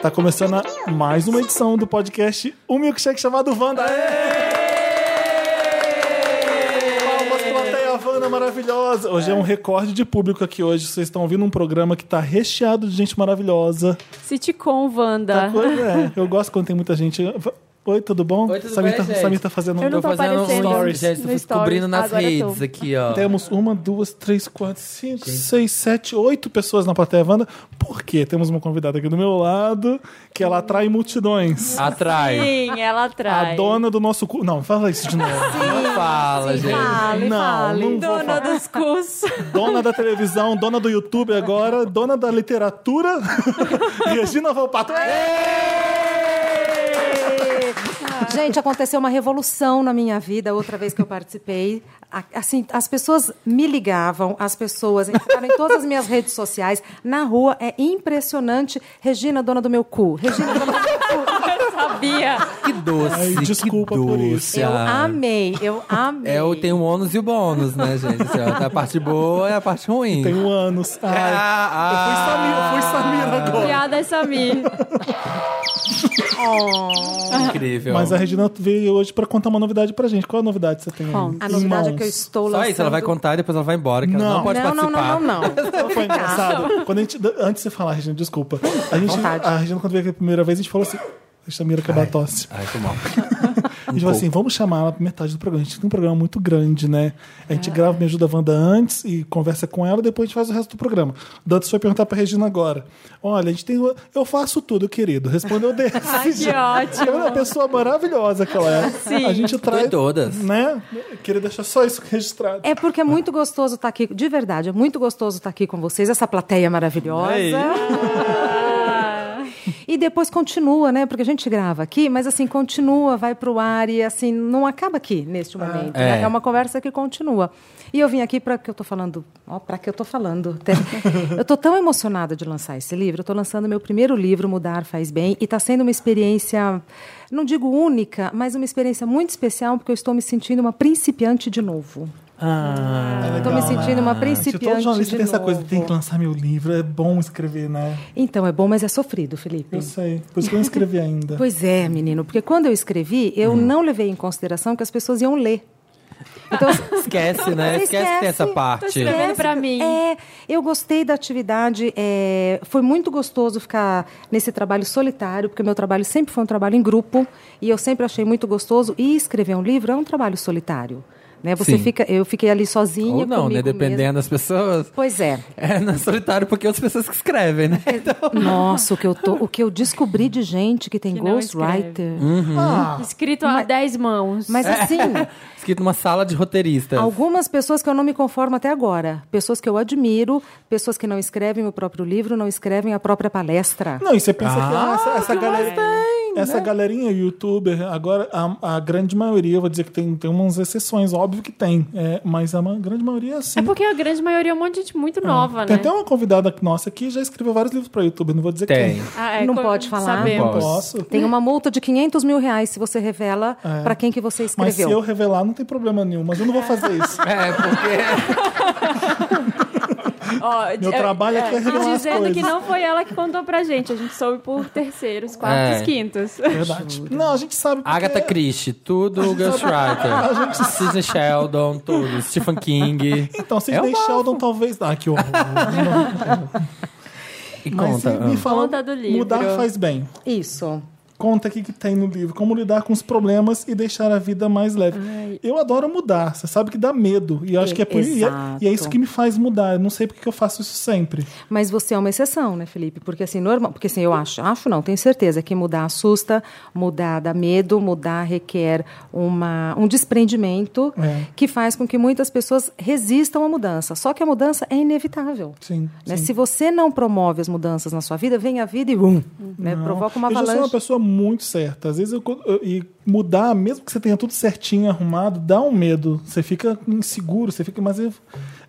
Tá começando a- mais uma edição do podcast Um Milkshake chamado Wanda. Aê! Palmas, plateia Wanda maravilhosa. Hoje é. um recorde de público aqui hoje. Vocês estão ouvindo um programa que tá recheado de gente maravilhosa. Sitcom, Wanda. Tá co- é, eu gosto quando tem muita gente. Oi, tudo bom? Oi, tudo Samir, bem, tá, gente? Samir tá fazendo Eu não Tô tô fazendo uns aparecendo no stories, gente. Tô stories. descobrindo nas Agora eu tô. redes aqui, ó. Temos uma, duas, três, quatro, cinco, seis, sete, oito pessoas na plateia Wanda. Por quê? Temos uma convidada aqui do meu lado que ela atrai multidões. Atrai. Sim, ela atrai. A dona do nosso cu. Não, fala isso de novo. Não fala, gente. Fale, Não, fale. não vou Dona dos cus. dona da televisão, dona do YouTube agora, dona da literatura, Regina Volpato. É Gente, aconteceu uma revolução na minha vida, outra vez que eu participei. A- Assim, as pessoas me ligavam, as pessoas entraram em todas as minhas redes sociais. Na rua, é impressionante. Regina, dona do meu cu. Regina, dona do meu cu. Sabia. Que doce. Ai, desculpa que por doce. isso. Eu Ah. amei, eu amei. É, o- tem o ônus e o bônus, né, gente? Assim, ó, A parte boa é a parte ruim. Tenho anos. Ai, Ah, ah, eu fui Samira, eu fui Samira agora. é Piada Samir. Oh. Incrível. Mas a Regina veio hoje pra contar uma novidade pra gente. Qual a novidade que você tem? aí? Conta. A novidade Em é que eu mãos. estou Só lançando... isso, ela vai contar e depois ela vai embora, que ela Não. não pode não, não, não, participar. não, não. Sabe o que Foi engraçado. Quando a gente, antes de você falar, Regina, desculpa. A, gente, Vontade. a Regina, quando veio aqui a primeira vez, a gente falou assim. Deixa a Mira acabar a tosse. Ai, foi mal. Um A gente falou assim: vamos chamar ela pra metade do programa. A gente tem um programa muito grande, né? A gente grava Me Ajuda Wanda antes e conversa com ela, depois a gente faz o resto do programa. O Dantas foi perguntar pra Regina agora: Olha, a gente tem. uma- Eu faço tudo, querido. Respondeu desse. Ai, que Ela é ótimo. uma pessoa maravilhosa que ela é. Sim. A gente traz. todas. Né? Queria deixar só isso registrado. É porque é muito gostoso estar aqui, de verdade, é muito gostoso estar aqui com vocês, essa plateia maravilhosa. Aí. E depois continua, né? Porque a gente grava aqui, mas assim, continua, vai pro ar e assim, não acaba aqui neste Ah. momento. É. né? É. uma conversa que continua. E eu vim aqui para que eu tô falando, ó, para que eu tô falando. Até- eu tô tão emocionada de lançar esse livro. Eu tô lançando meu primeiro livro, Mudar Faz Bem, e tá sendo uma experiência, não digo única, mas uma experiência muito especial, porque eu estou me sentindo uma principiante de novo. Ah, Tô me sentindo uma Se principiante todo jornalista de tem essa novo. coisa, tem que lançar meu livro, é bom escrever, né? Então, é bom, mas é sofrido, Felipe. Eu sei. Por isso que eu não escrevi ainda. Pois é, menino, porque quando eu escrevi, Hum. eu não levei em consideração que as pessoas iam ler. Então, Esquece, né? Esquece, que tem essa parte. escrevendo. pra mim. É, eu gostei da atividade. é, foi muito gostoso ficar nesse trabalho solitário, porque meu trabalho sempre foi um trabalho em grupo e eu sempre achei muito gostoso. E escrever um livro é um trabalho solitário, né? Você Sim. fica, eu fiquei ali sozinha Ou não, né? comigo mesma. Dependendo das pessoas. Pois é. É na solitário porque as pessoas que escrevem, né? Então, Nossa, o que eu tô, o que eu descobri de gente que tem Que não ghostwriter. Uhum. Ah, Escrito a dez mãos. É. Mas assim, escrito numa sala de roteiristas. algumas pessoas que eu não me conformo até agora, pessoas que eu admiro, pessoas que não escrevem o próprio livro, não escrevem a própria palestra. não, e você pensa que ah, essa, essa que galera. mais tem, essa galerinha youtuber, agora a, a grande maioria, eu vou dizer que tem, tem umas exceções, óbvio que tem, é, mas a ma- grande maioria é assim. É porque a grande maioria é um monte de gente muito nova, Ah. tem né? até um- uma convidada nossa que já escreveu vários livros pra YouTube, não vou dizer Tem. quem. Ah, é, Não co- pode falar. Sabemos. Não Posso? Tem uma multa de 500 mil reais se você revela É. pra para quem que você Mas se eu escreveu. revelar, não tem problema nenhum, mas eu não vou fazer isso. É, porque. Ó, Meu é- trabalho aqui é revelar as Dizendo coisas. que não foi ela que contou pra gente. A gente soube por terceiros, quartos, É. quintos. Verdade. Não, a gente sabe porque... Agatha Christie, tudo A Ghostwriter. gente Sidney Sheldon, tudo. Stephen King. Então, se É um Sheldon, bafo. talvez. Ah, que horror. E Mas conta. ah. me fala, Conta do livro. mudar faz bem. Isso. Conta o que, que tem no livro. Como lidar com os problemas e deixar a vida mais leve. Eu adoro mudar. Você sabe que dá medo. E eu acho E- que é por e é, exato. e é isso que me faz mudar. Eu não sei porque que eu faço isso sempre. Mas você é uma exceção, né, Felipe? Porque assim, normal, porque assim, eu acho, acho não, tenho certeza que mudar assusta, mudar dá medo, mudar requer uma, um desprendimento É. que faz com que muitas pessoas resistam à mudança. Só que a mudança é inevitável. Sim. né? sim. Se você não promove as mudanças na sua vida, vem a vida e bum, né? Não. provoca uma eu já sou uma avalanche. pessoa muito certa. Às vezes eu, eu- e mudar, mesmo que você tenha tudo certinho, arrumado, dá um medo. Você fica inseguro, você fica. Mas eu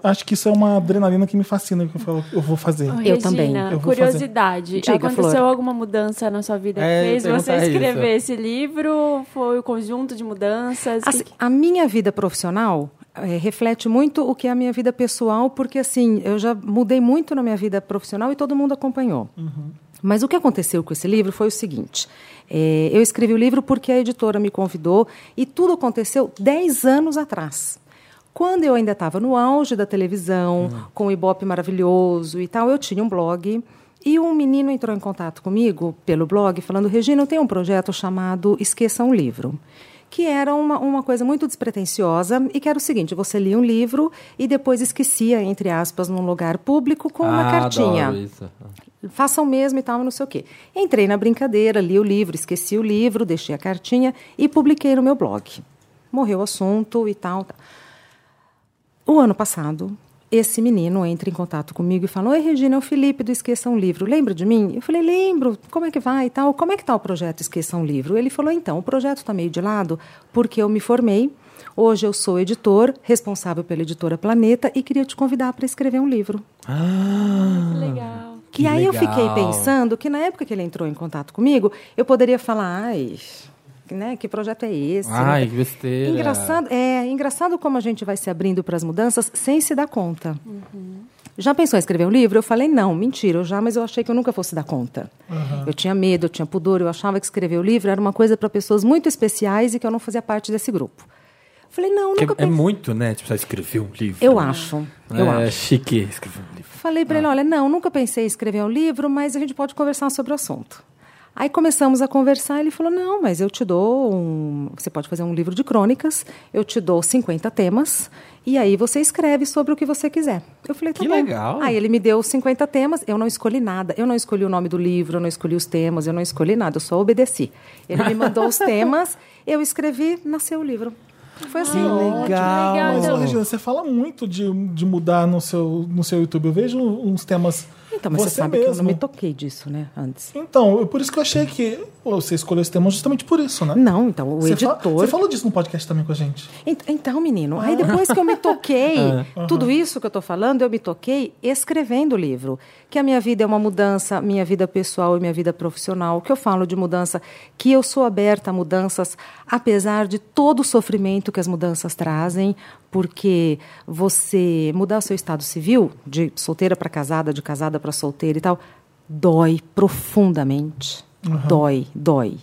acho que isso é uma adrenalina que me fascina, que eu falo, eu vou fazer. Ô, Eu Regina, também. Eu vou curiosidade. Diga, aconteceu Flor. alguma mudança na sua vida que É, eu ia fez você perguntar escrever esse livro? Foi o conjunto de mudanças? Assim, Que- a minha vida profissional eh, reflete muito o que é a minha Uhum. vida pessoal, porque assim, eu já mudei muito na minha vida profissional e todo mundo acompanhou. Mas o que aconteceu com esse livro foi o seguinte: é, eu escrevi o livro porque a editora me convidou e tudo aconteceu 10 anos atrás. Quando eu ainda estava no auge da televisão, Hum. com o Ibope maravilhoso e tal, eu tinha um blog. E um menino entrou em contato comigo pelo blog, falando: Regina, eu tenho um projeto chamado Esqueça um Livro que era uma, uma coisa muito despretensiosa e que era o seguinte: você lia um livro e depois esquecia, entre aspas, num lugar público com uma Ah, cartinha. adoro isso. Façam mesmo e tal, não sei o quê. Entrei na brincadeira, li o livro, esqueci o livro, deixei a cartinha e publiquei no meu blog. Morreu o assunto e tal. tal. O ano passado, esse menino entra em contato comigo e fala: Oi, Regina, é o Felipe do Esqueça um Livro. Lembra de mim? Eu falei: Lembro. Como é que vai e tal? Como é que está o projeto Esqueça um Livro? Ele falou: Então, o projeto está meio de lado porque eu me formei. Hoje eu sou editor, responsável pela editora Planeta e queria te convidar para escrever um livro. Ah, Legal. Que e aí eu legal. fiquei pensando que na época que ele entrou em contato comigo, eu poderia falar, ai, né, que projeto é esse? ai, que besteira. Engraçado, é engraçado como a gente vai se abrindo para as mudanças sem se dar conta. Uhum. Já pensou em escrever um livro? Eu falei, não, mentira, eu já, mas eu achei que eu nunca fosse dar conta. Eu tinha medo, eu tinha pudor, eu achava que escrever o livro era uma coisa para pessoas muito especiais e que eu não fazia parte desse grupo. Falei, não, Que nunca é pensei. muito, né? Tipo, só escrever um livro. Eu acho, eu é acho. chique escrever um livro. Falei para ele, olha, não, nunca pensei em escrever um livro, mas a gente pode conversar sobre o assunto. Aí começamos a conversar, ele falou, não, mas eu te dou um... Você pode fazer um livro de crônicas, eu te dou 50 temas, e aí você escreve sobre o que você quiser. Eu falei, tá Que bom. legal. Aí ele me deu 50 temas, eu não escolhi nada. Eu não escolhi o nome do livro, eu não escolhi os temas, eu não escolhi nada, eu só obedeci. Ele me mandou os temas, eu escrevi, nasceu o livro. Foi assim. Ah, legal. Mas, ô, Então- Regina, você fala muito de, de mudar no seu, no seu YouTube. Eu vejo uns temas. Então, mas você, você sabe mesmo. que eu não me toquei disso, né, antes. Então, eu- por isso que eu achei que pô, você escolheu esse tema justamente por isso, né? Não, então, o Você fa- editor... você falou disso no podcast também com a gente. Ent- Então, menino, aí depois que eu me toquei, tudo isso que eu tô falando, eu me toquei escrevendo o livro. Que a minha vida é uma mudança, minha vida pessoal e minha vida profissional. Que eu falo de mudança, que eu sou aberta a mudanças, apesar de todo o sofrimento que as mudanças trazem, porque você mudar o seu estado civil, de solteira para casada, de casada para solteira e tal, dói profundamente. Dói, dói.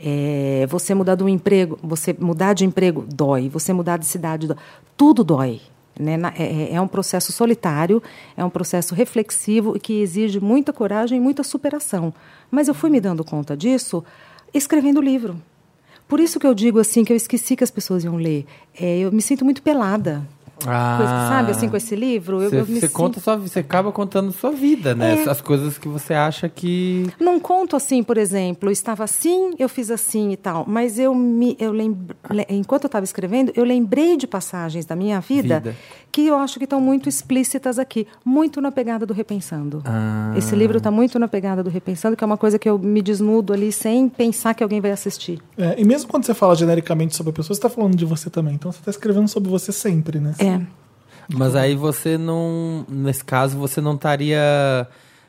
É, você mudar de um emprego, você mudar de emprego, dói. Você mudar de cidade, dói. Tudo dói. Né? Na- é, é- é um processo solitário, é um processo reflexivo e que exige muita coragem e muita superação. Mas eu fui me dando conta disso escrevendo o livro. Por isso que eu digo assim que eu esqueci que as pessoas iam ler. É, eu me sinto muito pelada. Com esse- Ah. sabe, assim, com esse livro, eu, Você, eu me você sinto... É. conta sua, vi- você acaba contando sua vida, né? As coisas que você acha que Não conto assim, por exemplo, eu estava assim, eu fiz assim e tal, mas eu me eu lembr, le- enquanto eu estava escrevendo, eu lembrei de passagens da minha vida, Vida. que eu acho que estão muito explícitas aqui, muito na pegada do repensando. Ah. Esse livro está muito na pegada do repensando, que é uma coisa que eu me desnudo ali sem pensar que alguém vai assistir. É, e mesmo quando você fala genericamente sobre a pessoa, você tá falando de você também. Então você tá escrevendo sobre você sempre, né? É. Mas aí você não. Nesse caso, você não estaria.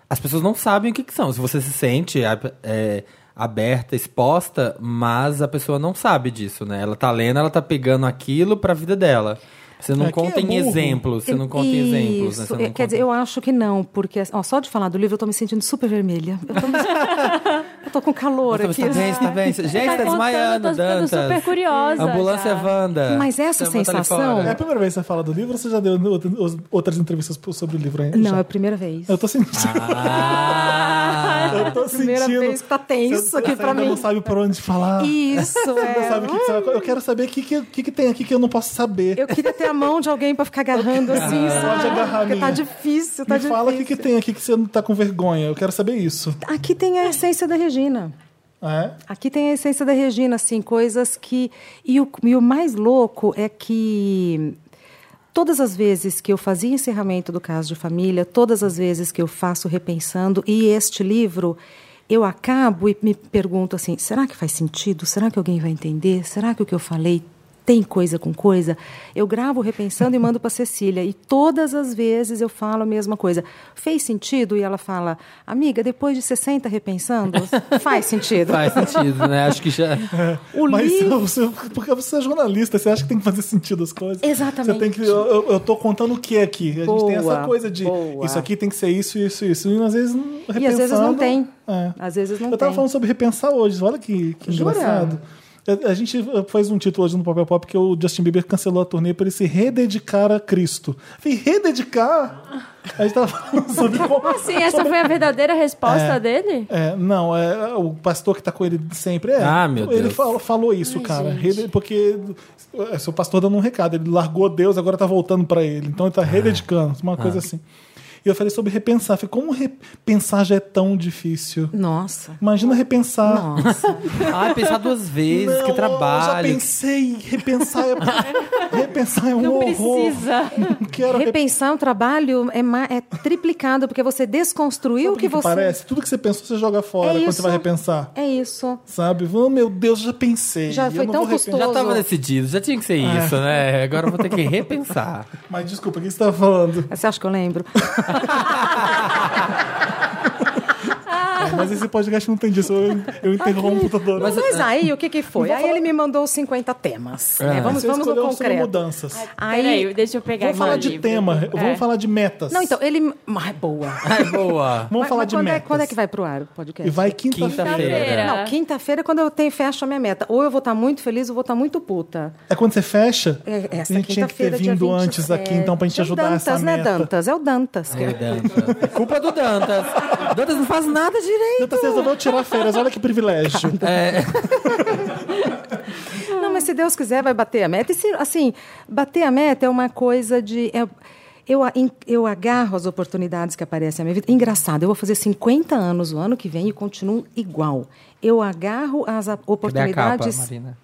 As pessoas não sabem o que, que são. Se você se sente ab- é, aberta, exposta, mas a pessoa não sabe disso, né? Ela tá lendo, ela tá pegando aquilo pra vida dela. Você não Aqui é conta em burro. exemplos, você não conta em exemplos, né? Você Isso, não eu- conta- Quer dizer, eu acho que não, porque ó, só de falar do livro eu tô me sentindo super vermelha. Eu tô, me- eu tô com calor Você aqui. tá bem, você tá bem. Gente, tá, contando, desmaiando, tô ficando Dantas. super curiosa Ambulância já. Wanda. Mas essa Chama tá ali sensação- É a fora. primeira vez que você fala do livro ou você já deu outras- outras entrevistas po- sobre o livro ainda? Não, é Já? a primeira vez. Eu tô sentindo. Ah, eu tô Primeira sentindo. vez que tá tenso Você- aqui você pra ainda mim. não sabe por onde falar. Isso, Você não é. sabe o que, que você vai. Eu quero saber o que, que, que que tem aqui que eu não posso saber. Eu queria ter a mão de alguém pra ficar agarrando assim, sabe? agarrar a Porque tá minha. difícil, tá Me difícil. fala o que, que tem aqui que você não tá com vergonha. Eu quero saber isso. Aqui tem a essência da Regina. É? Aqui tem a essência da Regina, assim, coisas que. E o, e o mais louco é que todas as vezes que eu fazia encerramento do caso de família, todas as vezes que eu faço repensando, e este livro, eu acabo e me pergunto assim: será que faz sentido? Será que alguém vai entender? Será que o que eu falei tem coisa com coisa, eu gravo repensando e mando para Cecília. E todas as vezes eu falo a mesma coisa. Fez sentido? E ela fala, amiga, depois de 60 repensando, faz sentido. Faz sentido, né? Acho que já. O Mas livro. você, porque você é jornalista, você acha que tem que fazer sentido as coisas. Exatamente. Você tem que. Eu, eu- eu tô contando o que aqui. A gente tem essa Boa, coisa de boa. isso aqui tem que ser isso, isso, isso. E às vezes não- E às vezes não repensando- tem. É. Às vezes não eu tava tem. falando sobre repensar hoje, olha que, que Jura? engraçado. É, A- A gente fez um título hoje no Papel Pop que o Justin Bieber cancelou a turnê para ele se rededicar a Cristo. Falei, rededicar? A gente tava falando sobre como. Sim, assim? essa foi a verdadeira resposta dele? É, não, é o pastor que tá com ele sempre é. Ah, meu Ele Deus. falou, falou isso, cara. Rede- porque é, seu pastor dando um recado, ele largou Deus, agora tá voltando pra ele. Então Ah. ele tá rededicando, uma coisa assim. E eu falei sobre repensar. Falei, como repensar já é tão difícil? Nossa. Imagina repensar. Nossa. Ai, pensar duas vezes, Não, que eu Já trabalho. pensei, repensar é, repensar é um Não horror. precisa. Não quero repensar. Repensar um trabalho é, ma- é triplicado, porque você desconstruiu o que, você. Parece, tudo que você pensou, você joga fora É quando você isso. vai repensar. É isso. Sabe? Oh, meu Deus, já pensei. Já eu foi não tão vou É. repensar. custoso. Já tava decidido, já tinha que ser isso, né? Agora eu vou ter que repensar. Mas desculpa, o que você tá falando? Você acha que eu lembro? Mas esse podcast não tem disso. Eu, eu interrompo toda hora. Mas, aí, o é, que, que foi? Aí ele me mandou os 50 temas. né? É. Vamos, Você vamos no escolheu sobre concreto. mudanças. Peraí, deixa eu pegar Vamos aqui falar o de livro. tema, É. vamos falar de metas. Não, então, ele. Ai, boa. Ai, Ah, é boa. Vamos Mas- falar mas de quando metas. É, quando é que vai pro ar o E podcast? vai quinta-feira. Quinta-feira. Não, quinta-feira é quando eu tenho, fecho a minha meta. Ou eu vou estar muito feliz ou vou estar muito puta. É quando você fecha? É, Essa a gente tinha que ter quinta-feira, dia vindo antes 27. aqui, então, pra gente É o ajudar Dantas, essa né, meta. Dantas? É o Dantas. que- É, Dantas. É Culpa do Dantas. Dantas não faz nada direito. Então, você resolveu tirar férias, olha que privilégio. É, Não, mas se Deus quiser, vai bater a meta. E se, assim, bater a meta é uma coisa de. é- eu, a- em- eu agarro as oportunidades que aparecem na minha vida. Engraçado, eu vou fazer 50 anos o ano que vem e continuo igual. Eu agarro as a- cadê a capa, oportunidades. Marina?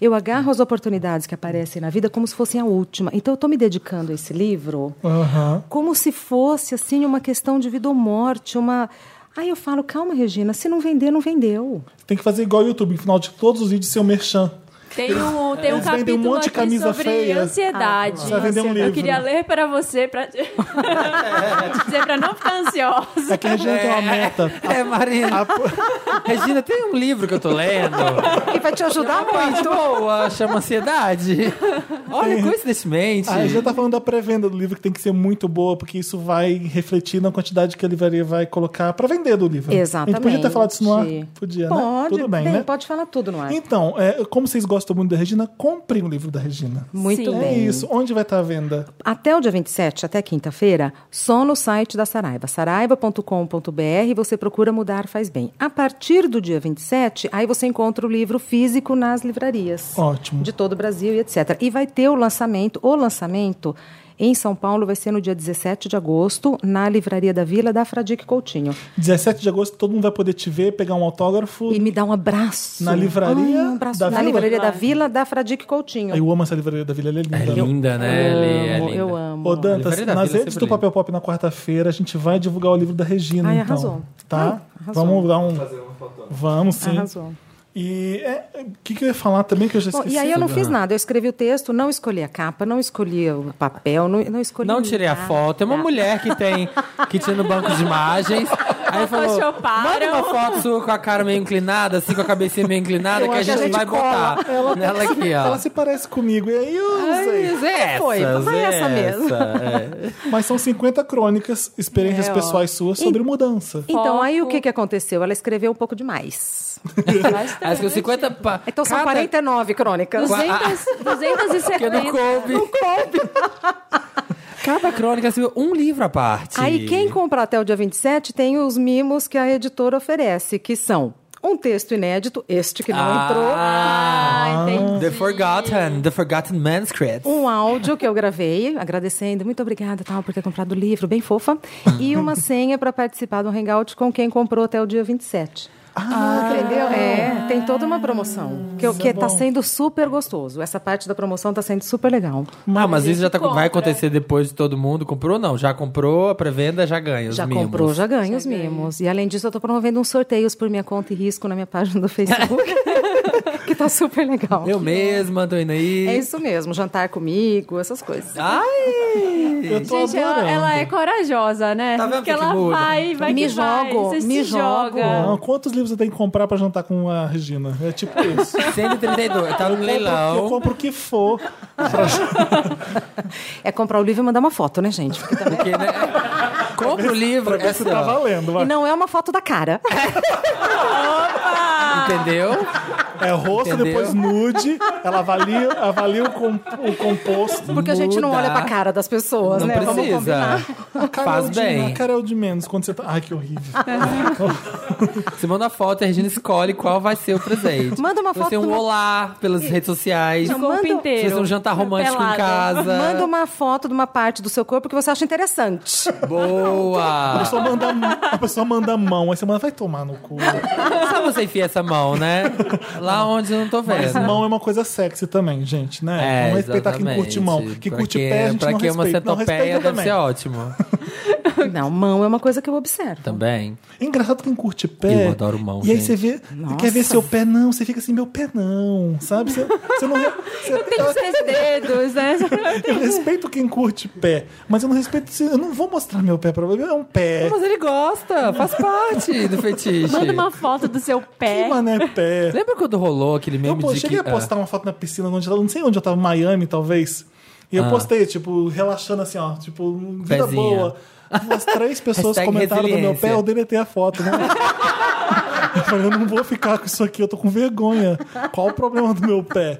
Eu agarro as oportunidades que aparecem na vida como se fossem a última. Então, eu estou me dedicando a esse livro Aham. como se fosse assim uma questão de vida ou morte, uma. Aí eu falo, calma, Regina, se não vender, não vendeu. Tem que fazer igual o YouTube, no final de todos os vídeos, seu merchan. Tem um, tem um Eles vendem capítulo um monte de aqui camisa sobre feia. Ah, ansiedade. Você vai vender um livro. Eu queria ler para você, para te... pra te dizer para não ficar ansiosa. É tá. que a Regina tem uma meta. É, Marina. Regina, tem um livro que eu tô lendo. E vai te ajudar Parte muito. boa, chama ansiedade. Olha, coincidentemente. A Regina tá falando da pré-venda do livro, que tem que ser muito boa, porque isso vai refletir na quantidade que a livraria vai colocar pra vender do livro. Exatamente. A gente podia ter falado isso no ar? Podia, né? Pode, Tudo bem, tem, né? Pode falar tudo no ar. Então, é, como vocês gostam muito da Regina, comprem o livro da Regina. Muito Sim. É bem. isso. Onde vai estar a venda? Até o dia 27, até quinta-feira, só no site da Saraiva, saraiva.com.br, você procura Mudar Faz Bem. A partir do dia 27, aí você encontra o livro físico nas livrarias. Ótimo. de todo o Brasil e etc. E vai ter o lançamento, o lançamento em São Paulo vai ser no dia 17 de agosto, na Livraria da Vila da Fradique Coutinho. 17 de agosto, todo mundo vai poder te ver, pegar um autógrafo. E me dá um abraço. Na livraria um abraço. da na Vila? Livraria da Vila da Fradique Coutinho. Eu amo essa livraria da Vila, ela é linda. É né? linda, né? Ele é amo, linda. eu amo. Ô, Dantas, Livraria da nas Vila é redes do sempre Papel Pop na quarta-feira, a gente vai divulgar o livro da Regina, Ai, então. arrasou. Tá? Ai, arrasou. Vamos dar um. Vamos, sim. Arrasou. E é, o que, que eu ia falar também que eu já Bom, esqueci? e aí eu não né? fiz nada. Eu escrevi o texto, não escolhi a capa, não escolhi o papel, não, não escolhi Não tirei a nada. foto. É uma mulher que tem que tinha no banco de imagens. Aí falou, Photoshoparam. manda uma foto sua com a cara meio inclinada, assim, com a cabecinha meio inclinada, que a acho que gente, a gente vai cola. botar nela tá aqui, ó. assim. Ela tá se parece comigo, e aí eu não sei. Ai, é Foi, essas, foi essa mesmo. é. Mas são 50 crônicas, experiências É, ó. pessoais suas sobre mudança. Então, aí o Foco. que, que aconteceu? Ela escreveu um pouco demais. Aí ficou 50 pa... Então são cada- 49 crônicas. 200, 270. Tá Porque é não coube. Cada crônica recebeu um livro à parte. Aí quem comprar até o dia 27 tem os mimos que a editora oferece, que são um texto inédito, este que não Ah, Ah, entendi. The Forgotten, The Forgotten Manuscripts. entrou, um áudio que eu gravei, agradecendo, muito obrigada tal por ter comprado o livro, bem fofa, e uma senha para participar do hangout com quem comprou até o dia 27. Ah, entendeu? É, tem toda uma promoção que eu- é que tá está sendo super gostoso. Essa parte da promoção está sendo super legal. Ah, mas isso já tá- compra. vai acontecer depois de todo mundo. Comprou? Não, já comprou, a pré-venda já ganha os Já mimos. comprou, já ganha os mimos. E além disso, eu estou promovendo uns sorteios por minha conta e risco na minha página do Facebook. que tá super legal. Eu mesma, tô indo aí. É isso mesmo, jantar comigo, essas coisas. Ai! Eu tô Gente, ela, adorando. ela é corajosa, né? Tá vendo Porque que ela muda? vai, vai Me que jogo, vai. Você me se jogo. joga. Não, quantos livros eu tenho que comprar pra jantar com a Regina? É tipo isso. 132, tá no Eu leilão. compro o que for. É comprar o livro e mandar uma foto, né, gente? Porque também- Porque, né? Compra o livro, Pra ver se essa, tá valendo. vai. E não é uma foto da cara. entendeu? É rosto, Entendeu? depois nude. Ela avalia, avalia o, com- o composto. Porque a gente não Muda. olha pra cara das pessoas, Não né? Vamos precisa. Faz é o de- bem. a cara é o de menos quando você tá. Ai, que horrível. Você manda a foto e a Regina escolhe qual vai ser o presente. Manda uma Vai ser foto um no- olá pelas redes sociais. O corpo manda- Se inteiro. vai ser um jantar romântico Pelado. em casa. Manda uma foto de uma parte do seu corpo que você acha interessante. A Boa! pessoa, manda, a pessoa manda um a mão, aí você manda, vai tomar no cu. Tá Sabe você enfia essa mão, né? Lá onde eu não tô Mas vendo. mão é uma coisa sexy também, gente, né? É, Vamos respeitar quem exatamente. curte mão. Quem Pra curte quem- pé, a gente Pra não quem é uma respeita. Não, centopeia respeita deve também. ser ótimo. Não, mão é uma coisa que eu observo. Também. Engraçado quem curte pé. Eu adoro mão, E aí gente. você vê, quer ver seu pé não, você fica assim, meu pé não, sabe? Você, você não. re- Você, Tem os seus dedos, né? eu respeito quem curte pé, mas eu não respeito. se- Eu não vou mostrar meu pé pra você. É um pé. Mas ele gosta, faz parte do fetiche. Manda uma foto do seu Que pé. mané pé. Lembra quando rolou aquele Eu meme pô, de cheguei que... ah, é. a postar um uma foto na piscina, onde eu tava, não sei onde eu tava, Miami, talvez. E eu Ah. postei, tipo, relaxando assim, ó, tipo, vida Pezinho. boa. Umas três pessoas Hashtag comentaram do meu resiliência. pé, eu deletei a foto, né? Eu falei, eu não vou ficar com isso aqui, eu tô com vergonha. Qual o problema do meu pé?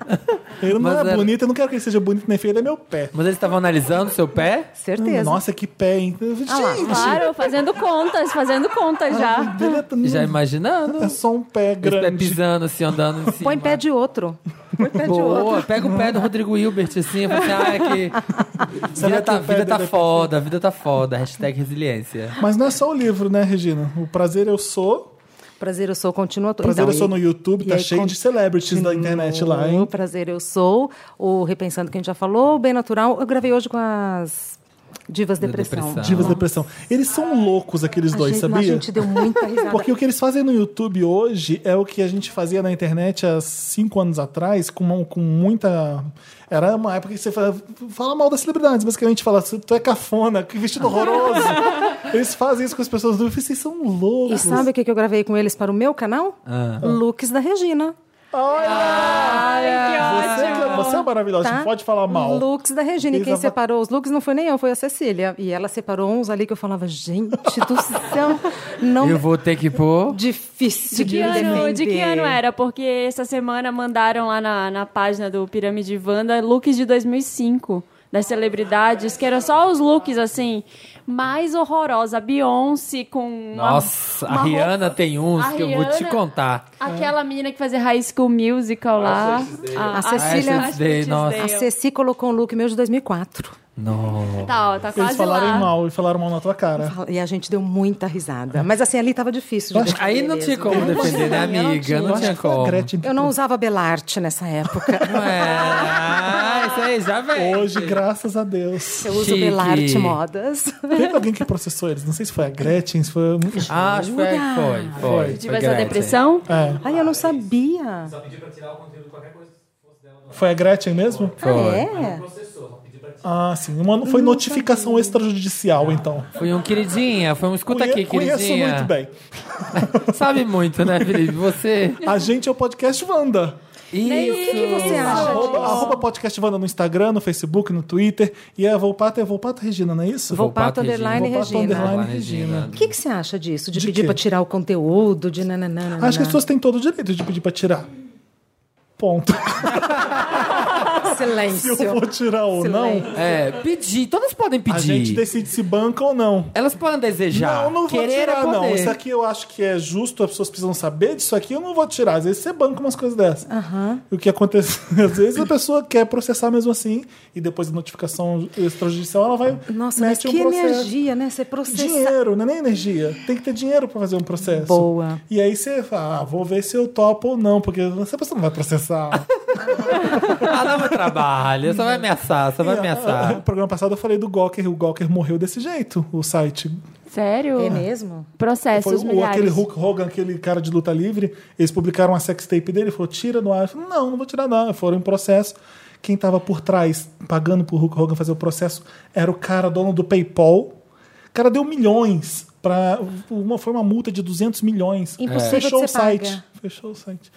Ele não Mas é era- bonito, eu não quero que ele seja bonito nem feio, ele é meu pé. Mas eles estavam analisando seu pé? Certeza. Nossa, que pé, hein? Eu falei, Ah lá. Gente, Ah, Claro, fazendo contas, fazendo contas já. deleta- não, Já imaginando? É só um pé Eles pé grande. pisando, assim, andando em cima. Põe pé de outro. Põe pé de outro. Boa, pega o pé do Rodrigo Hilbert, assim, e fala assim, ah, é que... Será Vida que tá, o pé vida tá dele é foda, vida tá foda. Hashtag resiliência. Mas não é só o livro, né, Regina? O Prazer Eu Sou... Prazer, eu sou, continua. Então, Prazer eu sou no YouTube, e tá aí cheio de celebrities da internet lá, O hein? Prazer Eu Sou, o Repensando que a gente já falou, o Bem Natural. Eu gravei hoje com as Divas Da Depressão. depressão. Divas Depressão. Eles são loucos, aqueles dois, a gente, a sabia? gente deu muita risada. Porque o que eles fazem no YouTube hoje é o que a gente fazia na internet há cinco anos atrás, com, uma- com muita. Era uma época que você fala, fala mal das celebridades, basicamente fala, tu é cafona, que vestido horroroso. eles fazem isso com as pessoas do vocês são E loucos. sabe o que que eu gravei com eles para o meu canal? Ah. Looks da Regina. Você, que- você é maravilhosa, Tá? você pode falar mal. Looks da Regina. E Fez quem a va- separou os looks não foi nem eu, foi a Cecília. E ela separou uns ali que eu falava, gente do céu, não é Eu vou ter que pôr... difícil De que, me ano, de que é defender. ano era? Porque essa semana mandaram lá na, na página do Pirâmide Wanda looks de 2005 das celebridades, que eram só os looks assim, mais horrorosa. A Beyoncé com. uma- Nossa, uma a roupa- Rihanna tem uns A que eu vou te Rihanna- contar. Aquela menina que fazia High School Musical lá. Ah, A Ah, Cecília- a Cecília- nossa. A Ceci colocou um look meu de 2004. Não. Tá, ó, tá Eles quase falaram lá. mal e falaram mal na tua cara. E a gente deu muita risada. Mas assim, ali tava difícil de defender Aí não mesmo. tinha como defender, né, amiga? Eu Não acho tinha que foi a como. Gretchen Eu não usava Belarte nessa época. Não é. Ah, isso aí já vem. Hoje, graças a Deus. Eu uso Chique. Belarte Modas. Teve alguém que processou eles? Não sei se foi a Gretchen, se foi. Ah, acho que foi, foi, foi. Tive essa Gretchen. depressão. É, Ai, eu não sabia. foi a Gretchen mesmo? Ah, é? Ah, sim. Uma, foi notificação extrajudicial, Ah. então. Foi um queridinha, foi um escuta Conhe- aqui, conheço queridinha. muito bem. Sabe muito, né, Felipe? Você. A gente é o Podcast Wanda. Isso. O que você acha? Arroba, arroba Podcast Wanda no Instagram, no Facebook, no Twitter. E é Volpato, é Volpato Regina, não é isso? Vou- Volpato underline Regina. Underline Volpato Regina. O que, que você acha disso? De, De pedir quê? pra tirar o conteúdo, de nananana. Acho que as pessoas têm todo o direito de pedir pra tirar. Ponto. Se eu Silêncio. vou tirar ou não, Silêncio. É, pedir. Todas podem pedir. a gente decide se banca ou não. Elas podem desejar. Não, não vou Querer é tirar, poder. não. Isso aqui eu acho que é justo, as pessoas precisam saber disso aqui, eu não vou tirar. Às vezes você banca umas coisas dessas. E o que acontece? Às vezes a pessoa quer processar mesmo assim, e depois da notificação extrajudicial, ela vai. Nossa, mas mete que um processo. energia, né? Você processa. Dinheiro, não é nem energia. Tem que ter dinheiro pra fazer um processo. Boa. E aí você fala, ah, vou ver se eu topo ou não, porque essa pessoa não vai processar. Ah, dá meu trabalho. Só vai ameaçar, só é- vai E, ah, ameaçar. No programa passado eu falei do Gawker, o Gawker morreu desse jeito, o site Sério? É mesmo? Foi Processos o- milhares. aquele Hulk Hogan, aquele cara de luta livre, eles publicaram a sextape dele, falou, tira no ar. Eu falei, não, não vou tirar não. Foram em processo. Quem tava por trás, pagando pro Hulk Hogan fazer o processo, era o cara dono do PayPal. O cara deu milhões para uma foi uma multa de 200 milhões. Impossível de Fechou ser o site. paga. Fechou o site.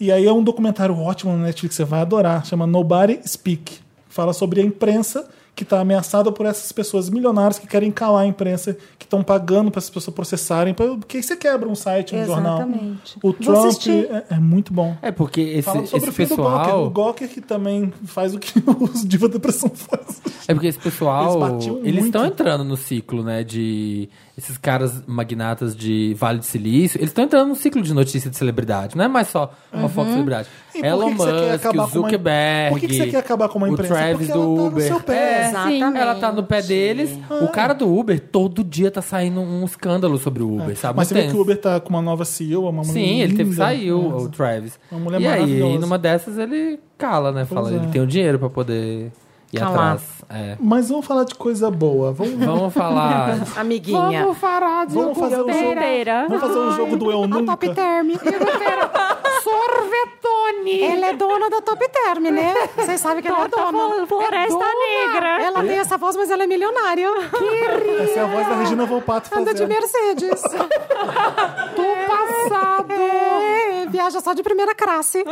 E aí é um documentário ótimo na Netflix, você vai adorar, chama Nobody Speak. Fala sobre a imprensa que está ameaçada por essas pessoas milionárias que querem calar a imprensa, que estão pagando para essas pessoas processarem, pra- porque aí você quebra um site, um Exatamente. jornal. O Vou Trump assistir. é, é muito bom. É porque esse, Fala sobre esse o fim do Gawker, o pessoal. Gawker que também faz o que os Diva Depressão faz. É porque esse pessoal. Eles batiam Eles muito. estão entrando no ciclo, né? De. Esses caras magnatas de Vale do Silício. Eles estão entrando no ciclo de notícia de celebridade. Não é mais só uma foto de celebridade. Uhum. E por Elon que que você quer Musk, acabar o com uma- Zuckerberg. Por que que você quer acabar com uma imprensa? O Travis Porque do ela tá no Uber. seu pé. É, Sim. Exatamente. Ela tá no pé deles. Ah. O cara do Uber, todo dia tá saindo um escândalo sobre o Uber, sabe? Ah, É. Mas você Muito vê que tenso. o Uber tá com uma nova CEO, uma mulher Sim, ele teve linda. saiu, Nossa. o Travis. Uma mulher e aí, maravilhosa. numa dessas, ele cala, né? Fala, Pois é. ele tem o dinheiro pra poder ir Calar. atrás. É. Mas vamos falar de coisa boa. Vamos, Vamos falar. Amiguinha. falar de vamos fazer um jogo. Solteira. Vamos fazer um jogo do Eu Nunca. Term. Sorvetone. Ela é dona da Top Term, né? Vocês sabem que ela é dona. Floresta Negra. Ela tem essa voz, mas ela é milionária. Essa é a voz da Regina Volpato Anda fazendo. de Mercedes. Do passado. É, viaja só de primeira classe.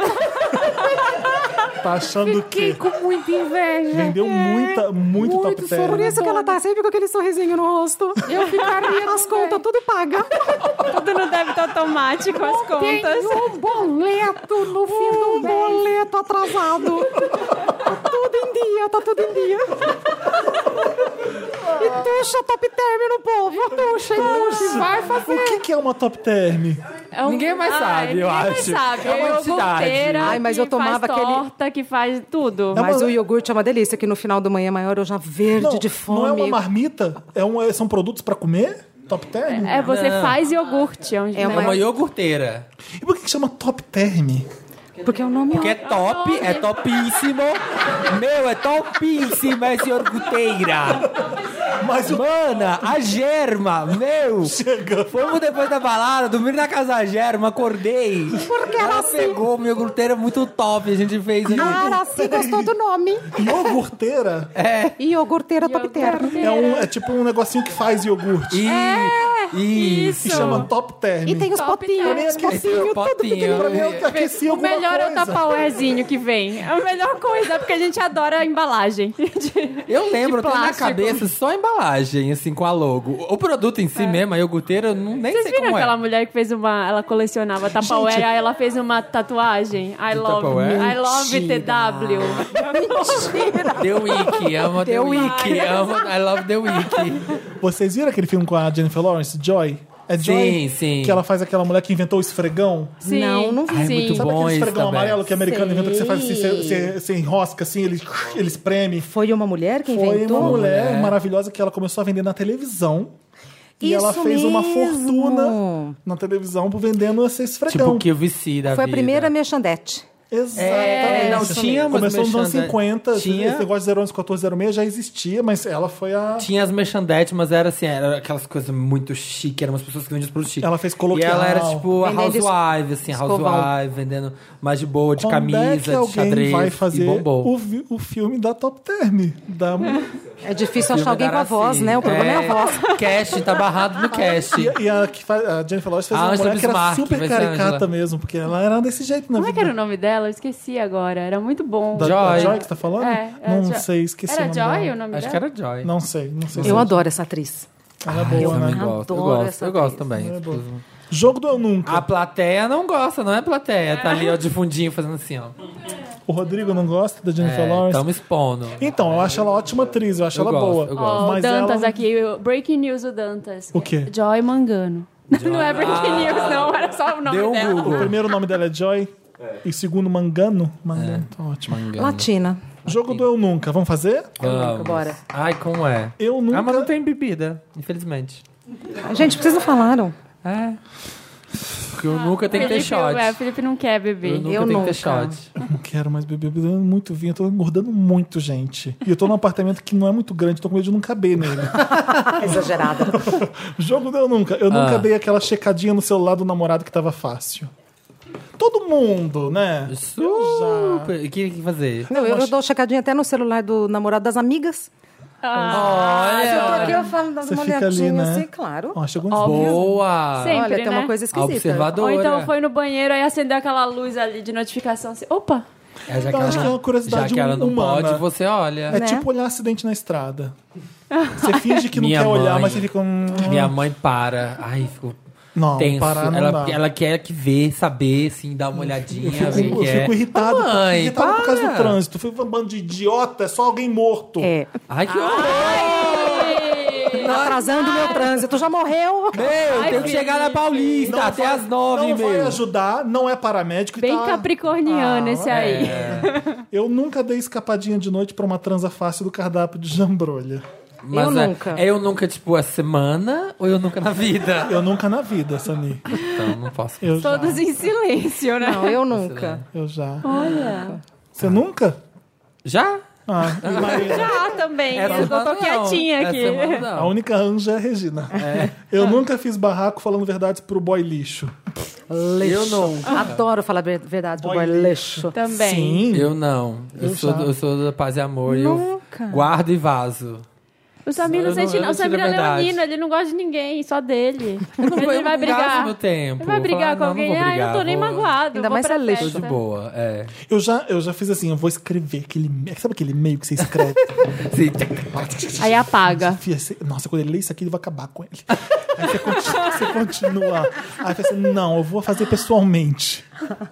Tá achando que com muita inveja. vendeu muita, muito, top term. Por isso que ela tá sempre com aquele sorrisinho no rosto. Eu ficaria As contas tudo paga. Tudo no débito automático, as contas. um boleto no fim Um boleto atrasado. tudo em dia, tá tudo em dia. E tuxa top term no povo. Tuxa, tuxa. Vai O que, que é uma top term? É um- Ninguém mais Ai, sabe, eu ninguém mais acho. sabe. É uma É entidade. iogurteira Ai, mas que eu tomava faz aquele- torta, que faz tudo. É uma- Mas o iogurte é uma delícia, que no final do manhã é maior eu já verde Não, de fome. não é uma marmita? É um, é- são produtos pra comer? Top term? É, você Não. faz iogurte. É, um... É É uma- uma iogurteira. E por que, que chama top term? Porque é o nome Porque é top, é topíssimo. Meu, é topíssimo essa iogurteira. Mas o Mana, a germa, meu. chega. Fomos depois da balada, dormi na casa da Germa, acordei. Porque ela, pegou minha iogurteira é muito top, a gente é fez ali. Cara, Ah, se gostou do nome. Iogurteira Iogurteira top term. é, um, é tipo um negocinho que faz iogurte. E, e E chama top term. É, E tem os Top potinhos, term. os potinhos, tudo pequeno. Pra mim é o que aquecia O alguma melhor é o coisa. tapauerzinho que vem. É a melhor coisa, porque a gente adora a embalagem. Eu lembro, eu tenho na plástico. cabeça só a embalagem, assim, com a logo. O produto em si mesmo, a iogurteira, eu não, nem Vocês sei viram como aquela é. mulher que fez uma. Ela colecionava Tupperware, Gente. aí ela fez uma tatuagem. I love. Tupperware? I love Mentira. TW. The Week, ama The, The Week, Week. ama I Love The Week. Vocês viram aquele filme com a Jennifer Lawrence, Joy? É Joy? Sim, sim. Que ela faz aquela mulher que inventou o esfregão? Sim. Não, não vi. Ai, Sim. muito Sabe bom aquele isso esfregão também. amarelo que o americano Sei. inventou que você faz assim, você, você- você enrosca assim, ele, ele espreme? Foi uma mulher que Foi inventou? uma mulher Mulher. maravilhosa que ela começou a vender na televisão. E ela Isso fez uma mesmo. fortuna na televisão por vendendo esse esfregão. Tipo, que eu vici da Foi a vida. primeira merchandete. Exatamente. É, não, tinha umas Começou nos anos merchandise- 50, Tinha. esse negócio de 011, 1406 já existia, mas ela foi a... Tinha as merchandetes, mas era assim, era aquelas coisas muito chique, eram umas pessoas que vendiam os produtos chiques. Ela fez E coloquial. ela era tipo a Vendendo es- housewife, assim, a escovão. housewife, vendendo mais Tipo, de boa, de Quando camisa, é que alguém de xadrez. vai e fazer bombou. o, vi- o filme da Top Term? Da... É difícil Filme assim. achar alguém da com a Araci. voz, né? O problema é, a voz. Cash, tá barrado no cash. E, e a, que faz, a Jennifer Lawrence fez A uma Angela mulher que era Ah, é Bismarck, super vai ser a caricata Angela. mesmo, porque ela era desse jeito na Como é que vida. era o nome dela? Eu esqueci agora. Era muito bom. Da, da Joy. Joy que você tá falando? É, era não Jo- sei, esqueci o Era nome Joy dela. o nome Acho dela? que era Joy. Não sei, não sei se é Eu adoro essa atriz. ela é boa, também né? gosto, eu adoro gosto, essa eu gosto atriz. também. É boa. Jogo do Eu Nunca. A plateia não gosta, não é plateia. Tá ali, ó, de fundinho, fazendo assim, ó. O Rodrigo não gosta da Jennifer É, Lawrence. tamo expondo. Então, eu acho ela ótima atriz, eu acho Eu ela gosto, boa. eu gosto. Ó, o Mas Dantas ela... aqui, o Breaking News do Dantas. é O quê? Joy Mangano. Não é Breaking Ah. News, não, era só o nome Deu um dela. O Google. primeiro nome dela é Joy. E o segundo, Mangano. Mangano, É, tá ótimo. Latina. Jogo do Eu Nunca, vamos fazer? Vamos. Bora. Ai, como é? Eu nunca. Ah, mas não tem bebida, infelizmente. Gente, vocês não falaram. É. Porque eu nunca tenho que ter Felipe, shot. é, Felipe não quer beber. Eu nunca Eu tenho que ter nunca. shot. Não quero mais beber, beber muito vinho, eu tô engordando muito, gente. E eu tô num apartamento que não é muito grande, tô com medo de não caber nele. Exagerada. Jogo não nunca. Eu Ah. nunca dei aquela checadinha no celular do namorado que tava fácil. Todo mundo, né? Eu já. Super. O que tem que fazer? Não, eu, eu dou checadinha até no celular do namorado das amigas. Ah, Eu tô aqui, eu falo das Você fica molhadinhas, ali, né? assim, claro. Ó, chegou um Boa! Sempre, Olha, tem uma né? coisa esquisita. Ah. Observadora. Ou então foi no banheiro e acendeu aquela luz ali de notificação assim. Opa! É, já Então, acho que é uma curiosidade já que ela não humana. pode, você olha. É Né? tipo olhar acidente na estrada. Você finge que não Minha quer olhar, mãe. mas você fica. Hum, Minha mãe para. Ai, fico não, tenso. parar não ela, dá. ela quer que ver, saber, assim, dar uma olhadinha, eu ver o fico, que eu é. fico irritado, Ô, mãe, irritado por causa do para. trânsito. Foi um bando de idiota, é só alguém morto. É, Ai, que horror! atrasando o meu trânsito, já morreu. Meu, Ai, tenho que filho. chegar na Paulista até vai- as nove e Não vai meia. ajudar, não é paramédico. e Bem tá- capricorniano Ah, esse aí. Eu nunca dei escapadinha de noite pra uma transa fácil do cardápio de jambrolha. Mas Eu é- nunca. É eu nunca, tipo, a semana ou eu nunca na vida? Eu nunca na vida, Sami. Então, não posso. Eu já. Todos em silêncio, né? Não, eu nunca. Eu já. Ah. Olha. Você nunca? Ah. Já? Ah, e Maria? Já também. Essa eu tô, tô semana não. é quietinha Essa aqui. semana A não. única anja é a Regina. Eu nunca fiz barraco falando verdades pro boy lixo. Lixo. Eu nunca. Ah, tá. Adoro falar ver- verdade pro Boy boy lixo. Também. Sim. Eu não. Eu, Eu sou, já. eu sou da paz e amor. Nunca. Eu guardo e vaso. O Samir não Eu não- sente eu não. não O Samir tiro a é verdade. leonino, ele não gosta de ninguém, só dele. ele não vou- não vai eu não gasto brigar. meu tempo. Ele vai brigar Falar, com não, alguém. não vou ah, eu não tô brigar, nem vou- magoado. Ainda vou mais pra se é lixo. Tô festa. de boa, é. Eu já, eu já fiz assim, eu vou escrever aquele. Sabe aquele e-mail que você escreve? Sim. Aí apaga. Fia, você- Nossa, quando ele lê isso aqui, ele vai acabar com ele. Aí você continua. Você continua. Aí você assim, não, eu vou fazer pessoalmente.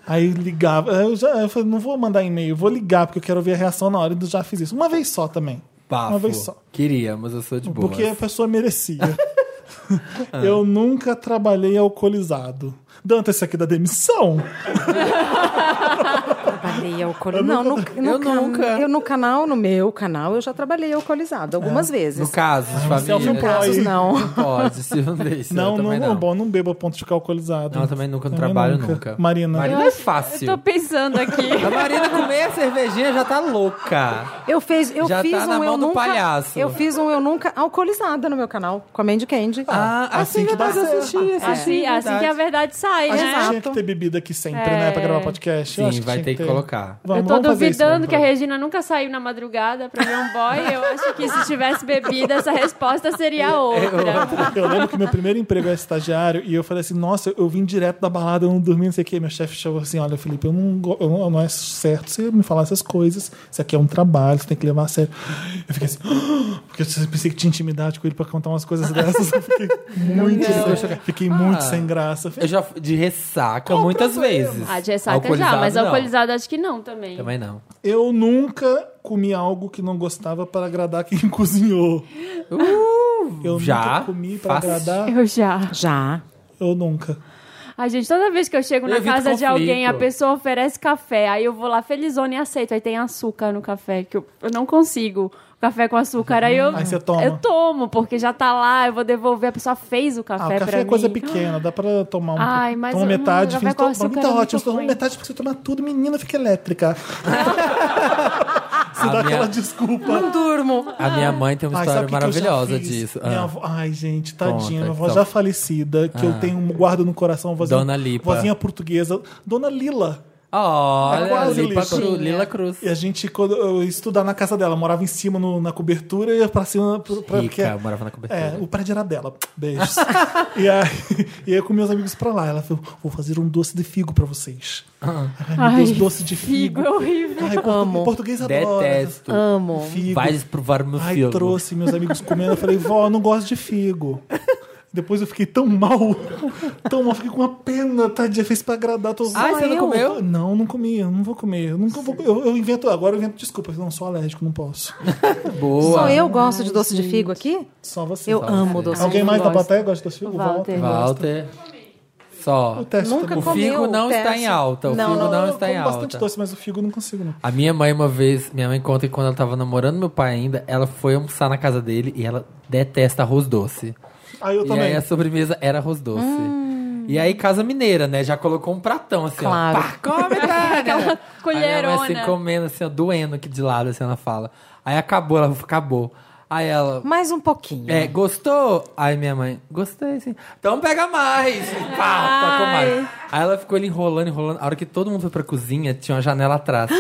Aí ligava. Eu já eu falei, não vou mandar e-mail, eu vou ligar, porque eu quero ver a reação na hora. Eu já fiz isso. Uma vez só também. Bafo. Uma vez só. Queria, mas eu sou de boa. Porque a pessoa merecia. Eu nunca trabalhei alcoolizado. Danta, esse aqui é da demissão? Trabalhei alcoolizado. Não, no, no, Eu can- nunca. Eu no canal, no meu canal, eu já trabalhei alcoolizado É. algumas No vezes. caso, de família. um self-employed. Casos não. Não pode, se não deixa. não, eu não, também não. não. Bom, não bebo a ponto de ficar alcoolizado. Não, eu também nunca, não trabalho nunca. Marina. Marina é fácil. Tô pensando aqui. A Marina comer a cervejinha já tá louca. Eu fiz, eu Já fiz tá um na eu mão do nunca, palhaço. Eu fiz um eu nunca alcoolizada no meu canal com a Mandy Candy. Ah, assim que dá mas eu certo. assisti, Assim, assisti. assim que a verdade sai, A gente né? tinha que ter bebida aqui sempre, né? Pra gravar podcast. Eu Sim, acho vai tinha ter que colocar. Vamos, É. eu tô vamos fazer isso, duvidando vamos que a fazer. Regina nunca saiu na madrugada pra ver um boy. Eu acho que se tivesse bebido, essa resposta seria outra. Eu lembro que meu primeiro emprego era estagiário e eu falei assim: Nossa, eu vim direto da balada, eu não dormi, não sei o que. Meu chefe chegou assim: Olha, Felipe, eu não, go- eu não, não é certo você me falar essas coisas. Isso aqui é um trabalho, você tem que levar a sério. Eu fiquei assim, "Ah", porque eu pensei que tinha intimidade com ele pra contar umas coisas dessas. Eu fiquei muito, sem, fiquei muito sem graça. Ah, Eu já fui de ressaca muitas vezes. A Ah, de ressaca já, Alcoolizado, mas não. alcoolizado acho que não também. Também não. Eu nunca comi algo que não gostava para agradar quem cozinhou. eu Uh, já? nunca comi para Fácil. agradar. Eu já. Já. Eu nunca. Ai, gente, toda vez que eu chego Eu na evito casa de conflito. alguém, a pessoa oferece café. Aí eu vou lá felizona e aceito. Aí tem açúcar no café, que eu, eu não consigo. Café com açúcar. Aí eu. Aí você toma. Eu tomo, porque já tá lá, eu vou devolver. A pessoa fez o Ah, o café, café pra é mim. coisa pequena, dá pra tomar um Ai, pouco. mas Toma eu- metade, café fica com tá açúcar é muito ótimo. Você toma ruim. metade porque você toma tudo, menina, fica elétrica. você A dá minha- aquela desculpa. Não durmo. A minha mãe tem uma Ah. Ai, história sabe o que que eu já maravilhosa fiz? disso. Minha Ah. avó- Ai, gente, tadinha. Conta, minha avó então. Ah. já falecida, que eu tenho um guardo no coração, uma vozinha, Dona Lipa. vozinha portuguesa. Dona Lila. Olha, É quase Lipa lixo. Cruz, é. Lila Cruz. E a gente, quando eu ia estudar na casa dela, morava em cima no- na cobertura e ia pra cima. Pra, pra, Rica, morava na cobertura. É, o prédio era dela. Beijos. e, aí, e aí eu com meus amigos pra lá. Ela falou: vou fazer um doce de figo pra vocês. Ah. Ai, meu Deus, Ai, doce de Figo figo. é horrível. Ai, portu- Amo. português adora. Detesto. Amo. Figo. Vai provar meu Ai, filho. trouxe meus amigos comendo. Eu falei, vó, eu não gosto de figo. Depois eu fiquei tão mal, tão mal, fiquei com uma pena, tadinha, fez pra agradar todos Ai, Ah, você não eu? comeu? Não, não comi, eu não vou comer. Eu, nunca vou, eu, eu invento, agora eu invento desculpa, eu não sou alérgico, não posso. Boa. Só eu gosto de doce de figo aqui? Só você. Eu Só amo você. doce Alguém de mais figo. da plateia gosta de figo? Walter. Walter. Só. O teste tá Nunca também. O figo Comeu, não está teste. em alta. O Não, figo não, não eu está como em bastante alta. doce, mas o figo eu não consigo, não. A minha mãe, uma vez, minha mãe conta que quando ela tava namorando meu pai ainda, ela foi almoçar na casa dele e ela detesta arroz doce. Aí Ah, eu e aí também. a sobremesa era arroz doce. E aí, Casa Mineira, né? Já colocou um pratão assim, Hum. Claro. ó. Pá, come, Tânia! colherona. Aí ela assim, comendo, assim, ó, doendo aqui de lado, assim, ela fala. Aí acabou, ela falou, acabou. Aí ela. Mais um pouquinho. É, gostou? Aí minha mãe, gostei, sim. Então pega mais! E Pá, tacou mais. Aí ela ficou ali enrolando, enrolando. A hora que todo mundo foi pra cozinha, tinha uma janela atrás.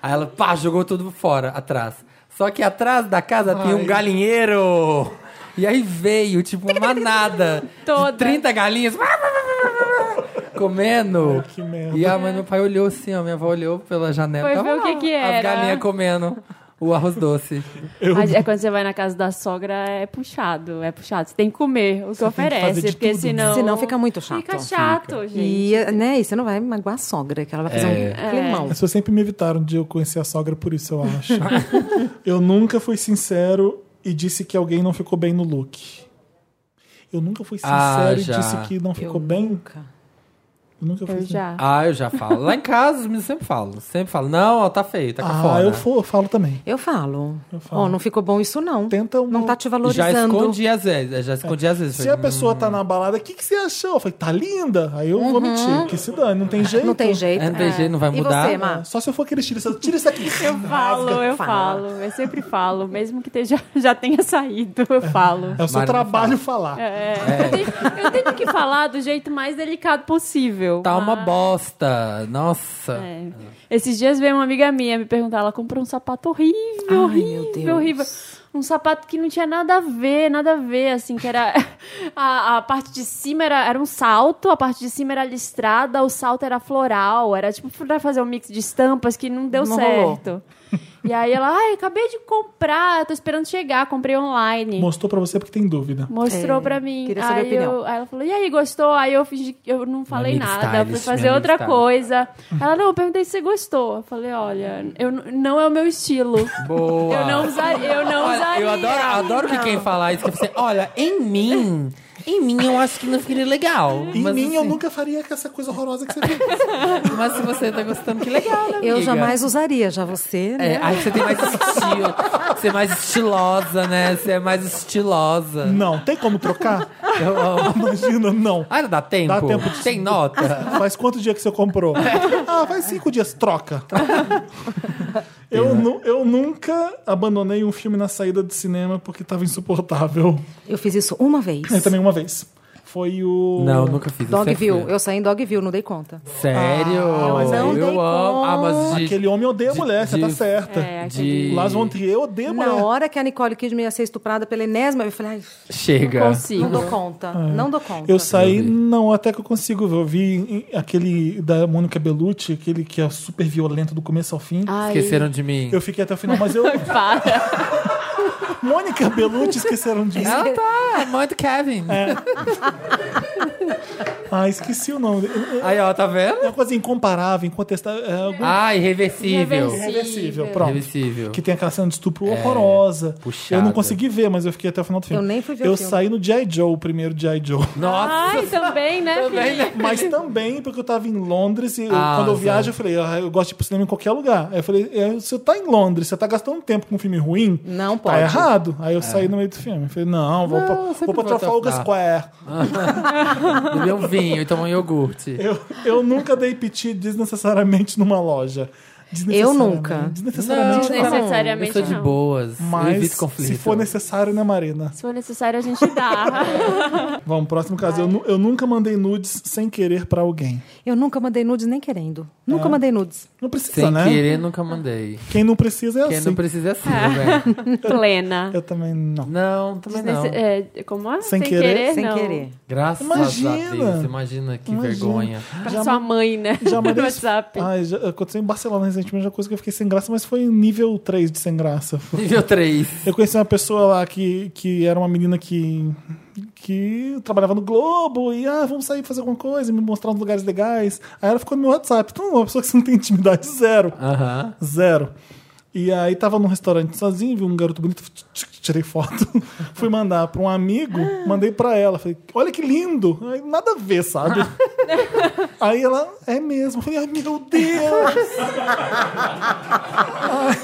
Aí ela, pá, jogou tudo fora, atrás. Só que atrás da casa tem um galinheiro! E aí veio, tipo, uma manada. Toda. De 30 galinhas. Comendo. que merda. E a mãe e meu pai olhou assim, ó. Minha avó olhou pela janela. Foi ver tava o que lá, que era. As galinhas comendo o arroz doce. Mas É quando você vai na casa da sogra, é puxado, é puxado. Você tem que comer o que fazer oferece, de porque tudo. senão. Senão fica muito chato. Fica Tá Então chato, gente. É. E, né, e você não vai magoar a sogra, que ela vai fazer É. um climão. As pessoas sempre me evitaram de eu conhecer a sogra por isso, eu acho. eu nunca fui sincero e disse que alguém não ficou bem no look. Eu nunca fui sincero Ah, e já. disse que não ficou bem. Nunca. Eu nunca fui Eu sincero. já. Ah, eu já falo. Lá em casa, os meninos sempre falam. Sempre falam. Não, ó, tá feio, tá Ah, fora. eu, fo- eu falo também. Eu falo. Eu falo. Ó, não ficou bom isso, não. Tenta um- Não tá te Já valorizando. escondi às vezes. Já escondi às vezes. É. Se Falei, "Hum, a pessoa tá na balada, o que, que você achou? Eu falei, tá linda? Aí eu vou mentir, que se dane, não tem jeito. Uhum. É, Não tem "Hum, jeito. é, não tem jeito, não vai E mudar. você, Má? Só se eu for aquele estilo, tira isso aqui. Eu falo, eu fala. falo, eu sempre falo, mesmo que te- já, já tenha saído, eu falo. É o seu Mari não trabalho falar. É, Eu, tenho, eu tenho que falar do jeito mais delicado possível. Tá uma mas- bosta. Nossa. Ah. É. Esses dias veio uma amiga minha me perguntar, ela comprou um sapato horrível, Ai, horrível, meu Deus. horrível. Um sapato que não tinha nada a ver, nada a ver, assim, que era... A, a parte de cima era, era um salto, a parte de cima era listrada, o salto era floral, era tipo pra fazer um mix de estampas que não deu Não rolou. certo. E aí ela, ai, acabei de comprar, tô esperando chegar, comprei online. Mostrou pra você porque tem dúvida. Mostrou É, pra mim. queria saber a aí, opinião. é eu- aí ela falou, e aí, gostou? Aí eu fingi que eu não falei amiga nada, eu fui stylist, fazer minha outra amiga stylist. coisa. Ela, não, eu perguntei se você gostou. Eu falei, olha, eu, n- não é o meu estilo. Boa. Eu não usaria. Eu não Olha, usaria. eu adoro, adoro que quem fala isso. Que você, olha, em mim, em mim eu acho que não ficaria legal. Em mas, mim, eu assim, nunca faria essa coisa horrorosa que você fez. Mas se você tá gostando, que legal, né, Eu amiga? jamais usaria, já você, né? É, aí você tem mais estilo. Você é mais estilosa, né? Você é mais estilosa. Não, tem como trocar? Eu amo. Imagina, não. Ah, não dá tempo? Dá tempo de- Tem nota? Faz quanto dia que você comprou? É. Ah, faz cinco dias, troca. Eu, né? nu- eu nunca abandonei um filme na saída do cinema porque tava insuportável. Eu fiz isso uma vez. Eu também uma vez. Foi o. Não, nunca fiz. é eu sempre Dogville. fiz. Eu saí em Dogville, não dei conta. Sério? mas Ah, não eu dei amo. Ah, mas de, Aquele homem odeia de- mulher, você de- tá certa. É, de... Lars von Trier odeia Na mulher. hora que a Nicole Kidman ia ser estuprada pela enésima, eu falei, ai, Chega. Não consigo. não É. dou conta, não dou conta. É. Eu saí, Eu vi. não, até que eu consigo. Eu vi em- em- aquele da Mônica Bellucci, aquele que é super violento do começo ao fim. Ai, Esqueceram de mim. Eu fiquei até o final, mas eu. Para. Mônica Bellucci esqueceram de mim. Ela tá, mãe do Kevin. Ah, esqueci o nome. É Aí, ó, tá vendo? uma coisa incomparável, incontestável. É algo Ah, irreversível. Irreversível. irreversível, pronto. Irreversível. É, Que tem aquela cena de estupro horrorosa. puxada. Eu não consegui ver, mas eu fiquei até o final do filme. Eu nem fui ver o Eu filme. saí no G.I. Joe, o primeiro G.I. Joe. Nossa, Ai, também, né, também, filho? né? Mas também porque eu tava em Londres e eu- Ah, quando eu sim. viajo eu falei, ah, eu gosto de ir pro cinema em qualquer lugar. Aí eu falei, é, você tá em Londres, você tá gastando tempo com um filme ruim? Não Tá pode. errado. Aí eu É. saí no meio do filme. Eu falei, não, vou pra, sempre vou pra vou Trafalgar trocar. Square. Ah. Bebi um Ah. vinho e tomou um iogurte. Eu, eu nunca dei piti desnecessariamente numa loja. Desnecessariamente. nunca. Desnecessariamente Não, não. Necessariamente Eu sou de não. boas. eu Mas evito conflito. se for necessário, né, Marina? Se for necessário, a gente dá. Vamos, próximo caso. Eu, nu- eu nunca mandei nudes sem querer pra alguém. Eu nunca mandei nudes nem querendo. Nunca mandei nudes. É. Não precisa, Sem né? querer, nunca mandei. Quem não precisa é Quem assim. não precisa é assim, Ah. né, velho? Plena. Eu também não. Não, também não. Desnece- é, como é? Ah, Sem querer. Sem não. querer. Graças a Imagina. Deus. Imagina que Imagina. vergonha. Pra Já sua ma- mãe, né? Já No mandei. WhatsApp. Ai, já, aconteceu em Barcelona recentemente uma coisa que eu fiquei sem graça, mas foi em nível 3 de sem graça. Nível 3. Eu conheci uma pessoa lá que, que era uma menina que, que trabalhava no Globo e, ah, vamos sair fazer alguma coisa, me mostrar uns lugares legais. Aí ela ficou no meu WhatsApp. Então, uma pessoa que você não tem intimidade, zero. Aham. Zero. E aí tava num restaurante sozinho, vi um garoto bonito, tch- tch- tirei foto, fui mandar pra um amigo, Ah. mandei pra ela, falei, olha que lindo, Aí, nada a ver, sabe? aí ela, é mesmo, Eu falei, ai meu Deus! ai,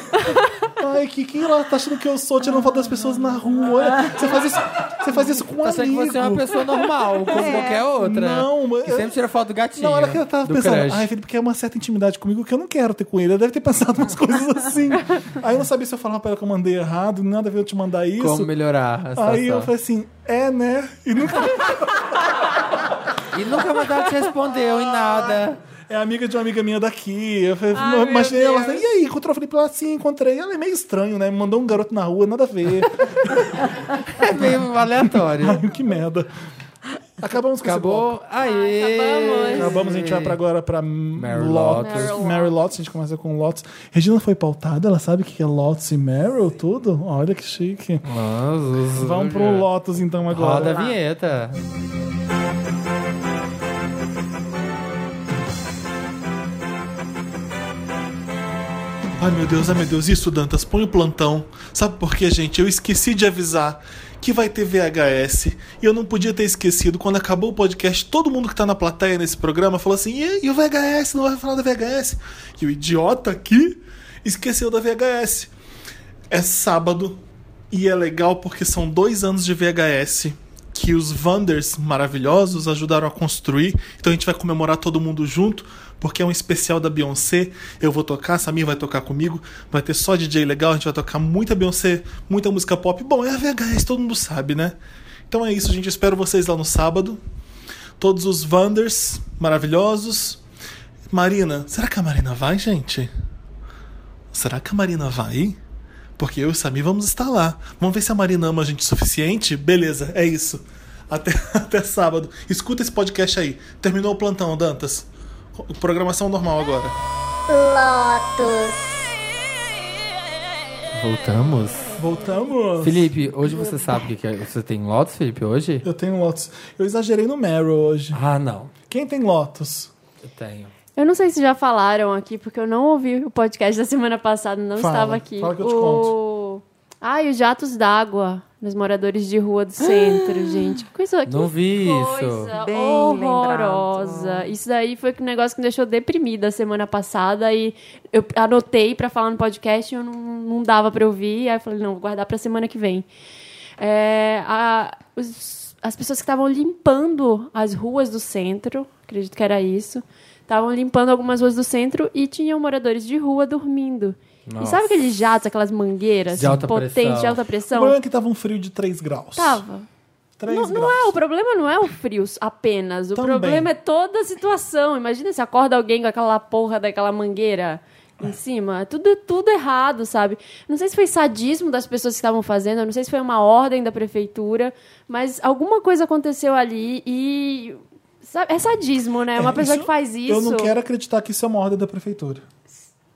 Ai, que quem ela tá achando que eu sou tirando foto das pessoas na rua? Olha, Você faz isso, você faz isso com um Tá achando amigo. que É. você é uma pessoa normal, como qualquer outra. Não, mas- que sempre tira foto do gatinho. Na hora que ela tava do pensando, crush. ai, Felipe quer uma certa intimidade comigo que eu não quero ter com ele. Ela deve ter pensado umas coisas assim. Aí eu não sabia se eu falava pra ela que eu mandei errado, nada a ver eu te mandar isso. Como melhorar a situação. Aí eu falei assim, é, né? E nunca E nunca mais ela te respondeu em nada. é amiga de uma amiga minha daqui. Eu falei, Ai, não, meu imaginei ela assim, Deus. e aí, encontrou o Felipe lá? Sim, encontrei. Ela é meio estranho, né? Me mandou um garoto na rua, nada a ver. É meio aleatório. Ai, que merda. Acabamos com esse bloco. Acabou? Aê! acabamos. Acabamos, a gente vai pra agora pra Mary Lotus. Lotus. Mary Lotus, a gente começa com Lotus. Regina foi pautada, ela sabe o que é Lotus e Meryl, tudo? Olha que chique. Nossa, Vamos pro Lotus então Roda a agora. vinheta. Ai meu Deus, ai meu Deus, isso Dantas, põe o plantão. Sabe por quê, gente? Eu esqueci de avisar que vai ter VHS. E eu não podia ter esquecido. Quando acabou o podcast, todo mundo que tá na plateia nesse programa falou assim: e, e o VHS? Não vai falar da VHS? E o idiota aqui esqueceu da VHS. É sábado e é legal porque são dois anos de VHS que os Wanders maravilhosos ajudaram a construir. Então a gente vai comemorar todo mundo junto porque é um especial da Beyoncé. Eu vou tocar, Samir vai tocar comigo. Vai ter só DJ legal, a gente vai tocar muita Beyoncé, muita música pop. Bom, é a VHS, todo mundo sabe, né? Então é isso, gente. Espero vocês lá no sábado. Todos os Wanders maravilhosos. Marina, será que a Marina vai, gente? Será que a Marina vai? Porque eu e o Samir vamos estar lá. Vamos ver se a Marina ama a gente o suficiente? Beleza, é isso. Até, até sábado. Escuta esse podcast aí. Terminou o plantão, Dantas. Programação normal agora. Voltamos. Voltamos. Felipe, hoje você sabe o que que é? Você tem Lotus, Felipe, hoje? Eu tenho Lotus. Eu exagerei no Meryl hoje. Ah, não. Quem tem Lotus? Eu tenho. Eu não sei se já falaram aqui, porque eu não ouvi o podcast da semana passada, não Fala, estava aqui. fala que eu te o... Ai, os jatos d'água nos moradores de rua do centro, gente. Que É coisa, que Não vi coisa isso. Bem horrorosa. lembrado. Isso daí foi um negócio que me deixou deprimida semana passada e eu anotei pra falar no podcast e eu não, não dava pra ouvir. Aí eu falei, não, vou guardar pra semana que vem. É, a- os- as pessoas que estavam limpando as ruas do centro, acredito que era isso, estavam limpando algumas ruas do centro e tinham moradores de rua dormindo. E Nossa. sabe aqueles jatos, aquelas mangueiras De alta potentes pressão. É assim, de alta O problema pressão? é que tava um frio de 3 graus. Tava. 3 Não, graus. não é, o problema não é o frio apenas. O Também. problema é toda a situação. Imagina se acorda alguém com aquela porra daquela mangueira É. em cima. É Tudo, tudo errado, sabe? Não sei se foi sadismo das pessoas que estavam fazendo, eu não sei se foi uma ordem da prefeitura, mas alguma coisa aconteceu ali e. sabe, é sadismo, né? uma É, pessoa que faz isso. Eu não quero acreditar que isso é uma ordem da prefeitura.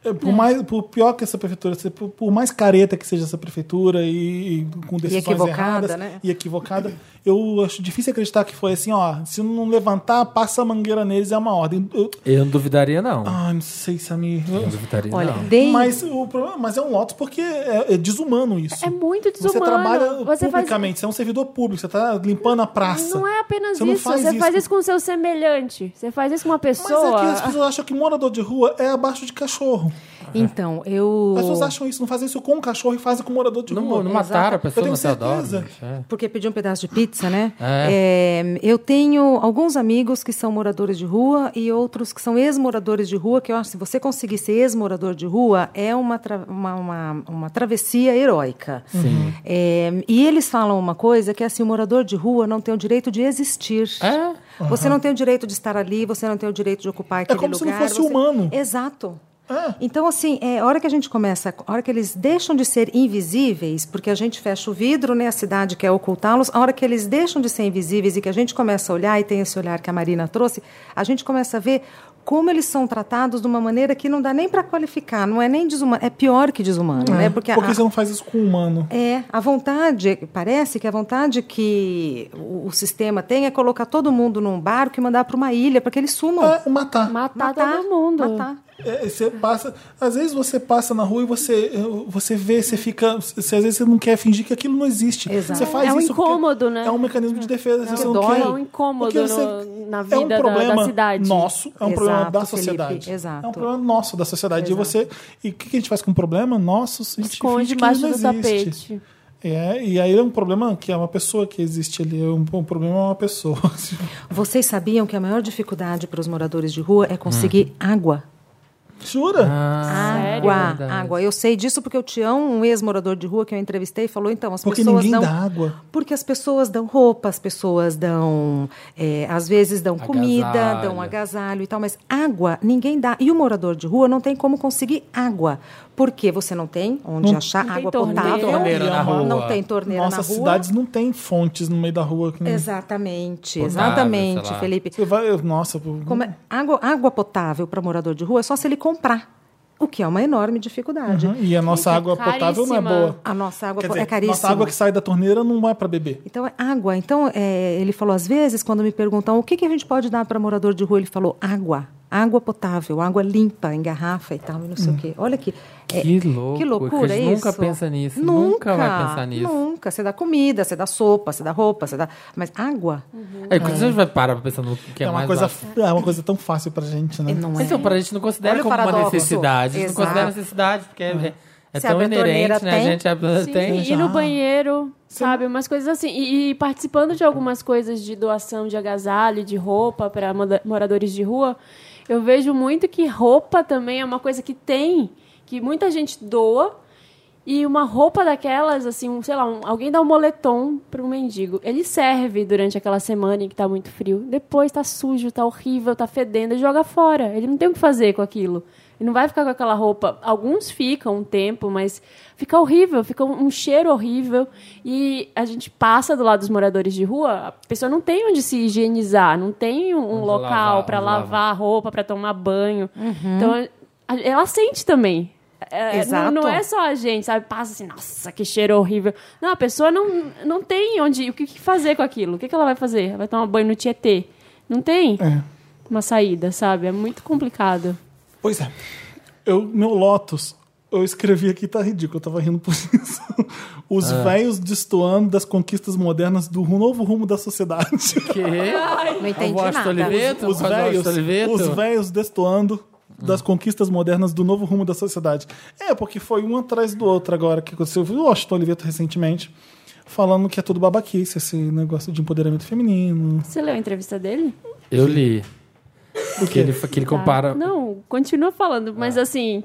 É, Por, mais, por pior que essa prefeitura, seja, por, por mais careta que seja essa prefeitura e, e com decisões equivocada, erradas né? e equivocada, eu acho difícil acreditar que foi assim, ó, se não levantar, passa a mangueira neles, é uma ordem. Eu, Eu não duvidaria, não. ah, não sei, Samir. Eu não duvidaria, Olha, não. dei Mas, o problema, mas é um lotus porque é, é desumano isso. É muito desumano. Você trabalha Você faz- publicamente, você é um servidor público, você tá limpando a praça. Não é apenas Você não isso. faz Você isso. faz isso com o seu semelhante. Você faz isso com uma Mas pessoa. é que as pessoas acham que morador de rua é abaixo de cachorro. Então, eu. As pessoas acham isso, não fazem isso com o cachorro e fazem com o morador de Não, rua. não mataram a Eu pessoa tenho no Teodoro. certeza. É. Porque pedi um pedaço de pizza, né? É. É, eu tenho alguns amigos que são moradores de rua e outros que são ex-moradores de rua, que eu acho que se você conseguir ser ex-morador de rua, é uma, tra- uma, uma, uma travessia heróica. Sim. e eles falam uma coisa que é assim, o morador de rua não tem o direito de existir. É? Você não tem o direito de estar ali, você não tem o direito de ocupar aquele É como lugar. se não fosse você- humano. Exato. É. Então, assim, é, a hora que a gente começa, a hora que eles deixam de ser invisíveis, porque a gente fecha o vidro, né? A cidade quer ocultá-los. A hora que eles deixam de ser invisíveis e que a gente começa a olhar, e tem esse olhar que a Marina trouxe, a gente começa a ver como eles são tratados de uma maneira que não dá nem para qualificar, não é nem desumano, é pior que desumano, Ah. né? Porque, É, Porque, a- você não faz isso com o humano. é, a vontade, parece que a vontade que o, o sistema tem é colocar todo mundo num barco e mandar para uma ilha, para que eles sumam. É matar. Matar, todo mundo. Matar. É, você passa, às vezes você passa na rua e você, você vê, você fica. Você, às vezes você não quer fingir que aquilo não existe. Exato. Você faz É um isso porque incômodo, né? É um mecanismo de defesa. você não dói. quer. É um incômodo Porque no- na vida é da- um problema da cidade. Nosso, é um Exato, problema da Felipe, sociedade. exato. É um problema nosso da sociedade. E Exato. você. E o que que a gente faz com o problema? Nosso, a gente Esconde finge que ele debaixo não do existe. tapete. É, e aí é um problema que é uma pessoa que existe ali. é Um, um problema é uma pessoa. Vocês sabiam que a maior dificuldade para os moradores de rua é conseguir Hum. água? Jura? Ah, água, verdade. água. Eu sei disso porque o Tião, um ex-morador de rua que eu entrevistei, falou então, as Porque pessoas dão ninguém dá água. Porque as pessoas dão roupa, as pessoas dão, é, às vezes dão comida, Agasalho. dão agasalho e tal, mas água ninguém dá. E o morador de rua não tem como conseguir água, porque você não tem onde achar não tem água torneira. potável, Não tem torneira na rua. não tem torneira Nossas na rua. é cidades não têm fontes no meio da rua. Que não... Exatamente, Hum. Potável, exatamente, sei lá. Felipe. Você vai, eu- nossa, eu- Como é- água, água potável para morador de rua é só se ele comprar, o que é uma enorme dificuldade. Uhum, E a nossa Gente, água potável não é caríssima. boa. A nossa água Quer po- dizer, é caríssima. Nossa água que sai da torneira não é para beber. Então, é água. Então, é, ele falou, às vezes, quando me perguntam o que, que a gente pode dar para morador de rua, ele falou água. Água potável, água limpa, em garrafa e tal, e não sei o quê. Olha aqui. é, Hum. Que louco, que que loucura isso. a gente nunca pensa nisso, nunca vai pensar nisso. Nunca. Você dá comida, você dá sopa, você dá roupa, você dá... Mas água? É, quando você vai parar pra pensar no que é, É uma, mais coisa, básico. é uma coisa tão fácil pra gente, né? Não é. Então, pra gente não considera Olha o como uma paradoxo. necessidade. A gente não Exato. considera necessidade, porque é, é- é Se tão abre a torneira, inerente, né? tem? A gente abre- Sim, tem. ir já. no banheiro, sabe? Umas coisas assim. E, e participando de algumas coisas de doação de agasalho, de roupa para moradores de rua, eu vejo muito que roupa também é uma coisa que tem, que muita gente doa. E uma roupa daquelas, assim, um, sei lá, um- alguém dá um moletom para um mendigo. Ele serve durante aquela semana em que tá muito frio. Depois tá sujo, tá horrível, tá fedendo, ele joga fora. Ele não tem o que fazer com aquilo. Ele não vai ficar com aquela roupa. Alguns ficam um tempo, mas fica horrível, fica um um cheiro horrível. E a gente passa do lado dos moradores de rua, a pessoa não tem onde se higienizar, não tem um Onde local lavar, para onde lavar, lavar. a roupa, para tomar banho. Hum. Então, a- ela sente também. É, Exato. Não, não é só a gente, sabe? Passa assim, nossa, que cheiro horrível. Não, a pessoa não, não tem onde, o que que fazer com aquilo. O que, que ela vai fazer? Vai tomar banho no Tietê? Não tem É. uma saída, sabe? É muito complicado. Pois é. Eu, meu Lotus, eu escrevi aqui, tá ridículo, eu tava rindo por isso. Os Ah. velhos destoando das conquistas modernas do novo rumo da sociedade. Que? Não entendi o Washington nada. Oliveto? os o Washington velhos, Oliveto? Hum. os velhos destoando das conquistas modernas do novo rumo da sociedade. É, porque foi um atrás do outro agora que aconteceu. Eu vi o Washington Oliveto recentemente falando que é tudo babaquice, esse negócio de empoderamento feminino. Você leu a entrevista dele? Eu li. Que ele, que ele compara... Ah, Tá. Ah. Não, continua falando, mas assim,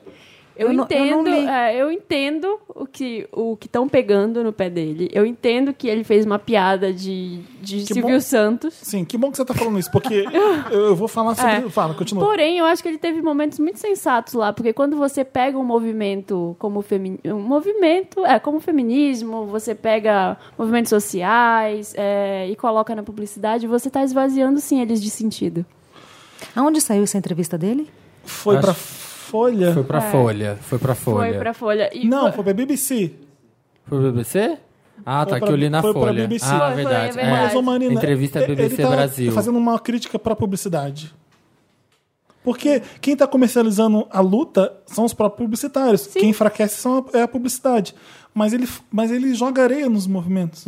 eu, Eu não- eu não entendo, li. é, eu entendo o que o que estão pegando no pé dele. Eu entendo que ele fez uma piada de, de Que Silvio bom. Santos. Sim, que bom que você tá falando isso, porque eu, eu vou falar sobre. É. Fala, continua. Porém, eu acho que ele teve momentos muito sensatos lá, porque quando você pega um movimento como femi um movimento, é, como feminismo, você pega movimentos sociais é, e coloca na publicidade, você está esvaziando sim eles de sentido. Aonde saiu essa entrevista dele? Foi Acho- pra Folha? Foi pra Folha. Foi pra Folha. Foi pra Folha. E Não, foi- foi pra BBC. Foi pro BBC? Ah, Foi tá, pra- que eu li na foi pra Folha. BBC. Ah, Foi, foi, verdade. é verdade. Mas, ô, Marina, Entrevista né? ele BBC tá Brasil. fazendo uma crítica pra publicidade. Porque quem tá comercializando a luta são os próprios publicitários. Quem enfraquece são a- é a publicidade. Mas ele, mas ele joga areia nos movimentos.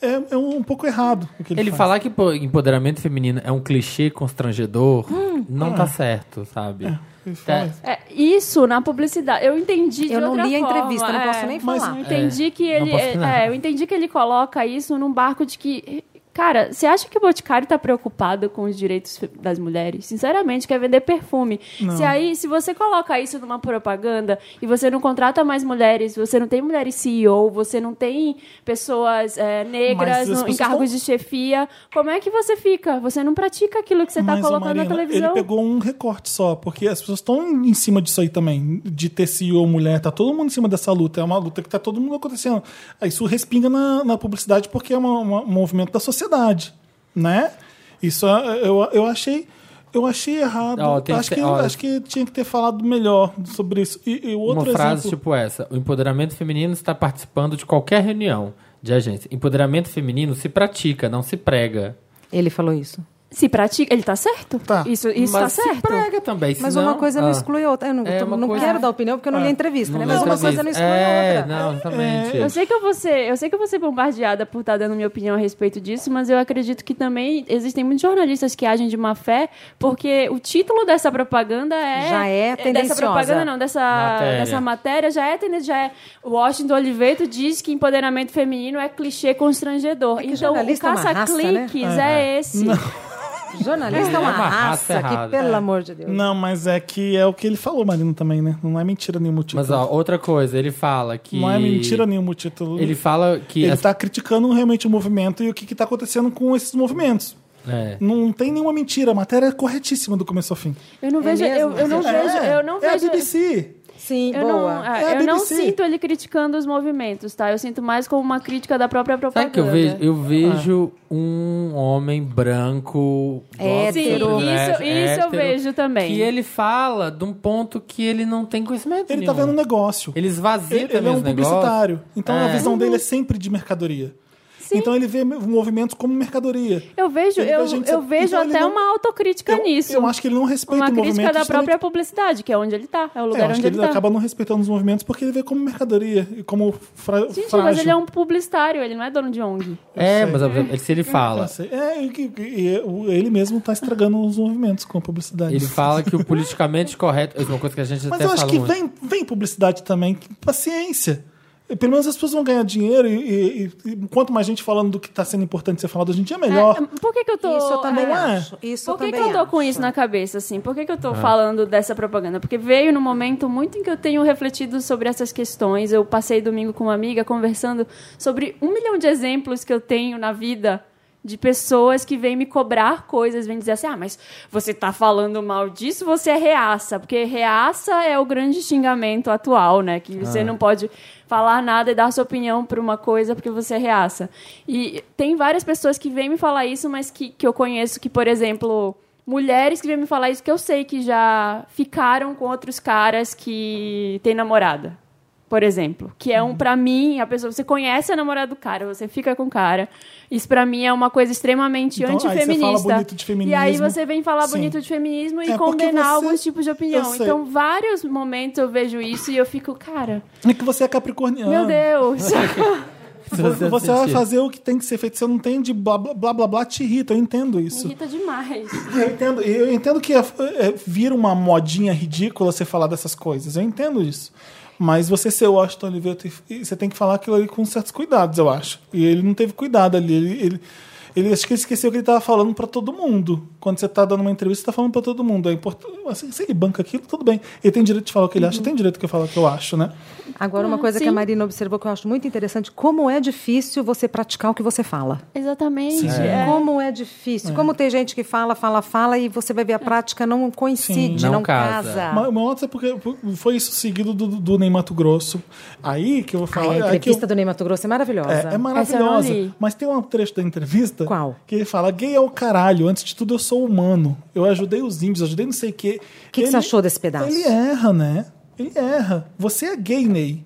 É, é um pouco errado o que ele, Ele faz. falar que pô, empoderamento feminino é um clichê constrangedor Hum, não é. tá certo, sabe? Ele fala É. isso. É, isso na publicidade. Eu entendi de Eu não outra li a forma, entrevista, não é. posso nem Mas- falar. Eu entendi que ele. posso é, nada. é, eu entendi que ele coloca isso num barco de que. Cara, você acha que o Boticário tá preocupado com os direitos fe- das mulheres? Sinceramente, quer vender perfume. Se aí, se você coloca isso numa propaganda e você não contrata mais mulheres, você não tem mulheres CEO, você não tem pessoas é, negras as no- em pessoas cargos tão- de chefia, como é que você fica? Você não pratica aquilo que você tá Mas, ô, colocando na Marina, televisão. Ele pegou um recorte só, porque as pessoas estão em cima disso aí também, de ter CEO mulher, tá todo mundo em cima dessa luta, é uma luta que tá todo mundo acontecendo. Aí Isso respinga na, na publicidade porque é uma- uma- um movimento da sociedade, né? Isso é- eu, eu achei. Eu achei errado. Ó, tem que acho, ter- que, ó. acho que tinha que ter falado melhor sobre isso. E, e o outro Uma frase exemplo. tipo essa: o empoderamento feminino está participando de qualquer reunião de agência. Empoderamento feminino se pratica, não se prega. Ele falou isso. Se pratica, ele tá certo? Tá. Isso, isso tá Mas se certo. prega também. Mas senão- uma coisa não Ah, exclui a outra. Eu não, É, tô- uma não coisa- quero dar opinião porque eu não Ah, li a entrevista, não né? lê Mas uma outra coisa vez. não exclui é, a outra. Não, exatamente. Eu sei que eu vou ser, eu sei que eu vou ser bombardeada por estar dando minha opinião a respeito disso, mas eu acredito que também existem muitos jornalistas que agem de má fé, porque o título dessa propaganda é Já é dessa tendenciosa. propaganda não, dessa Matéria. dessa matéria já é tendência, já é Washington Oliveto diz que empoderamento feminino é clichê constrangedor. então, o jornalista é uma raça, caça-cliques é esse. Jornalista é uma É uma raça raça errada. é. que, pelo amor de Deus. Não, mas é que é o que ele falou, Marino, também, né? Não é mentira nenhum título. Mas, ó, outra coisa, ele fala que... Não é mentira nenhum título. Ele fala que... Ele tá as- está criticando realmente o movimento e o que está acontecendo com esses movimentos. É. Não tem nenhuma mentira, a matéria é corretíssima do começo ao fim. Eu não vejo, eu, mesmo? eu não é, vejo, eu não é vejo a BBC. Sim, Eu, boa. não, é, É a eu não BBC. sinto ele criticando os movimentos, tá? Eu sinto mais como uma crítica da própria Sabe propaganda. o que eu né? vejo? Eu Ah. vejo um homem branco... Hétero. gospel, É, Sim, né, isso- isso eu vejo também. Que ele fala de um ponto que ele não tem conhecimento Ele nenhum. está vendo um negócio. Ele esvazia Ele, ele também é um os negócios. publicitário. Então a É. visão dele é sempre de mercadoria. Uhum. Sim. Então ele vê movimentos como mercadoria. Eu vejo, Ele vê eu, gente- eu vejo então ele até não- uma autocrítica Eu, nisso. eu acho que ele não respeita uma o movimento. crítica da justamente- própria publicidade, que é onde ele tá, é o É, eu lugar acho onde que ele, ele tá. acaba não respeitando os movimentos porque ele vê como mercadoria e como fra Gente, frágil. mas ele é um publicitário, ele não é dono de ONG. É, sei. mas ele- se ele fala... Eu sei. É, e que- e o- ele mesmo está estragando os movimentos com a publicidade. Ele fala que o politicamente correto... Isso é uma coisa que a gente Mas até eu acho fala um que muito. vem, vem publicidade também. que Paciência. E Pelo menos as pessoas vão ganhar dinheiro e, e- e quanto mais gente falando do que está sendo importante ser falado hoje em dia, melhor. É, por que, que eu tô. Isso eu também é, acho. Isso Por que, eu que também eu tô com acho. isso na cabeça, assim? Por que, que eu tô falando dessa propaganda? Porque veio num momento muito em que eu tenho refletido sobre essas questões. Eu passei domingo com uma amiga conversando sobre um milhão de exemplos que eu tenho na vida de pessoas que vêm me cobrar coisas, vêm dizer assim, ah, mas você tá falando mal disso, você é reaça, porque reaça é o grande xingamento atual, né? Que você não pode falar nada e dar sua opinião por uma coisa porque você é reaça. E tem várias pessoas que vêm me falar isso, mas que, que eu conheço que, por exemplo, mulheres que vêm me falar isso, que eu sei que já ficaram com outros caras que têm namorada. Por exemplo, que é Uhum. um, pra mim, a pessoa, você conhece a namorada do cara, você fica com o cara. Isso pra mim é uma coisa extremamente Então, aí você fala antifeminista. bonito de feminismo. E aí você vem falar Sim. bonito de feminismo e É, porque condenar você- alguns tipos de Eu opinião. sei. Então, vários momentos eu vejo isso e eu fico, cara, É que você é capricorniano. meu Deus. Se Você, você vai assistir. fazer o que tem que ser feito. Você não tem de blá blá blá blá, blá te irrita. Eu entendo isso. Me irrita demais. Eu entendo, eu entendo que é, é, vira uma modinha ridícula você falar dessas coisas. Eu entendo isso. Mas você ser o Washington Oliveto, e- e você tem que falar aquilo ali com certos cuidados, eu acho. E ele não teve cuidado ali. Ele, ele, ele- acho que ele esqueceu que ele estava falando para todo mundo. Quando você está dando uma entrevista, você tá falando para todo mundo. É importante. Assim, se ele banca aquilo, tudo bem. Ele tem direito de falar o que ele acha, tem direito de falar o que eu acho, né? Agora, uma Ah, coisa sim. que a Marina observou que eu acho muito interessante: como é difícil você praticar o que você fala. Exatamente. É. Como é difícil. Como tem gente que fala, fala, fala e você É. vai ver a prática não coincide, Sim. Não não, casa. casa. Mas Uma outra é porque foi isso seguido do, do Ney Mato Grosso. Aí que eu vou Ai, a falar. aí é que eu- entrevista do Ney Mato Grosso é maravilhosa. É, é Essa eu não maravilhosa. li. Mas tem um trecho da entrevista. Qual? Que ele fala: gay é o caralho, antes de tudo eu sou humano. Eu ajudei os índios, eu ajudei não sei o quê. O que você achou desse pedaço? Ele erra, né? Ele erra. Você é gay, Ney.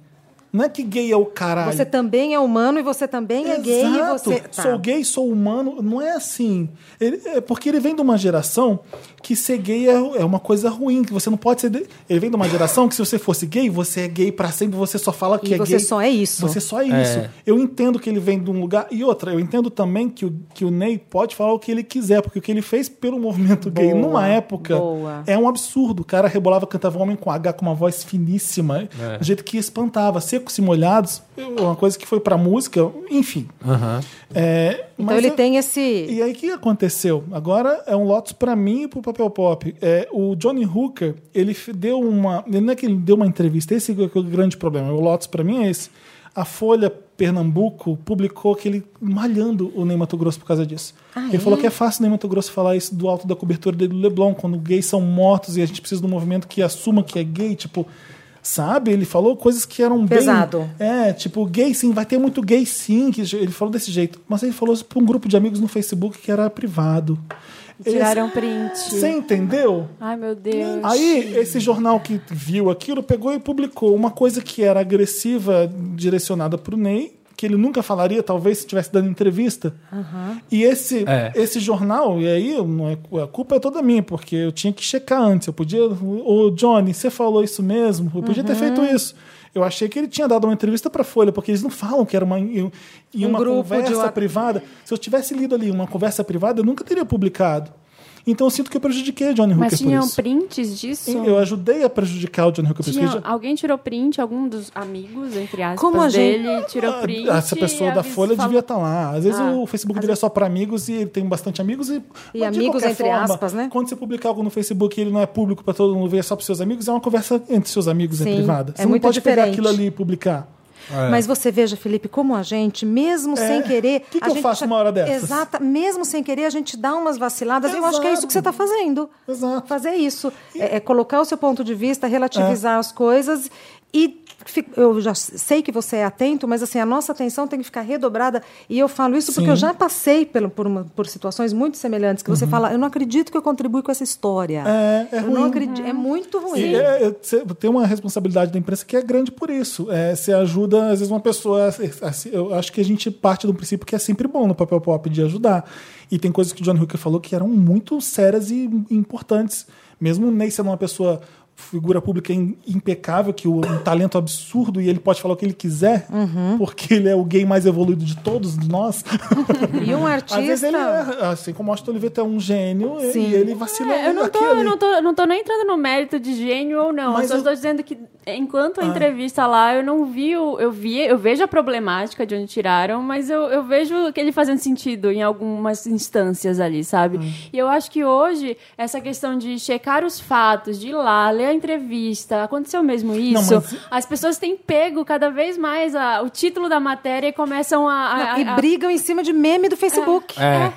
Não é que gay é o caralho. Você também é humano e você também é gay e Exato. você. Tá. Sou gay, sou humano. Não é assim. Ele- é porque ele vem de uma geração que ser gay é, é uma coisa ruim, que você não pode ser. de- Ele vem de uma geração que se você fosse gay, você é gay pra sempre, você só fala que E é você gay. só é isso. Você só é isso. Eu entendo que ele vem de um lugar. E outra, eu entendo também que o, que o Ney pode falar o que ele quiser, porque o que ele fez pelo movimento gay Boa, numa época boa. é um absurdo. O cara rebolava, cantava um homem com H com uma voz finíssima, do jeito que espantava. Secos e molhados, uma coisa que foi pra música, enfim. Aham. É, Então mas ele eu- tem esse. E aí o que aconteceu? Agora é um lotus pra mim e pro papel pop. É, o Johnny Hooker, ele f- deu uma. ele Não é que ele deu uma entrevista, esse é o grande problema. O lotus pra mim é esse. A Folha Pernambuco publicou que ele malhando o Ney Mato Grosso por causa disso. Ah, ele falou que é fácil o Ney Mato Grosso falar isso do alto da cobertura dele do Leblon, quando gays são mortos e a gente precisa de um movimento que assuma que é gay, tipo. Sabe? Ele falou coisas que eram bem- Pesado. é, tipo, gay sim, vai ter muito gay sim, que ele falou desse jeito. Mas ele falou isso pra um grupo de amigos no Facebook que era privado. Tiraram Você print. entendeu? Ai, meu Deus. Aí, esse jornal que viu aquilo pegou e publicou uma coisa que era agressiva, direcionada pro Ney, que ele nunca falaria, talvez se estivesse dando entrevista. E esse, É. esse jornal, e aí não é- a culpa é toda minha, porque eu tinha que checar antes. Eu podia. Ô, Johnny, você falou isso mesmo? Eu podia ter Uhum. feito isso. Eu achei que ele tinha dado uma entrevista para Folha, porque eles não falam que era uma, em em Um uma grupo de conversa wa- privada. Se eu tivesse lido ali uma conversa privada, eu nunca teria publicado. Então eu sinto que eu prejudiquei a Johnny Hooker Mas por um tinham isso. prints disso? Eu ajudei a prejudicar o Johnny Hooker por isso. Tinha- porque já- alguém tirou print, algum dos amigos, entre aspas, Como a gente- dele tirou Ah, print. Essa pessoa e da avis- Folha falou- devia estar lá. Às vezes Ah, o Facebook dele é só para amigos e ele tem bastante amigos. E, mas de amigos qualquer entre aspas, né? Quando você publicar algo no Facebook e ele não é público para todo mundo ver, é só para seus amigos, é uma conversa entre seus amigos, é Sim, privada. é Você não muito pode pegar diferente. aquilo ali e publicar. É. Mas você veja, Felipe, como a gente, mesmo sem querer. Que que a eu gente tá faço uma hora dessas? Exata, mesmo sem querer, a gente dá umas vaciladas. Eu acho que é isso que você está fazendo. Exato. Fazer isso. É, é colocar o seu ponto de vista, relativizar É. as coisas e. fi- Eu já sei que você é atento, mas assim a nossa atenção tem que ficar redobrada. E eu falo isso porque Sim. Uhum. eu já passei pelo- por, uma- por situações muito semelhantes que você fala: eu não acredito que eu contribuo com essa história. É, é eu ruim. não acredito. É muito ruim. E é, é, cê- tem uma responsabilidade da imprensa que é grande por isso. É, você ajuda, às vezes, uma pessoa. a se- a se- eu acho que a gente parte do princípio que é sempre bom no papel pop de ajudar. E tem coisas que o John Hooker falou que eram muito sérias e importantes. Mesmo o Ney sendo uma pessoa figura pública im- impecável, que o um talento absurdo e ele pode falar o que ele quiser, Uhum. porque ele é o gay mais evoluído de todos nós. E um Às vezes ele artista. erra, assim como o Austin Oliveto é um gênio e- Sim. e ele vacila É, eu não tô, aqui e ali. eu não, tô, eu não tô nem entrando no mérito de gênio ou não. Mas eu só eu- estou dizendo que Ah. enquanto a entrevista lá, eu não vi, o- eu vi, eu vejo a problemática de onde tiraram, mas eu, eu vejo que ele fazendo sentido em algumas instâncias ali, sabe? Ah. E eu acho que hoje, essa questão de checar os fatos, de ir lá, ler a entrevista, aconteceu mesmo isso. mas- As pessoas têm pego cada vez mais a- o título da matéria e começam a. a- e a- a- brigam em cima de meme do Facebook. É.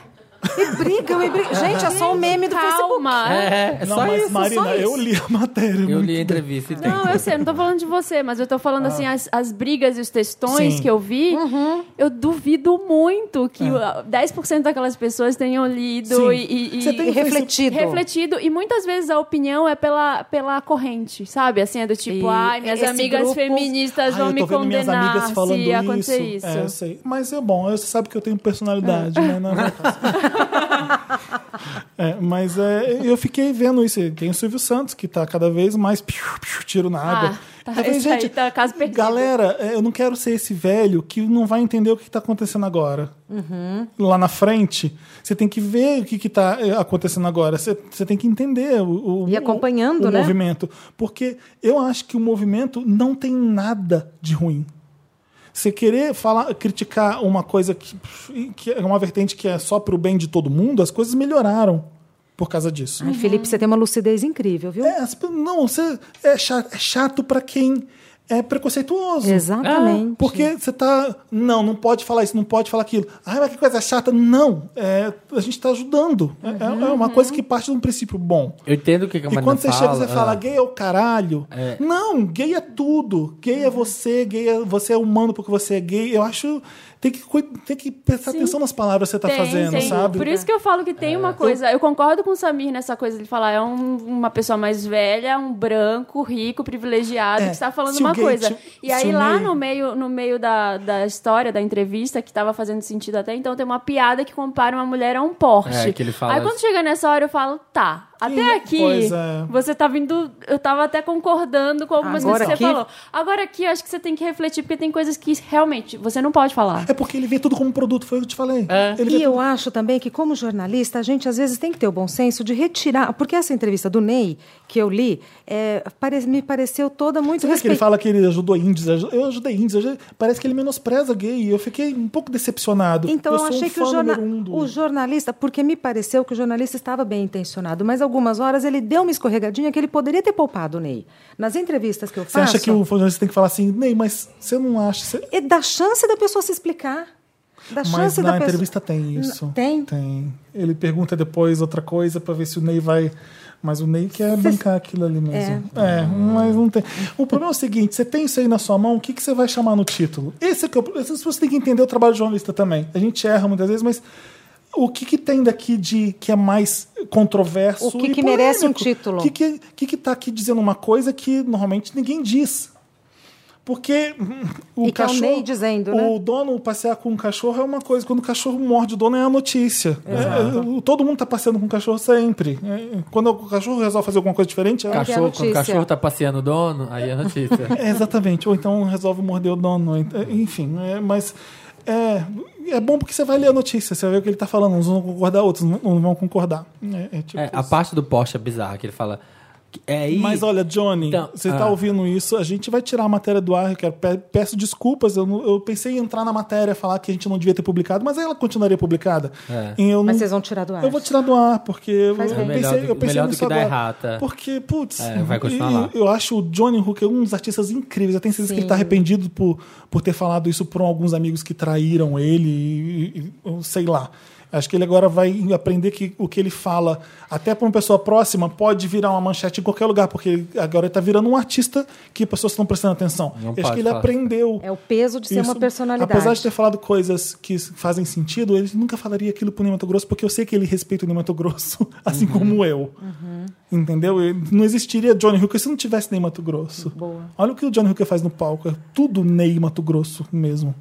E brigam, e brigam. Gente, é só um meme do Facebook. Calma, É, é, é Não, só mas isso. Marina, só isso. eu li a matéria. Eu muito li a bem. entrevista e um tem. Não, eu sei, não tô falando de você, mas eu tô falando assim, as, as brigas e os textões Ah. Sim. É. que eu vi, Uhum. eu duvido muito que o- 10% daquelas pessoas tenham lido Sim. e, e- e Você tem E refletido. refletido. E muitas vezes a opinião é pela, pela corrente, sabe? Assim, é do tipo, E ai, minhas esse amigas grupo- feministas Ai, vão eu me tô vendo minhas condenar amigas falando se acontecer isso. isso. É, eu sei. Mas é bom, você sabe que eu tenho personalidade, né? Não, não é fácil. É, mas é, eu fiquei vendo isso. Tem o Silvio Santos, que tá cada vez mais piu, piu, tiro na água. tá, Eu falei, esse aí tá caso perdido. Galera, é, eu não quero ser esse velho que não vai entender o que tá acontecendo agora. Lá na frente, você tem que ver o que, que tá é, acontecendo agora. Você, você tem que entender o, o- E acompanhando, o, o né? movimento. Porque eu acho que o movimento não tem nada de ruim. Você querer falar, criticar uma coisa que, que é uma vertente que é só pro bem de todo mundo, as coisas melhoraram por causa disso. Ai, Felipe, você tem uma lucidez incrível, viu? É, as pe- não, você é chato, é chato para quem é preconceituoso. Exatamente. Porque você tá. Não, não pode falar isso, não pode falar aquilo. Ai, mas que coisa chata. Não. é, a gente tá ajudando. É- É, é uma Uhum. coisa que parte de um princípio bom. Eu entendo o que, que a E Marina quando você fala. chega, você fala, ah. gay é o caralho. Não, gay é tudo. Gay é você, gay é, você é humano porque você é gay. Eu acho. Tem que, cuid- tem que prestar atenção nas palavras que você tá Tem, fazendo, tem. sabe? É. Por isso que eu falo que tem uma coisa. Eu concordo com o Samir nessa coisa de falar, é um- uma pessoa mais velha, um branco, rico, privilegiado, É, que está falando se o uma gay coisa. te- e se aí o lá Ney- no meio, no meio da, da história, da entrevista, que estava fazendo sentido até então, tem uma piada que compara uma mulher a um Porsche. É, que ele fala aí quando assim. chega nessa hora, eu falo, tá. Até aqui, pois é. você tá vindo. Eu tava até concordando com algumas Agora coisas que você aqui- falou. Agora aqui, eu acho que você tem que refletir, porque tem coisas que realmente você não pode falar. É porque ele vê tudo como produto, foi o que eu te falei. É. Ele vê E eu acho também que, como jornalista, a gente às vezes tem que ter o bom senso de retirar. Porque essa entrevista do Ney, que eu li, é, pare- me pareceu toda muito Você vê que ele respeitosa. fala que ele ajudou índios? Eu ajudei índios. eu ajudei- Parece que ele menospreza gay. Eu fiquei um pouco decepcionado. Então eu, sou achei um que fã o, jorna- número um do- o jornalista, porque me pareceu que o jornalista estava bem intencionado, mas algumas horas ele deu uma escorregadinha que ele poderia ter poupado o Ney. Nas entrevistas que eu Você faço. acha que o jornalista tem que falar assim, Ney, mas você não acha... Você... E dá chance É da pessoa se explicar. Dá Mas chance na da pessoa. entrevista tá tem isso. Tem? Tem. Ele pergunta depois outra coisa pra ver se o Ney vai... Mas o Ney quer bancar aquilo ali mesmo. É. mas não tem. O problema é o seguinte, você tem isso aí na sua mão, o que, que você vai chamar no título? Esse é que eu... Essas pessoas têm que entender o trabalho de jornalista também. A gente erra muitas vezes, mas... O que, que tem daqui de que é mais controverso? O que e que merece um polêmico? título? O que, que, que que tá aqui dizendo uma coisa que normalmente ninguém diz? Porque hum, o E que é o cachorro. Ney dizendo, né? O dono passear com o cachorro é uma coisa. Quando o cachorro morde o dono é a notícia. É, é, todo mundo tá passeando com o cachorro sempre. É, quando o cachorro resolve fazer alguma coisa diferente, é, Cadê a Cachorro, quando o notícia? cachorro tá passeando o dono, aí é a notícia. é, exatamente. Ou então resolve morder o dono. É, Enfim, é, mas. É, é bom porque você vai ler a notícia, você vai ver o que ele tá falando. Uns vão concordar, outros não não vão concordar. É, é tipo É, a isso. parte do Porsche é bizarra, que ele fala. que- É aí. Mas olha, Johnny, Então, você ah. está ouvindo isso, a gente vai tirar a matéria do ar, eu quero, pe- peço desculpas, eu, não- eu pensei em entrar na matéria, falar que a gente não devia ter publicado, mas ela continuaria publicada. É. E eu Mas não- vocês vão tirar do ar. eu vou tirar do ar, porque eu Faz eu bem. Melhor do pensei, que- eu pensei melhor do nisso que dar agora. errado, tá? Porque, putz, É, vai continuar e- lá. eu acho o Johnny Hooker um dos artistas incríveis. Eu tenho certeza que ele tá arrependido por, por ter falado isso para alguns amigos que traíram ele, e, e- eu sei lá. Acho que ele agora vai aprender que o que ele fala, até para uma pessoa próxima, pode virar uma manchete em qualquer lugar, porque ele- agora ele tá virando um artista que as pessoas estão prestando atenção. Não Acho pode que ele falar. aprendeu. É o peso de ser Isso. uma personalidade. Apesar de ter falado coisas que s- fazem sentido, ele nunca falaria aquilo pro Ney Mato Grosso, porque eu sei que ele respeita o Ney Mato Grosso, assim Uhum. como eu. Entendeu? Ele- Não existiria Johnny Hooker se não tivesse Ney Mato Grosso. Boa. Olha o que o Johnny Hooker faz no palco. É tudo Ney Mato Grosso mesmo.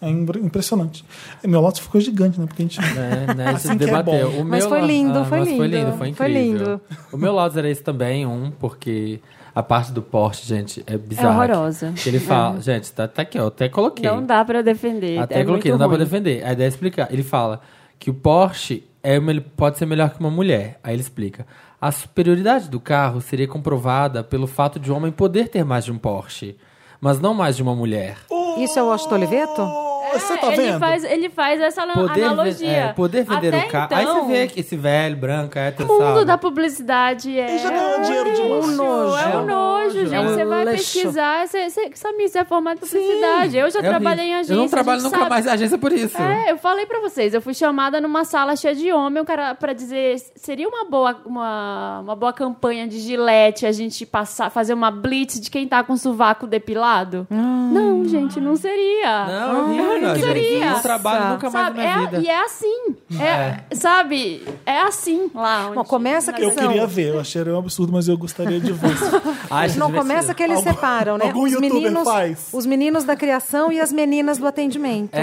É imbr- impressionante. E Meu lote ficou gigante, né? Porque a gente. Né, né, Assim se que é debateu. bom. O Mas meu foi lá- lindo, foi mas foi lindo. lindo, foi Foi incrível. lindo. O meu Lotus era esse também, um, porque a parte do Porsche, gente, é bizarra. horrorosa. Que Ele fala, gente, tá, tá aqui, ó, até coloquei. Não dá pra defender. Até é coloquei, não muito dá pra ruim. defender. A ideia é explicar. Ele fala que o Porsche é, uma- ele pode ser melhor que uma mulher. Aí ele explica. A superioridade do carro seria comprovada pelo fato de um homem poder ter mais de um Porsche, mas não mais de uma mulher. Isso é o Austin Oliveto? Você tá É, ele vendo? Faz, ele faz essa ana- Poder, ve- analogia. é, poder vender Até o carro. Aí então, você vê que esse velho, branco, é O mundo da publicidade é. Ele já ganhou dinheiro demais. Um nojo. É um nojo, gente. É um você vai lixo. pesquisar. Você, você, Samir, você é formado em publicidade. Eu já trabalhei em agência. é Eu não a trabalho gente nunca sabe. mais em agência por isso. É, eu falei pra vocês, eu fui chamada numa sala cheia de homem, o cara pra dizer, seria uma boa, uma, uma boa campanha de gilete a gente passar, fazer uma blitz de quem tá com sovaco depilado? Não, gente, não seria. Ah. Não, eu rio, não, que gente. seria. Não trabalho nunca mais Sabe, na minha é- vida. E é assim. É, Sabe? É assim lá. Onde, Bom, começa na- que Eu São- queria ver, eu achei um absurdo, mas eu gostaria de ver. Ai, gente, Não divertido. começa que eles Algum- separam, né? algum youtuber faz. os meninos da criação e as meninas do atendimento.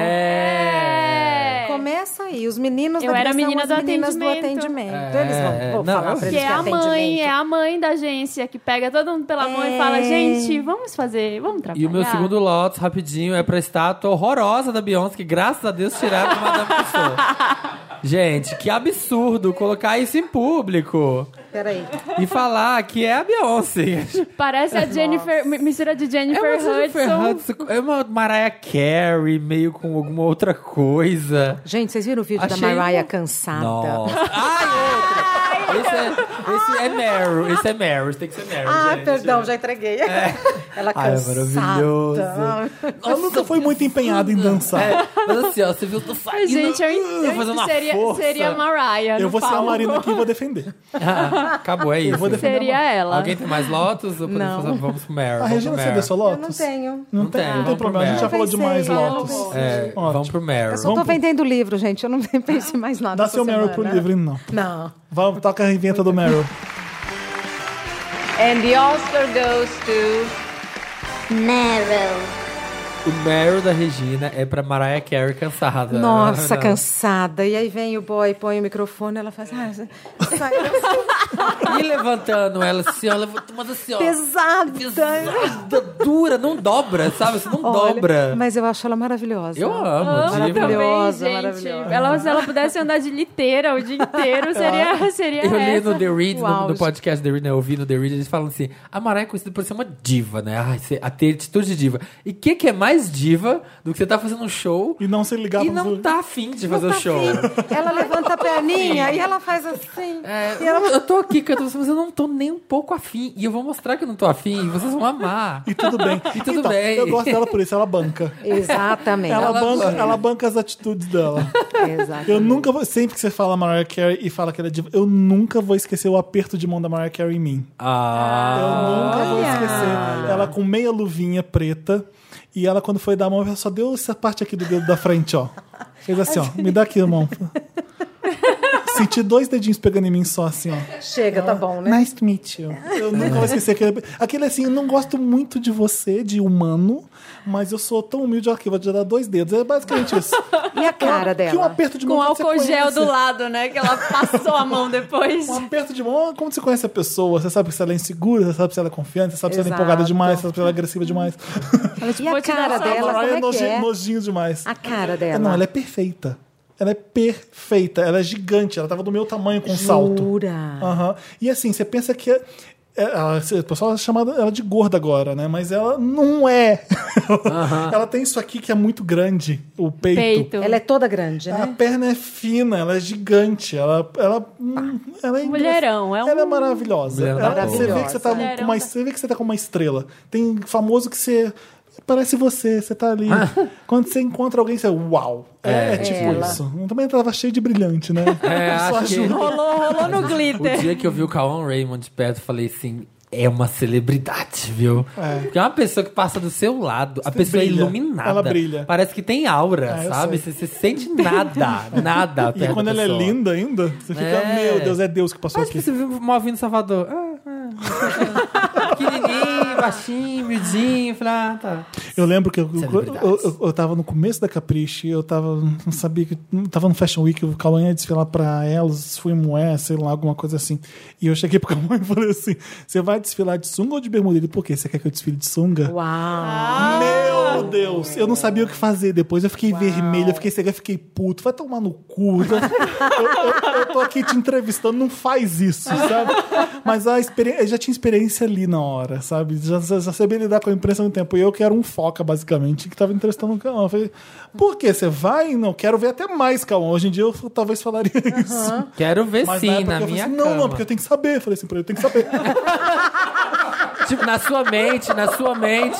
É. É. Começa aí, os meninos Eu da era criação, menina as do meninas do atendimento. atendimento. É, Eles vão, é. vou Não, falar eu- pra Que eles é a atendimento. mãe, é a mãe da agência que pega todo mundo pela mão e fala: É. gente, vamos fazer, vamos trabalhar. E o meu segundo Lotus, rapidinho, é pra estátua horrorosa da Beyoncé, que graças a Deus tiraram uma da pessoa. Gente, que absurdo colocar isso em público Peraí. e falar que é a Beyoncé. Parece a Jennifer, mi- mistura de Jennifer é uma Jennifer Hudson. Hudson, é uma Mariah Carey, meio com alguma outra coisa. Gente, vocês viram o vídeo da Achei Mariah um- cansada? Nossa. Ai, outra. Esse é, esse é Meryl, esse é Meryl, esse tem que ser Meryl, Ah, gente. perdão, já entreguei. Ela Ai, é cansada. maravilhoso. Ela nunca foi muito empenhada em dançar. É, mas assim, ó, você viu, eu tô Ai, saindo. Gente, eu, uh, eu- fazendo uma seria, força. seria a Mariah. Eu no vou ser a palco. Marina aqui e vou defender. Ah, acabou, é isso. vou defender Seria ela. Alguém tem mais Lotus? Ou podemos fazer- vamos pro Meryl. Ah, A Regina, você você deu sua Lotus? Eu não tenho. Não, Não tem, tem, não tem vamos problema. A gente pro já falou Meryl. demais Pensei, Lotus. vamos. É, Ótimo. vamos pro Meryl. Eu só tô Vamos- vendendo livro, gente. Eu não pensei mais nada. Dá essa seu Meryl pro semana. livro, não. Não. Vamos, toca a reinventa do Meryl. And the Oscar goes to. Meryl. O Meryl da Regina é pra Mariah Carey cansada. Nossa, Não. cansada. E aí vem o boy, põe o microfone, ela faz. Ah, sai, E levantando ela assim, ó, levanta- mas assim, ó. pesada. Pesada, dura, não dobra, sabe? Você não Olha, dobra. Mas eu acho ela maravilhosa. Eu amo, Amo diva. também, Maravilhosa, gente. maravilhosa. Ela, se ela pudesse andar de liteira o dia inteiro, seria, assim, seria Eu li essa. no The Read, é O no, no auge. podcast The Read, né? Eu ouvi no The Read, eles falam assim: a Mariah é conhecida por ser uma diva, né? Ai, ser- a ter atitude de diva. E o que, que é mais diva do que você tá fazendo um show E não se ligar e pro- não tá afim de fazer o show? Ela levanta a perninha e ela faz assim. É, E ela- Eu tô aqui cantando, mas eu não tô nem um pouco afim. E eu vou mostrar que eu não tô afim e vocês vão amar. E tudo bem. E tudo Então, bem. Eu gosto dela por isso, ela banca. Exatamente. Ela, Ela banca, banca. ela banca as atitudes dela. Exatamente. Eu nunca vou. Sempre que você fala Mariah Carey e fala que ela é diva, eu nunca vou esquecer o aperto de mão da Mariah Carey em mim. Eu Ah, nunca vou Olha! esquecer. Ela com meia luvinha preta. E ela, quando foi dar a mão, ela só deu essa parte aqui do dedo da frente, ó. Fez assim, ó. Me dá aqui a mão. Senti dois dedinhos pegando em mim só, assim, ó. Chega, tá bom, né? Nice to meet you. Eu nunca vou esquecer aquele. Aquele assim, eu não gosto muito de você, de humano, mas eu sou tão humilde ó, que eu vou te dar dois dedos. É basicamente isso. E a cara Que um dela? aperto de mão. Com quando você álcool gel conhece- do lado, né? Que ela passou a mão depois. Um aperto de mão, como você conhece a pessoa? Você sabe se ela é insegura, você sabe se ela é confiante, você sabe se ela é Exato. empolgada demais, você sabe se ela é agressiva demais. e a vou te dar cara essa dela, bola. Ai, como é que noji- é? nojinho demais. A cara É, Não, dela. ela é perfeita. Ela é perfeita. Ela é gigante. Ela tava do meu tamanho com um salto. Jura. Aham. E assim, você pensa que. é- é- ela- o pessoal chama ela de gorda agora, né? Mas ela não é. Ela tem isso aqui que é muito grande, o peito. Peito. Ela é toda grande, A né? perna é fina, ela é gigante, ela, ela, hum, ela é engra- Mulherão, é um- Ela é maravilhosa. Mulher Ela- da você, vê porra. que você, tá com Mulherão uma, da- você vê que você tá com uma estrela. Tem famoso que você. Parece você, você tá ali. Quando você encontra alguém, você. Uau! É, É, é tipo ela. isso. Eu também tava cheio de brilhante, né? É, Só acho que ajuda. Rolou, rolou no o glitter. dia que eu vi o Kawan Raymond de perto, eu falei assim. É uma celebridade, viu? Porque é uma pessoa que passa do seu lado, a Você pessoa é brilha. iluminada. Ela brilha. Parece que tem aura, Ah, eu sabe? Você, sei. você sente nada, nada. E perto quando da ela é pessoa. linda ainda, você fica, É. meu Deus, é Deus que passou Mas aqui. você viu o Malvino Salvador? Ah, ah. Pequenininho, baixinho, miudinho. Falei, ah, tá. Eu lembro que eu, eu, Celebridades. eu, eu tava no começo da Capricho e eu tava. Não sabia que. não Tava no Fashion Week, o Cauã ia desfilar pra elas, swimwear, sei lá, alguma coisa assim. E eu cheguei pro Cauã e falei assim: você vai desfilar de sunga ou de bermuda? Ele, por quê? Você quer que eu desfile de sunga? Uau. Meu Deus! Eu não sabia o que fazer depois. Eu fiquei vermelho, eu fiquei cega, eu fiquei puto. Vai tomar no cu. Eu, eu- eu tô aqui te entrevistando, não faz isso, sabe? Mas a experiência, eu já tinha experiência ali na hora, sabe? Já, já, já sabia lidar com a imprensa há um tempo. E eu que era um foca, basicamente, que tava entrevistando o Cauã. Eu falei, por quê? Você vai? Não, quero ver até mais, Cauã. Hoje em dia eu talvez falaria isso. Quero ver Mas sim, época na eu falei minha assim, cama. não, não, porque eu tenho que saber. Eu falei assim pra ele, eu tenho que saber. Tipo, na sua mente, na sua mente.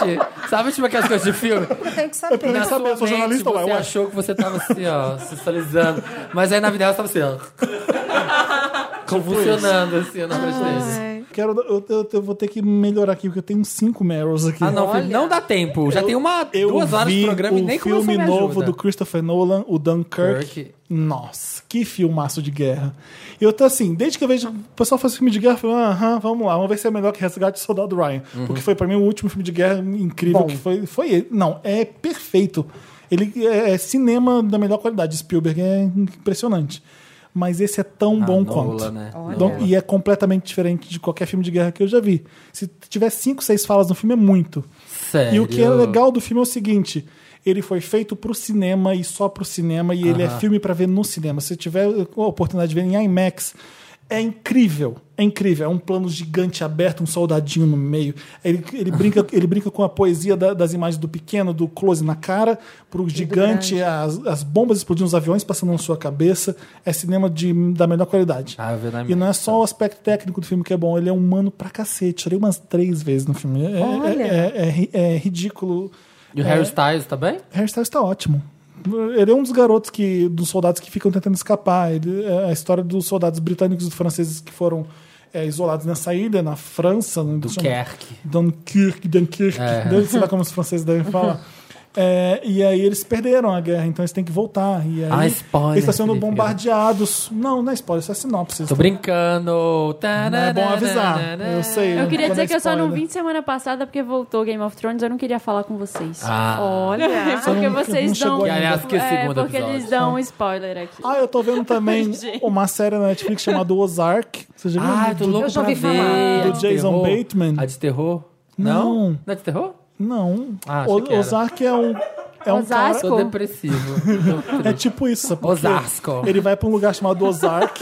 Sabe, tipo, aquelas coisas de filme? Tem que Eu saber. nem Na sabia, eu sou sua mente, jornalista, ué, você ué. achou que você tava assim, ó, socializando. Mas aí, na vida real, você tava assim, ó. Convulsionando, assim, na frente dele. Quero, eu, eu- eu vou ter que melhorar aqui, porque eu tenho cinco Meryl's aqui. Ah, não, filho, não dá tempo. Já tem uma, Eu duas horas vi de programa e nem o filme começou a me novo ajuda. do Christopher Nolan, o Dunkirk. Kirk. Nossa, que filmaço de guerra. Eu tô assim, desde que eu vejo o pessoal faz filme de guerra, eu falo, aham, vamos lá, vamos ver se é melhor que Resgate do Soldado Ryan. Uhum. Porque foi pra mim o último filme de guerra incrível que foi, foi ele. Não, é perfeito. Ele é, é cinema da melhor qualidade. Spielberg é impressionante. Mas esse é tão Ah, bom Nolan, quanto. né? Don- Nolan. E é completamente diferente de qualquer filme de guerra que eu já vi. Se tiver cinco, seis falas no filme, é muito. Sério? E o que é legal do filme é o seguinte: ele foi feito pro cinema e só pro cinema, e ele é filme pra ver no cinema. Se tiver a oportunidade de ver em IMAX, é incrível. É incrível. É um plano gigante aberto, um soldadinho no meio. Ele, ele brinca, ele brinca com a poesia da- das imagens do pequeno, do close na cara, É pro gigante, as, as bombas explodindo, os aviões passando na sua cabeça. É cinema de, da melhor qualidade. Ah, eu vi na e não é IMAX, só o aspecto técnico do filme que é bom, ele é humano pra cacete. Chorei umas três vezes no filme. É- é- Olha! é- é, ri- é ridículo. E o É. Harry Styles, tá bem? Harry Styles tá ótimo. Ele é um dos garotos que dos soldados que ficam tentando escapar. Ele- é a história dos soldados britânicos e franceses que foram é, isolados nessa ilha, na França. Do Kerk. Dunkirk, Dunkirk. É. Deve sei lá como os franceses devem falar. É, e aí eles perderam a guerra, então eles têm que voltar. E aí Ah, spoiler, eles estão sendo Felipe. bombardeados. Não, não é spoiler, isso é sinopse. Tô brincando. Não é bom avisar. Eu sei. Eu queria quando é dizer que eu só não spoiler. vim semana passada porque voltou Game of Thrones, eu não queria falar com vocês. Ah. Olha, porque não- não vocês chegou dão. ainda. Que, aliás, que é é, segundo porque episódio. né? eles dão um spoiler aqui. Ah, eu tô vendo também Gente. uma série na Netflix chamada Ozark. Você já viu? Ah, eu tô louco Eu já pra ouvi falar. ver. Do A de Jason terror. Bateman. A de terror? Não. Não é de terror? Não. Ah, achei O- que era. Ozark é um. É um cara, Osasco? Tô depressivo. Tô é triste. tipo isso. sabe por quê? Osasco. Ele vai pra um lugar chamado Ozark.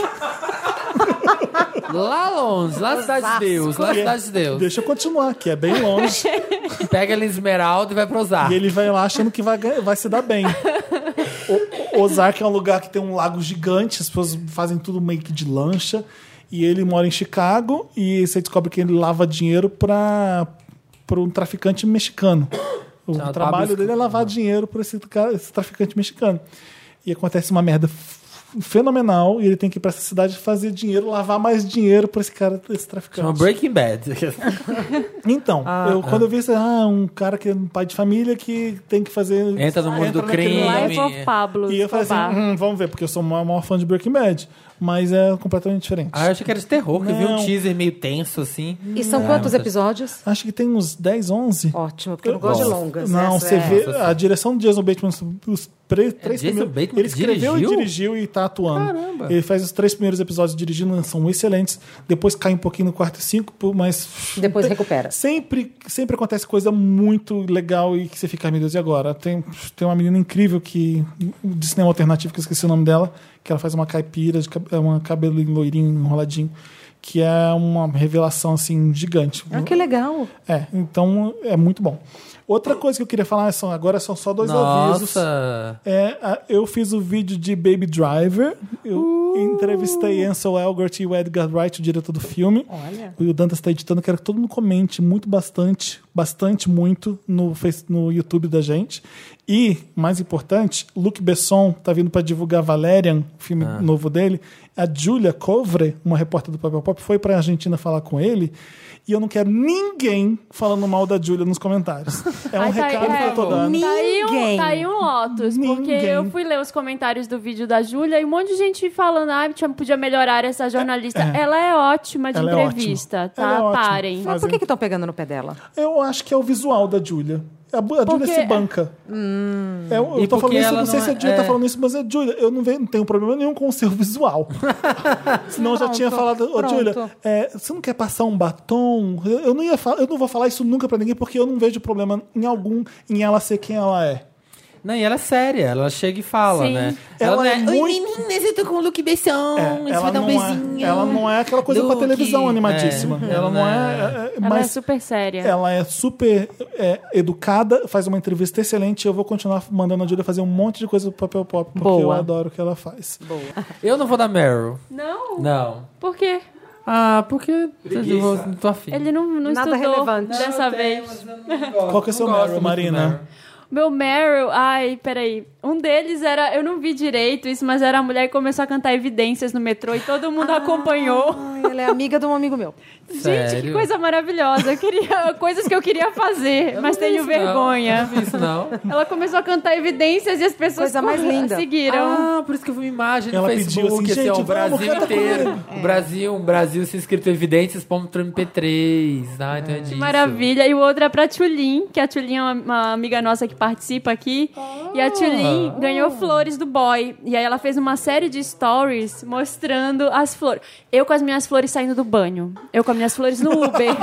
Lá longe, lá na Cidade de Deus, lá na Cidade de Deus. Deixa eu continuar, que é bem longe. Pega ele em Esmeralda e vai pro Zar. e ele vai lá achando que vai, ganhar- vai se dar bem. O, o- Ozark é um lugar que tem um lago gigante, as pessoas fazem tudo meio que de lancha. E ele mora em Chicago e você descobre que ele lava dinheiro pra, pra um traficante mexicano. O Chamado trabalho Pablo dele é lavar dinheiro pra esse, ca- esse traficante mexicano. E acontece uma merda f- fenomenal e ele tem que ir pra essa cidade fazer dinheiro, lavar mais dinheiro pra esse cara, esse traficante. Chama Breaking Bad. Então, tá. eu, quando eu vi isso, ah, um cara que é um pai de família que tem que fazer. Entra no mundo do naquele crime. lugar. Life of Pablo E eu falei assim: Escobar. hum, vamos ver, porque eu sou o maior, maior fã de Breaking Bad. mas é completamente diferente. Ah, eu achei que era de terror, que eu vi um Não. teaser meio tenso, assim. E são Ah, quantos não sei. episódios? É, Acho que tem uns 10, 11. Ótimo, porque eu não gosto de Nossa. longas. Não, essa você é- vê Nossa, a direção do Jason Bateman, os- os pre- três É, Jason primeiros. Bateman ele escreveu dirigiu? e dirigiu e tá atuando. Caramba. Ele faz os três primeiros episódios dirigindo, são excelentes. Depois cai um pouquinho no quarto e cinco, pô, mas. Depois tem- recupera. Sempre, sempre acontece coisa muito legal e que você fica, "Ai, meu Deus, e agora? Tem, tem uma menina incrível que. de cinema alternativo, que eu esqueci o nome dela, que ela faz uma caipira, de cab- é uma cabelo loirinho, enroladinho, que é uma revelação assim gigante. Ah, que legal. É, então é muito bom. Outra coisa que eu queria falar são agora são só dois avisos. Nossa! É, a- eu fiz o vídeo de Baby Driver. Eu Uh! entrevistei Ansel Elgort e o Edgar Wright, o diretor do filme. Olha. E o Dantas está editando. Quero que todo mundo comente muito, bastante, bastante, muito no, Face- no YouTube da gente. E, mais importante, Luc Besson tá vindo para divulgar Valerian, o filme novo dele. A Julia Covre, uma repórter do Papel Pop, foi para a Argentina falar com ele. E eu não quero ninguém falando mal da Julia nos comentários. É um Ai, tá aí, recado que é. eu tô dando. Tá aí, um, Ninguém. tá aí um Lotus, porque Ninguém. eu fui ler os comentários do vídeo da Júlia e um monte de gente falando, ah, tinha- podia melhorar essa jornalista. É. Ela é ótima de Ela é entrevista, ótima. tá? Ela é ótima. Parem. Faz- Mas por que estão pegando no pé dela? Eu acho que é o visual da Julia. A, Bu- a Porque- Julia se banca. É, eu Hum. E tô porque falando isso, eu ela não sei não se a é- Julia tá é. falando isso, mas a Julia, eu não, ve- não tenho problema nenhum com o seu visual. Senão eu já Pronto, tinha falado, ô pronto. Julia, é, você não quer passar um batom? Eu, eu não ia fa- eu não vou falar isso nunca pra ninguém, porque eu não vejo problema em algum em ela ser quem ela é. Não, e ela é séria, ela chega e fala, Sim. né? Ela não é muito- Oi, meninas, eu tô com o Luke Besson, É, isso vai ela, dar um não é, beijinho. ela não é aquela coisa pra Luke. televisão né? animadíssima. É, Ela não é. é- é- Ela é mas- super séria. Ela é super é, educada, faz uma entrevista excelente. Eu vou continuar mandando a Julia fazer um monte de coisa pro papel pop, porque Boa. eu adoro o que ela faz. Eu não vou dar Meryl. Não? Não. Por quê? Ah, porque eu vou- não tô afim. Ele não, não Nada estudou relevante. dessa vez. Qual que é o seu Meryl, Marina? Meu Meryl, ai, peraí. Um deles era, eu não vi direito isso, mas era a mulher que começou a cantar evidências no metrô e todo mundo acompanhou. Ai, Ah, ela é amiga de um amigo meu. Gente, que coisa maravilhosa. Eu queria, coisas que eu queria fazer, mas tenho vergonha. Não, não vi isso, não. Ela começou a cantar evidências e as pessoas Coisa mais correram- linda. seguiram. Ah, por isso que eu vi uma imagem Ela no pediu assim, Facebook, assim, ó, "Gente, o Brasil vamos, canta inteiro. comigo." O Brasil, o Brasil se inscrito evidências, MP3. Ah, entendi. É. Maravilha. E o outro é pra Tulin, que a Tulin é uma, uma amiga nossa que participa aqui. E a Tulin ganhou flores do boy. E aí ela fez uma série de stories mostrando as flores. Eu com as minhas flores saindo do banho. Eu com as minhas flores no Uber.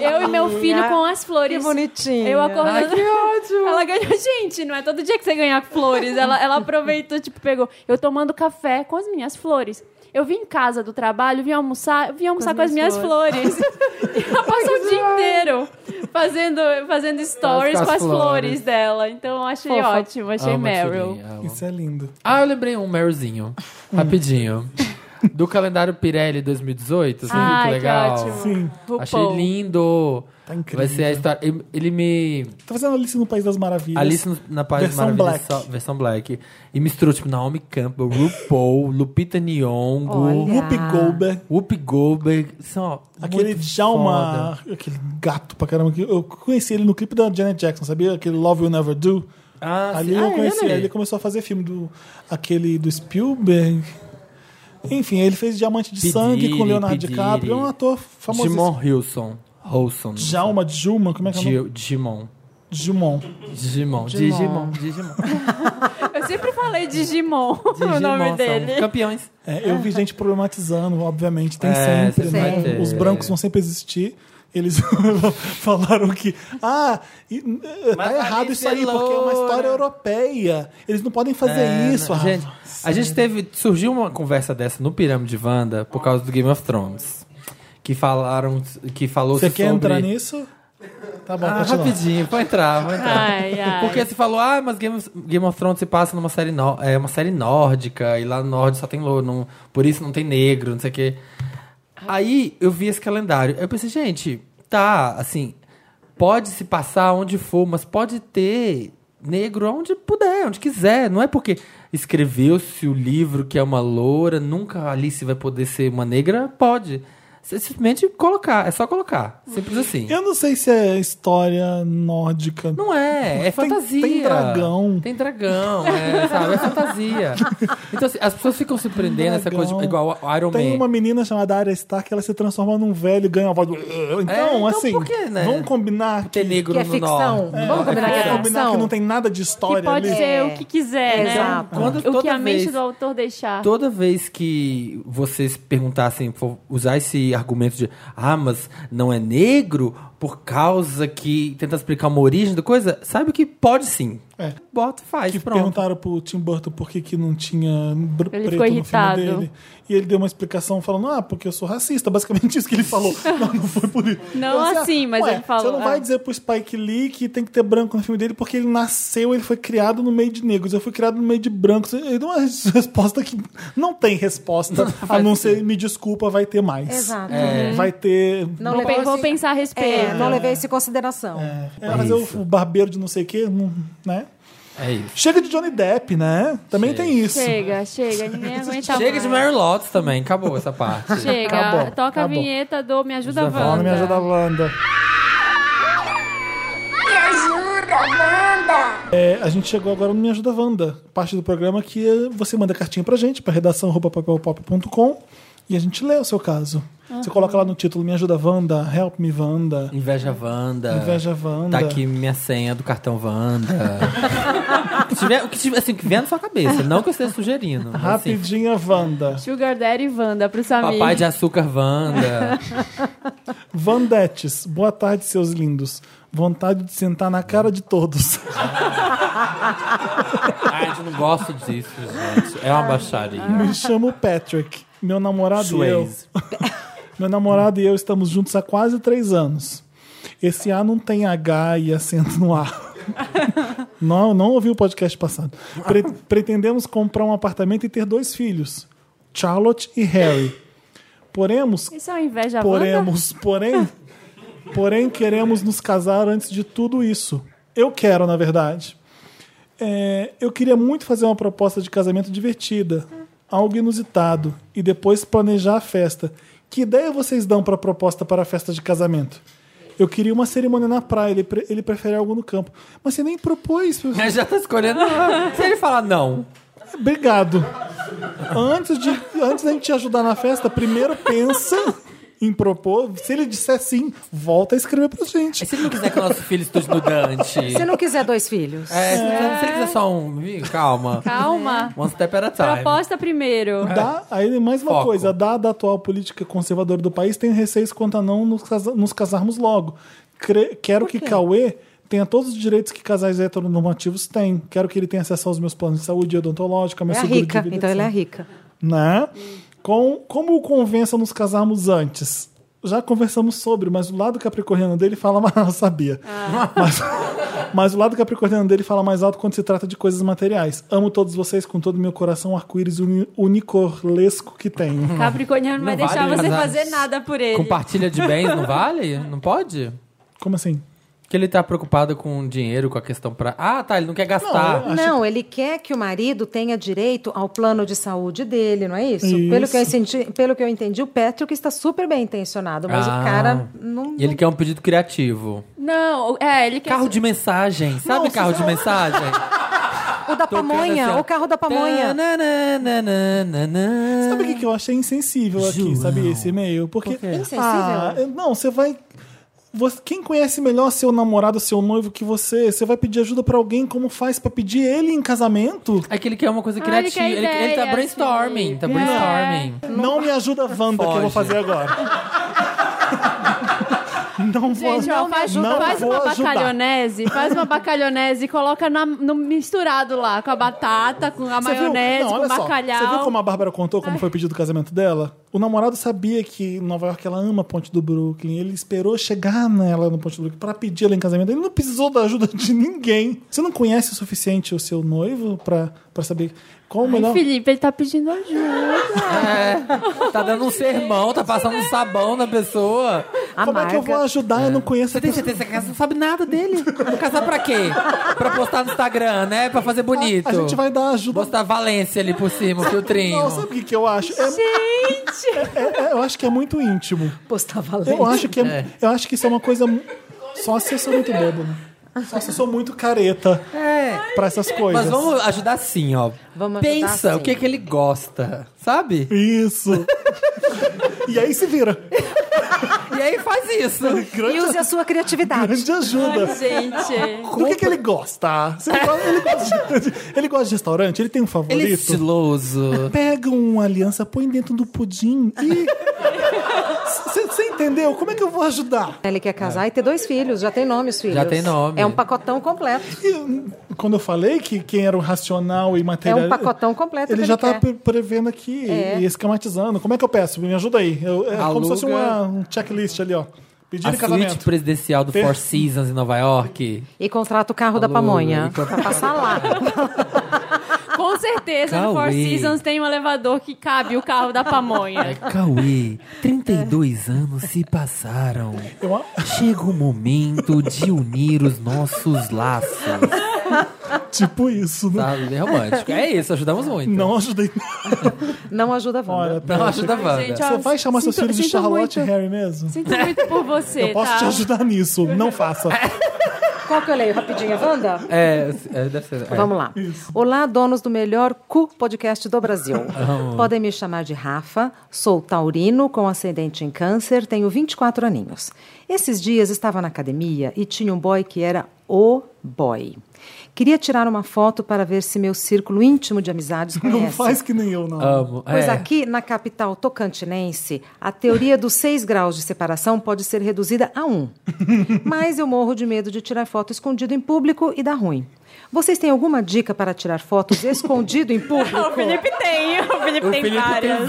eu e meu filho com as flores. Que bonitinha. Eu acordando. Ai, que ódio. Ela ganhou. Gente, não é todo dia que você ganha flores. Ela, ela aproveitou, tipo, pegou. Eu tomando café com as minhas flores. Eu vim em casa do trabalho, vim almoçar, vim almoçar com as minhas flores. e ela passou o dia inteiro fazendo, fazendo stories Faz com com as as flores flores. dela. Então eu achei Fofa. ótimo, achei Amo a Meryl. Turinha, amo. Isso é lindo. Hum. Ah, eu lembrei um Merylzinho. Rapidinho. Do calendário Pirelli 2018. Assim, Ai, muito que legal. ótimo. Sim. RuPaul. Achei lindo. Tá incrível. Vai ser a história. ele- Ele me. Tá fazendo Alice no País das Maravilhas. Alice no- na Paz Versão Maravilha, black. só- versão black. E misturou, tipo, Naomi Campbell, RuPaul, Lupita Nyong'o, Olha. Whoopi Goldberg. Whoopi Goldberg. São, Aquele muito Djalma, foda. aquele gato pra caramba. que Eu conheci ele no clipe da Janet Jackson, sabia? Aquele Love Will Never Do. Ah, Ali sim. Ah, eu é, conheci, né? ele começou a fazer filme do aquele do Spielberg. Enfim, ele fez Diamante de P. Sangue com Diddy, Leonardo P. DiCaprio, é um Diddy. ator famoso. Jimon Hilson. Holson. Djalma, Dilma, como é que é o nome? Di- Digimon. Dilmon. Digimon. Digimon. Digimon. Eu sempre falei Digimon, Digimon o nome são dele. Campeões. É, Ah. eu vi gente problematizando, obviamente, tem É, sempre, sempre né? vai ter. Os brancos vão sempre existir. Eles falaram que, ah, e, eh, tá Mas errado Alice isso aí, é porque é uma história loura. europeia. Eles não podem fazer É, isso. né? ah. Gente, a gente teve. Surgiu uma conversa dessa no Pirâmide Wanda por causa do Game of Thrones. Que falaram. Que falou Você quer sobre... entrar nisso? Tá bom, Ah, continua. rapidinho, vou entrar, vou entrar. Ai, ai. Porque você falou, ah, mas Game of, Game of Thrones se passa numa série, nó- é, uma série nórdica, e lá no norte só tem louro, não- por isso não tem negro, não sei o quê. Aí eu vi esse calendário, eu pensei, gente, tá, assim, pode se passar onde for, mas pode ter negro onde puder, onde quiser. Não é porque escreveu-se o livro que é uma loura, nunca a Alice vai poder ser uma negra, pode. Você simplesmente colocar, é só colocar. Simples assim. Eu não sei se é história nórdica. Não é, é Tem- fantasia. tem dragão. Tem dragão, é, sabe? É fantasia. Então, assim, as pessoas ficam se prendendo essa coisa, tipo, igual o Iron Tem Man. uma menina chamada Arya Stark, ela se transforma num velho e ganha a voz do... Então, então assim, por que, né? vamos combinar Tem que- negro Que é no ficção. norte. É, Vamos combinar que é vamos combinar que ficção. não tem nada de história Que pode ali. ser É. o que quiser, né? Exato. Quando o que toda a mente vez- do autor deixar. Toda vez que vocês perguntassem, for usar esse argumento de ah, mas não é negro por causa que tenta explicar uma origem da coisa, saiba que pode sim. É. Bota, faz, Que pronto. perguntaram pro Tim Burton por que, que não tinha br- Ele preto ficou no filme irritado. dele. E ele deu uma explicação falando, ah, porque eu sou racista. Basicamente isso que ele falou. não, não foi por isso. Não Eu disse, assim, mas ué, ele falou, Você não vai ah. dizer pro Spike Lee que tem que ter branco no filme dele porque ele nasceu, ele foi criado no meio de negros. Eu fui criado no meio de brancos. Ele deu uma res- resposta que não tem resposta. a não ser, me desculpa, vai ter mais. Exato. É. Uhum. Vai ter... Não Vou, pe- levei vou isso- pensar a respeito. É, não levei isso em consideração. É, fazer isso. o o barbeiro de não sei o quê, não- né? É isso. Chega de Johnny Depp, né? Também tem isso. Chega, chega, ninguém aguenta Chega mais. de Mary Lotus também, acabou essa parte. Tá Chega, Acabou, toca a acabou. vinheta do Me Ajuda Ajuda a Fala, Wanda. me ajuda a Wanda. Me ajuda, Wanda! É, a gente chegou agora no Me Ajuda Wanda, parte do programa que eh, você manda cartinha pra gente, pra redação arroba papelpop.com e a gente lê o seu caso. Você coloca lá no título Me Ajuda Wanda, Help Me Wanda. Inveja Wanda. Inveja Wanda. Tá aqui minha senha do cartão Wanda. o que tiver, o que tiver, assim, o que vier na sua cabeça, não que eu esteja sugerindo. mas, assim, Rapidinha Wanda. Sugar Daddy e Wanda pro Samir. Papai de açúcar Wanda. Vandetes, boa tarde, seus lindos. Vontade de sentar na cara de todos. Ai, eu não gosto disso, gente. É uma baixaria. Ah. Me chamo Patrick. Meu namorado e eu. Swayze. Meu namorado e eu estamos juntos há quase três anos. Esse A não tem H e acento no A. Não, não ouvi o podcast passado. Pre- pretendemos comprar um apartamento e ter dois filhos, Charlotte e Harry. Poremos, Isso é uma inveja Wanda? poremos, porém, porém queremos nos casar antes de tudo isso. Eu quero, na verdade. É, eu queria muito fazer uma proposta de casamento divertida, algo inusitado, e depois planejar a festa. Que ideia vocês dão para proposta para a festa de casamento? Eu queria uma cerimônia na praia, ele, pre- ele prefere algo no campo. Mas você nem propôs. Mas Já tá escolhendo. Se ele falar não, Obrigado. Antes, de, antes da gente te ajudar na festa, primeiro pensa em propor. Se ele disser sim, volta a escrever pra e gente. se ele não quiser que o nosso filho estude no Dante. Se não quiser dois filhos. É, se, ele- se ele quiser só um. Ih, Calma. Calma. One step at a time. Proposta primeiro. Dá, aí mais uma Foco. coisa, dada a atual política conservadora do país, tenho receios quanto a não nos, casa- nos casarmos logo. Cre- quero que Cauê tenha todos os direitos que casais heteronormativos têm. Quero que ele tenha acesso aos meus planos de saúde odontológica, meu É a seguro rica, de vida, então ele é etc. rica. né? Com, como o convença a nos casarmos antes? Já conversamos sobre, mas o lado capricorniano dele fala mais. Eu sabia. Ah. Mas, mas o lado capricorniano dele fala mais alto quando se trata de coisas materiais. Amo todos vocês com todo o meu coração, arco-íris uni, unicorlesco que tenho. Capricorniano não vai Não deixar vale você casar. fazer nada por ele. Compartilha de bens, não vale? Não pode? Como assim? Que ele tá preocupado com o dinheiro, com a questão pra. Ah, tá, ele não quer gastar. Não, ele quer que o marido tenha direito ao plano de saúde dele, não é isso? Pelo, Isso. que eu entendi, pelo que eu entendi, o Patrick está super bem intencionado, mas Ah. o cara não. E ele quer um pedido criativo. Não, é, ele quer... Carro de mensagem. Sabe carro de mensagem? O da Tocando pamonha, assim, ó. o carro da pamonha. Tananana. Sabe o que, que eu achei insensível aqui, João. sabe, esse e-mail? Porque. Insensível? Ah, não, você vai. você- quem conhece melhor seu namorado, seu noivo que você, você vai pedir ajuda pra alguém, como faz pra pedir ele em casamento? É que ele quer uma coisa Ah, ele criativa. quer ele, ele tá ideias, brainstorming. Tá É. Felipe. brainstorming. Não me ajuda, Wanda, que eu vou Foge. fazer agora. Não vou Gente, ó, faz, não faz vou uma ajudar. assim. bacalhonese, faz uma bacalhonese e coloca na- no misturado lá, com a batata, com a Você viu- maionese, não, com olha o só, bacalhau. É. Você viu como a Bárbara contou como foi o pedido do casamento dela? O namorado sabia que em Nova York ela ama a ponte do Brooklyn. Ele esperou chegar nela no ponte do Brooklyn pra pedir ela em casamento. Ele não precisou da ajuda de ninguém. Você não conhece o suficiente o seu noivo pra, pra saber qual o Ai, melhor... É Felipe, ele tá pedindo ajuda. É. Tá dando um sermão, tá passando um sabão na pessoa. Como é que eu vou Amarga. ajudar? Eu não conheço Você a tem pessoa. certeza que você não sabe nada dele? Vou casar pra quê? Pra postar no Instagram, né? Pra fazer bonito. A gente vai dar ajuda. Postar Valência ali por cima, o filtrinho. Não, sabe o que, que eu acho? É- Gente! é- é- eu acho que é muito íntimo. tá Postar valendo. Eu acho que, é- eu acho que isso é uma coisa. mu- Só se eu sou muito bobo, né? Só se eu sou muito careta É. pra essas coisas. Mas vamos ajudar sim, ó. Vamos ajudar assim. Pensa o sim. que, é que ele gosta, sabe? Isso. e aí se vira. E aí faz isso. E use a sua criatividade. Grande ajuda. Gente! Do que, que ele gosta? Se ele, gosta ele, gosta de, ele gosta de restaurante? Ele tem um favorito? Ele é estiloso. Pega uma aliança, põe dentro do pudim e. Você entendeu? Como é que eu vou ajudar? Ele quer casar e ter dois filhos, já tem nome os filhos. tem nome. É um pacotão completo. E, quando eu falei que quem era o racional e material. É um pacotão completo Ele que já ele tá quer. pre- prevendo aqui É. e esquematizando. Como é que eu peço? Me ajuda aí. Eu- é como Aluga. se fosse uma- um checklist ali, ó. Pedir A em suíte casamento. presidencial do Per- Four Seasons em Nova York. E contrata o carro da Alô, pamonha. e contrata Pra passar lá. Com certeza no Four Cauê. Seasons tem um elevador que cabe o carro da É, pamonha. Cauê, 32 anos se passaram. Eu a- Chega o momento de unir os nossos laços. tipo isso, né? Tá bem romântico. É isso, ajudamos muito. Não ajudei. Não ajuda a Wanda. Olha, Não ajuda a Ai, gente, Wanda. ó, você vai chamar seus sinto- filhos de sinto muito. Charlotte e Harry mesmo? Sinto muito por você, Eu posso tá? te ajudar nisso. Não faça. Qual que eu leio rapidinho, Wanda? É, é, deve ser. é. Vamos lá. Olá, donos do melhor cu podcast do Brasil. Podem me chamar de Rafa, sou taurino com ascendente em câncer, tenho 24 aninhos. Esses dias estava na academia e tinha um boy que era o boy. Queria tirar uma foto para ver se meu círculo íntimo de amizades conhece. Não faz que nem eu, não. Amo. Pois é. aqui, na capital tocantinense, a teoria dos seis graus de separação pode ser reduzida a um. Mas eu morro de medo de tirar foto escondido em público e dar ruim. Vocês têm alguma dica para tirar fotos escondido em O público? Felipe tem, o Felipe O tem Felipe várias. tem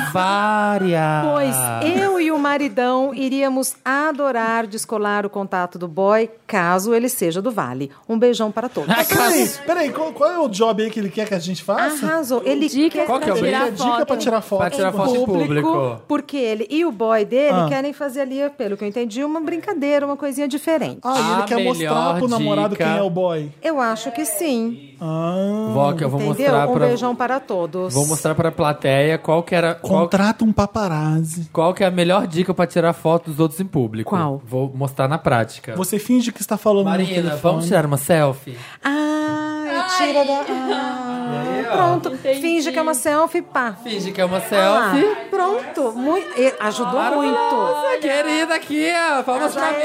várias. Pois eu e o maridão iríamos adorar descolar o contato do boy, caso ele seja do Vale. Um beijão para todos. Ah, Peraí, cara, peraí, qual, qual é o job aí que ele quer que a gente faça? Arrasou. Ele Dicas quer Qual que é o pra Ele tirar quer dica foto. pra tirar foto. Pra tirar foto em público. porque ele e o boy dele Ah. querem fazer ali, pelo que eu entendi, uma brincadeira, uma coisinha diferente. Ah, e ele A quer mostrar melhor pro namorado dica. quem é o boy. Eu acho que sim. Ah, Vó, que eu vou entendeu? mostrar Um pra. beijão para todos. Vou mostrar pra plateia qual que era. Qual, contrata um paparazzi. qual que é a melhor dica pra tirar foto dos outros em público? Qual? Vou mostrar na prática. Você finge que está falando no Marina, telefone. vamos tirar uma selfie? Ah, eu tira da. Ah, pronto. Entendi. Finge que é uma selfie, pá. Finge que é uma Ah, selfie. pronto. Muito, ajudou muito. Nossa, querida aqui, ó. Vamos pra mim.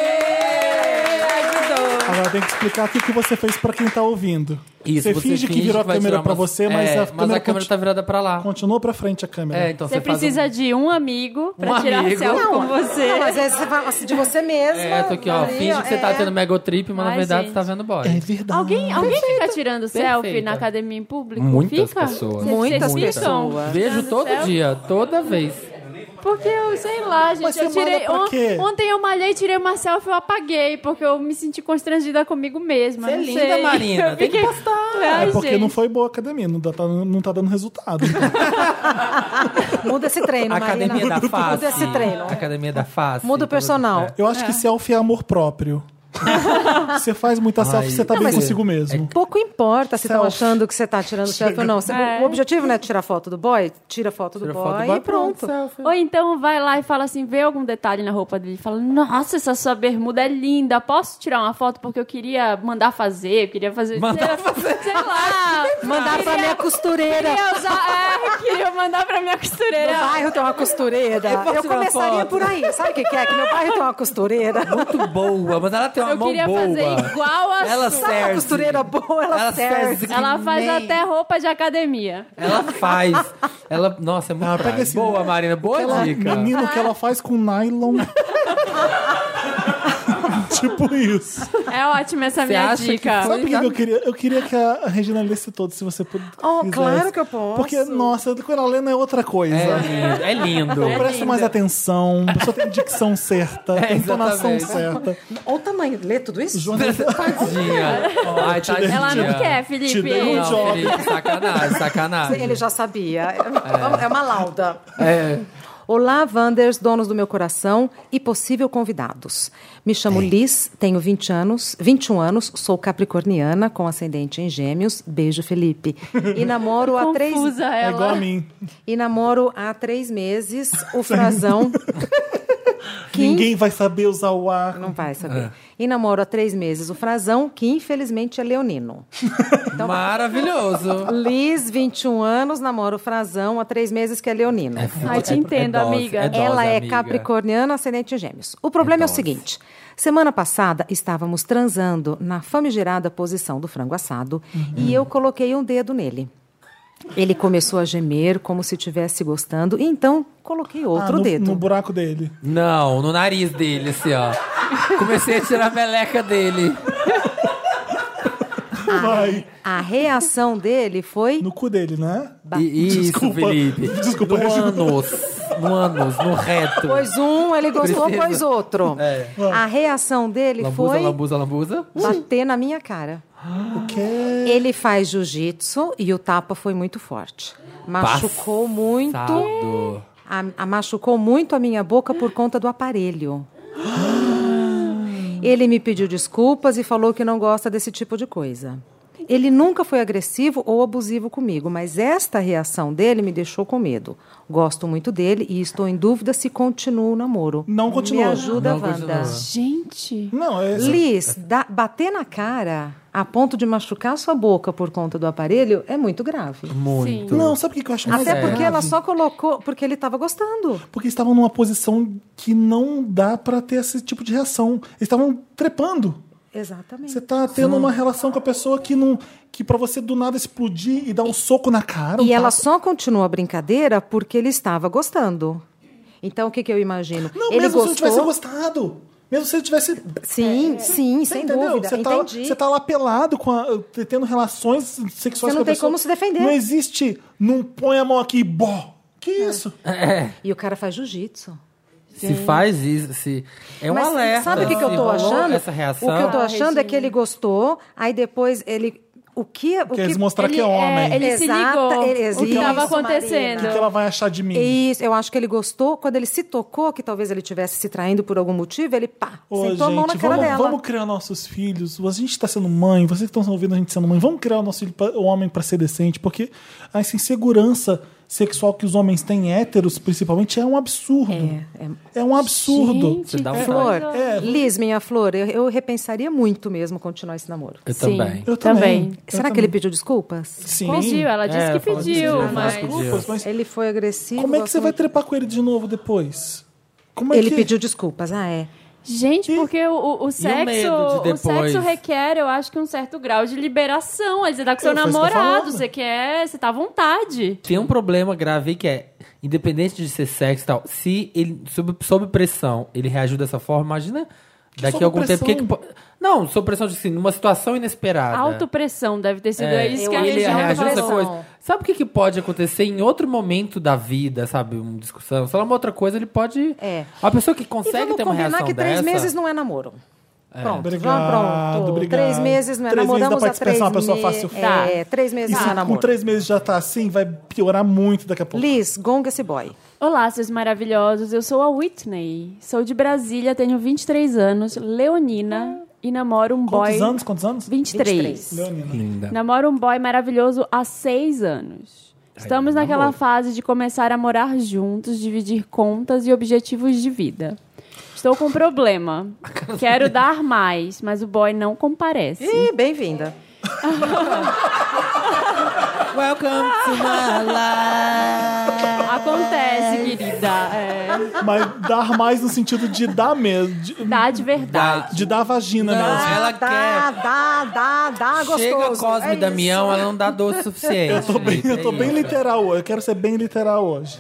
Ajudou. Agora tem que explicar o que, que você fez pra quem tá ouvindo. você, finge que virou a vai câmera tirar pra uma- você, mas É, a câmera, câmera conti- tá virada pra lá. continuou pra frente a câmera. É, então Você você, faz um- precisa de um amigo pra Um tirar amigo. selfie com você. Não, às vezes você fala assim, de você mesma. É, tô aqui, ó. ali, Finge que você tá é. tendo megotrip, mas na Ai, verdade gente. você tá vendo boy. É verdade. Alguém, alguém tá- fica tirando selfie Perfeita. na academia em público? Muitas fica? pessoas. Vocês Muitas ficam pessoas. Vejo tirando todo selfie? dia, toda vez. Porque eu sei lá, gente. Mas eu você manda tirei. pra on- quê? Ontem eu malhei, tirei uma selfie e eu apaguei, porque eu me senti constrangida comigo mesma. Você é não linda, sei. Marina, Eu tem que fiquei... Ai, É porque gente. não foi boa a academia, não tá, não tá dando resultado. Assim, Muda esse treino, Marina. Academia da face. Muda esse treino. Academia da face. Muda o personal. Eu acho que selfie é amor próprio. você faz Ah, muita selfie, você tá Não, bem mas- é consigo mesmo. Pouco importa se estão Selfie. achando que você tá tirando selfie ou não. Você- É. O objetivo não é tirar foto do boy? Tira foto do Tira boy foto do boy, e pronto. Ou então vai lá e fala assim, vê algum detalhe na roupa dele. Fala, nossa, essa sua bermuda é linda. Posso tirar uma foto? Porque eu queria mandar fazer, eu queria fazer... Mandar sei, fazer. Sei lá. Ah, Mandar pra minha costureira. Queria usar... É, queria mandar pra minha Meu costureira. bairro tem uma costureira. Eu posso Eu tirar começaria foto? por aí. Sabe o que, que é? Que meu bairro tem uma costureira. Muito boa, mas ela tem uma Eu mão queria boa. fazer igual a sua. Ela Sabe uma Serve. costureira boa, ela, Ela serve. serve que Ela faz nem- até roupa de academia. Ela faz. Ela, nossa, é muito Ah, pega prática. esse- Boa, Marina, boa Ela, dica. menino, que ela faz com nylon. tipo isso. É ótima essa minha acha que dica. foi- Sabe por que que eu queria? Eu queria que a Regina lesse todo, se você pudesse. Oh, claro que eu posso. Porque, nossa, quando ela lê não é outra coisa. É lindo, é lindo. Presta mais atenção, a pessoa tem dicção certa, É, tem entonação exatamente. certa. Olha o tamanho. Lê tudo isso? Tadinha. Ai, tadinha. Ela não quer, Felipe. Te dei um Não, job. Felipe, sacanagem, sacanagem. é Ele já sabia. É, uma lauda. É. Olá, Wanders, donos do meu coração e possível convidados. Me chamo Liz, tenho 20 anos, 21 anos, sou capricorniana com ascendente em gêmeos. Beijo, Felipe. E namoro há três Confusa É ela. igual a mim. e namoro há três meses o Frazão. que in- Ninguém vai saber usar o ar. Não vai saber. E namoro há três meses o Frazão, que infelizmente é leonino. Maravilhoso. Liz, 21 anos, namoro o Frazão há três meses que é leonino. Ai, te entendo, dose, amiga. é dose, Ela é amiga. capricorniana, ascendente em gêmeos. O problema é, o dose. seguinte. Semana passada estávamos transando na famigerada posição do frango assado e eu coloquei um dedo nele. Ele começou a gemer como se estivesse gostando, e então coloquei Ah, outro no, dedo. No buraco dele. Não, no nariz dele, assim, ó. Comecei a tirar a meleca dele. Vai. A reação dele foi. No cu dele, né? E, e isso, Desculpa. Felipe. é Desculpa, No Regina. ânus. No ânus, no reto. Pois um, ele gostou, Precisa. pois outro. É. A reação dele Lambuza, foi lambuza, lambuza. bater na minha cara. O quê? Ele faz jiu-jitsu e o tapa foi muito forte. Machucou muito. Passado. A, a- machucou muito a minha boca por conta do aparelho. Ele me pediu desculpas e falou que não gosta desse tipo de coisa. Ele nunca foi agressivo ou abusivo comigo, mas esta reação dele me deixou com medo. Gosto muito dele e estou em dúvida se continuo o namoro. Não Me continua. ajuda, Não Wanda. continua. Gente. Não, é. Liz, dá- bater na cara a ponto de machucar sua boca por conta do aparelho é muito grave. Muito. Não, sabe o que eu acho mais Até grave? porque ela só colocou porque ele estava gostando. Porque estavam numa posição que não dá pra ter esse tipo de reação. Eles estavam trepando. Exatamente. Você tá tendo uma relação com a pessoa que não. que pra você do nada explodir e dar um soco na cara. um E ela tapa. só continua a brincadeira porque ele estava gostando. Então o que, que eu imagino? Não, ele mesmo gostou. se eu tivesse gostado. Mesmo se eu tivesse. Você Sim, sim, sem entendeu? dúvida. Você tá, Entendi. você tá lá pelado, com a- tendo relações sexuais Você com a não tem pessoa. como se defender. Não existe. Não põe a mão aqui e bó. Que isso? É, E o cara faz jiu-jitsu. se faz isso, se... É um Mas alerta. sabe o que, que eu Se tô rolou achando? Essa reação... O que eu tô Ah, achando é que ele gostou, aí depois ele o que o Quer que mostrar que é homem. é, ele se ligou Exata- o que estava isso, acontecendo. O que que ela vai achar de mim? Isso, eu acho que ele gostou. Quando ele se tocou, que talvez ele tivesse se traindo por algum motivo, ele pá, Ô, sentou a mão na gente, cara vamos, dela. vamos criar nossos filhos. A gente está sendo mãe, vocês que estão ouvindo a gente sendo mãe, vamos criar o nosso filho pra- o homem para ser decente, porque essa insegurança sexual que os homens têm, héteros principalmente, é um absurdo. É, é- É, um absurdo. Gente, Você dá um que tapa. Flor, coisa- Liz, minha flor, eu, eu repensaria muito mesmo continuar esse namoro. Eu Sim. também. Eu também. Também. Eu Será que também. ele pediu desculpas? Sim. Pediu, ela disse É, que fala que pediu, pediu, mas. fala que pediu. Desculpas, mas Ele foi agressivo. como é que gosto você vai muito- trepar com ele de novo depois? Como é Ele que... pediu desculpas, ah é. Gente, porque o- o, o sexo. medo de O, depois? sexo requer, eu acho que um certo grau de liberação. Aí Você tá com seu Eu- É, foi isso que eu namorado, falando. você quer. Você tá à vontade. Tem um problema grave aí que é, independente de ser sexo e tal, se ele, sob, sob pressão, ele reagiu dessa forma, imagina daqui sob a algum tempo. Que que, pressão? po- não, sob pressão de assim, numa situação inesperada. Autopressão deve ter sido É, isso eu que a acho ele que é Regina reagiu a essa pressão. falou. coisa. Sabe o que, que pode acontecer em outro momento da vida, sabe? Uma discussão, sei lá, uma outra coisa, ele pode. É. A pessoa que E consegue Então, vamos ter uma combinar reação que três dessa, é. meses não é namoro. Pronto, Obrigado, vamos pronto. obrigado. Três meses não é Três namoro. meses dá Damos pra a três dispensar uma pessoa me- fácil. É, três meses E não é se com namoro. três meses já tá assim, vai piorar muito daqui a pouco. Liz, gonga esse boy. Olá, seus maravilhosos. Eu sou a Whitney. Sou de Brasília, tenho 23 anos, leonina e namoro um boy. Quantos anos? Quantos anos? 23. Leonina. Linda. Namoro um boy maravilhoso há seis anos. Estamos naquela fase de começar a morar juntos, dividir contas e objetivos de vida. Estou com um problema. Quero dar mais, mas o boy não comparece. Ih, bem-vinda. Welcome to my life. Acontece, querida. É, Mas dar mais no sentido de dar mesmo. De, dá de verdade. de dar vagina mesmo. Não, ela dá, quer. Ah, dá, dá, dá, Ah, gostoso. Chega Cosme É Damião, isso. ela não dá doce o suficiente. é Eu tô bem, eu tô bem literal hoje. Eu quero ser bem literal hoje.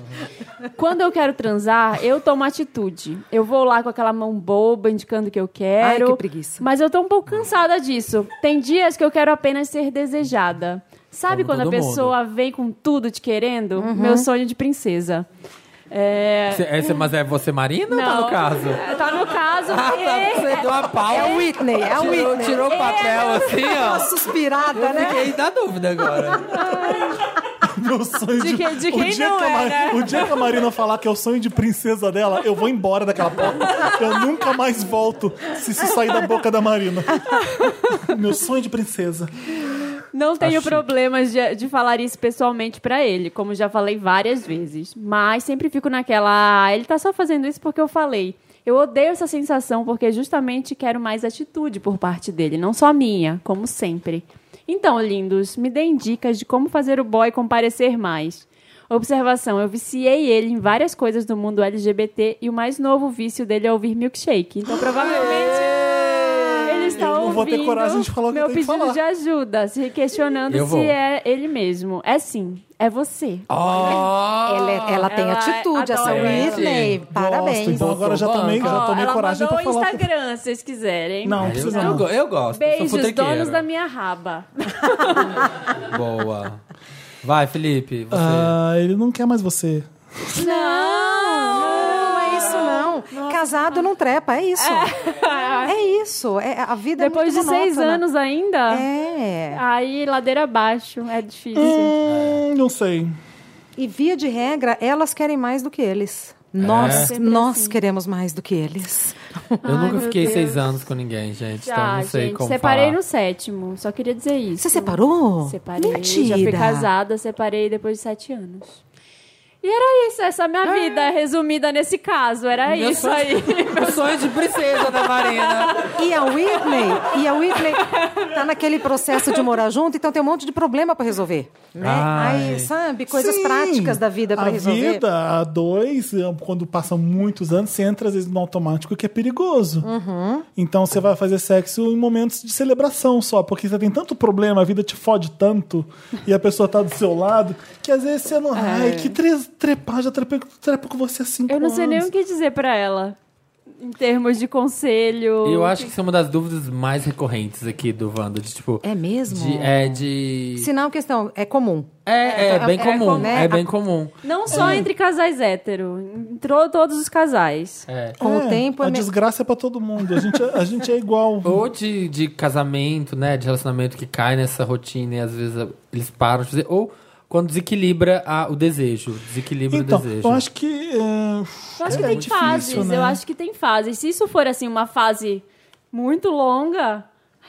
Quando eu quero transar, eu tomo atitude. Eu vou lá com aquela mão boba, indicando o que eu quero. Ai, que preguiça. Mas eu tô um pouco cansada disso. Tem dias que eu quero apenas ser desejada. Sabe Como quando a todo mundo. pessoa vem com tudo te querendo? Uhum. Meu sonho de princesa. um. É... Cê- é, cê- mas é você, Marina, ou tá no caso? É, Tá no caso. Ah, porque- tá, você deu a pau. É a Whitney, é a tirou, Whitney. tirou o papel assim, Uma ó. Tá suspirada, né? Fiquei na dúvida agora. Meu sonho De de, quem- de quem o dia não que a é, Ma- né? O dia que a Marina falar que é o sonho de princesa dela, eu vou embora daquela porta. Eu nunca mais volto se isso sair da boca da Marina. Meu sonho de princesa. Não tenho chique. problemas de, de falar isso pessoalmente pra ele, como já falei várias vezes. Mas sempre fico naquela. "Ah, Ele tá só fazendo isso porque eu falei. Eu odeio essa sensação porque justamente quero mais atitude por parte dele, não só minha, como sempre. Então, lindos, me deem dicas de como fazer o boy comparecer mais. Observação: eu viciei ele em várias coisas do mundo LGBT e o mais novo vício dele é ouvir milkshake. Então, provavelmente. Ele está Eu não vou ter ouvindo coragem de falar o que meu eu tenho que pedido falar. de ajuda, se questionando Eu se vou. é ele mesmo. É sim, é você. Ah! Ó! Ela, é- ela tem Ela atitude, essa adora. Whitney. Parabéns. Gosto, então agora já Banco. tomei, já Ó, tomei ela coragem mandou pra o falar. Instagram, se vocês quiserem. Não, não Eu, precisa eu, não. go- eu gosto. eu Beijos, sou donos futequeiro. da minha raba. Boa. Vai, Felipe. Você. Ah, ele não quer mais você. Não é isso, não. Casado não trepa, é isso. É, isso. É, a vida Depois é de muito seis monótona. anos ainda, É. aí ladeira abaixo, é difícil. Hum, não sei. E via de regra, elas querem mais do que eles. É. Nós, Sempre nós queremos mais do que eles. eu Ai, nunca meu fiquei Deus. seis anos com ninguém, gente. então Tá, Já, não sei gente, como separei falar. no sétimo, só queria dizer isso. Você separou? Separei, Mentira. já fui casada, separei depois de sete anos. E era isso, essa é Ah. minha vida resumida nesse caso, era Meu isso sonho- aí. O sonho de princesa da Marina. E a Whitney, e a Whitney tá naquele processo de morar junto, então tem um monte de problema para resolver. Né? Ai. Aí, sabe, coisas Sim, práticas da vida para resolver. A vida, a dois, é, quando passam muitos anos, você entra às vezes no automático, que é perigoso. Uhum. Então você vai fazer sexo em momentos de celebração só, porque você tem tanto problema, a vida te fode tanto, e a pessoa tá do seu lado, que às vezes você não. Ai, que tre- trepar, já trepei, trepo com você há cinco Eu não sei nem anos." o que dizer pra ela. Em termos de conselho. E eu acho que isso é uma das dúvidas mais recorrentes aqui do Wanda. De, tipo, É mesmo? de- é de. Sinal questão, é comum. É, é, bem é comum. comum, É, né? bem comum. Hum. Não só entre casais é hétero. Entrou todos os casais. É. Com É, o tempo A né? é me- desgraça é pra todo mundo. A gente, é- a gente é igual. Ou de, de casamento, né? De relacionamento que cai nessa rotina e às vezes a- eles param de fazer. Ou quando desequilibra a- o desejo. Desequilibra Então, o desejo. eu acho que. é, Eu acho que é tem difícil, fases. né? Eu acho que tem fases. Se isso for assim, uma fase muito longa,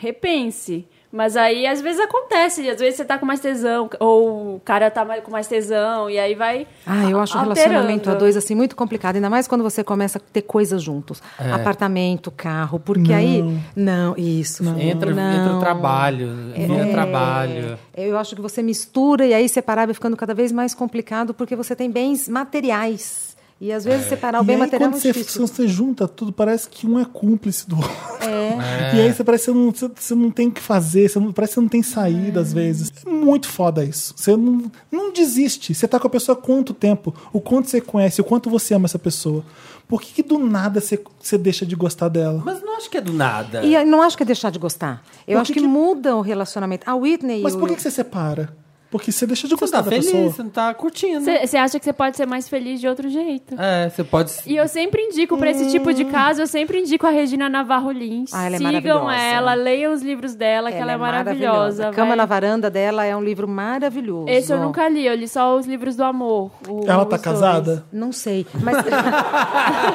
repense. Mas aí, às vezes, acontece. Às vezes você tá com mais tesão, ou o cara tá mais- com mais tesão, e aí vai. Ah, eu acho um alterando. relacionamento a dois assim muito complicado, ainda mais quando você começa a ter coisas juntos. Apartamento, carro, porque aí. Não, isso. Entra, não. entra o trabalho, vira trabalho. É, Eu acho que você mistura e aí separar vai ficando cada vez mais complicado porque você tem bens materiais. E às vezes separar o E bem aí, material é quando muito você, difícil. você junta tudo, parece que um é cúmplice do outro. É. E aí você parece que você não, você, você não tem o que fazer, você não, parece que você não tem saída às vezes. É muito foda isso. Você não, não desiste. Você tá com a pessoa há quanto tempo? O quanto você conhece, o quanto você ama essa pessoa. Por que, que do nada você, você deixa de gostar dela? Mas não acho que é do nada. E aí, não acho que é deixar de gostar. Eu Por acho que que, que- muda o relacionamento. A Whitney. Mas e o- por que, que você separa? Porque você deixa de Você não gostar tá da feliz, pessoa. você não tá curtindo. Você acha que você pode ser mais feliz de outro jeito. É, você pode. E eu sempre indico pra esse tipo de caso, eu sempre indico a Regina Navarro Lins. Hum. Ah, ela é Sigam maravilhosa. ela, leiam os livros dela, que ela é maravilhosa. A Cama vai. na varanda dela é um livro maravilhoso. Esse eu nunca li, eu li só os livros do amor. o- os Ela tá dois. casada? Não sei, mas.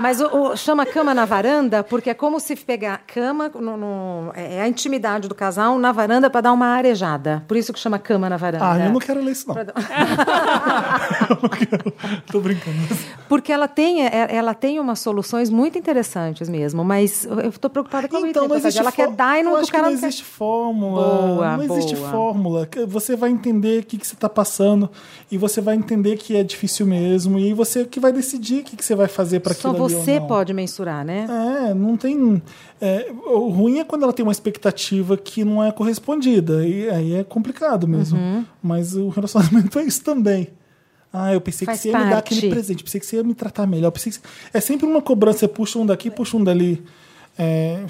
mas o, o- chama cama na varanda porque é como se pegar cama, no, no- é a intimidade do casal na varanda para dar uma arejada. Por isso que chama cama na varanda. Ah, eu não quero ler isso, não. Eu não quero. Tô brincando. Porque ela tem, é- ela tem umas soluções muito interessantes mesmo, mas eu estou preocupada com a Whitney, Então, não coitada. existe Ela quer fó- dar e não, eu o acho cara que não não quer. existe fórmula. Boa, não existe boa. fórmula. Que Você vai entender o que, que você está passando e você vai entender que é difícil mesmo. E aí você que vai decidir o que, que você vai fazer para Só aquilo ali ou você não. pode mensurar, né? É, não tem. é, o ruim é quando ela tem uma expectativa que não é correspondida. E aí é complicado mesmo. Uhum. Mas o relacionamento é isso também. Ah, eu pensei Faz que você ia me dar parte. aquele presente, pensei que você ia me tratar melhor. Pensei que... É sempre uma cobrança, você puxa um daqui, puxa um dali. É,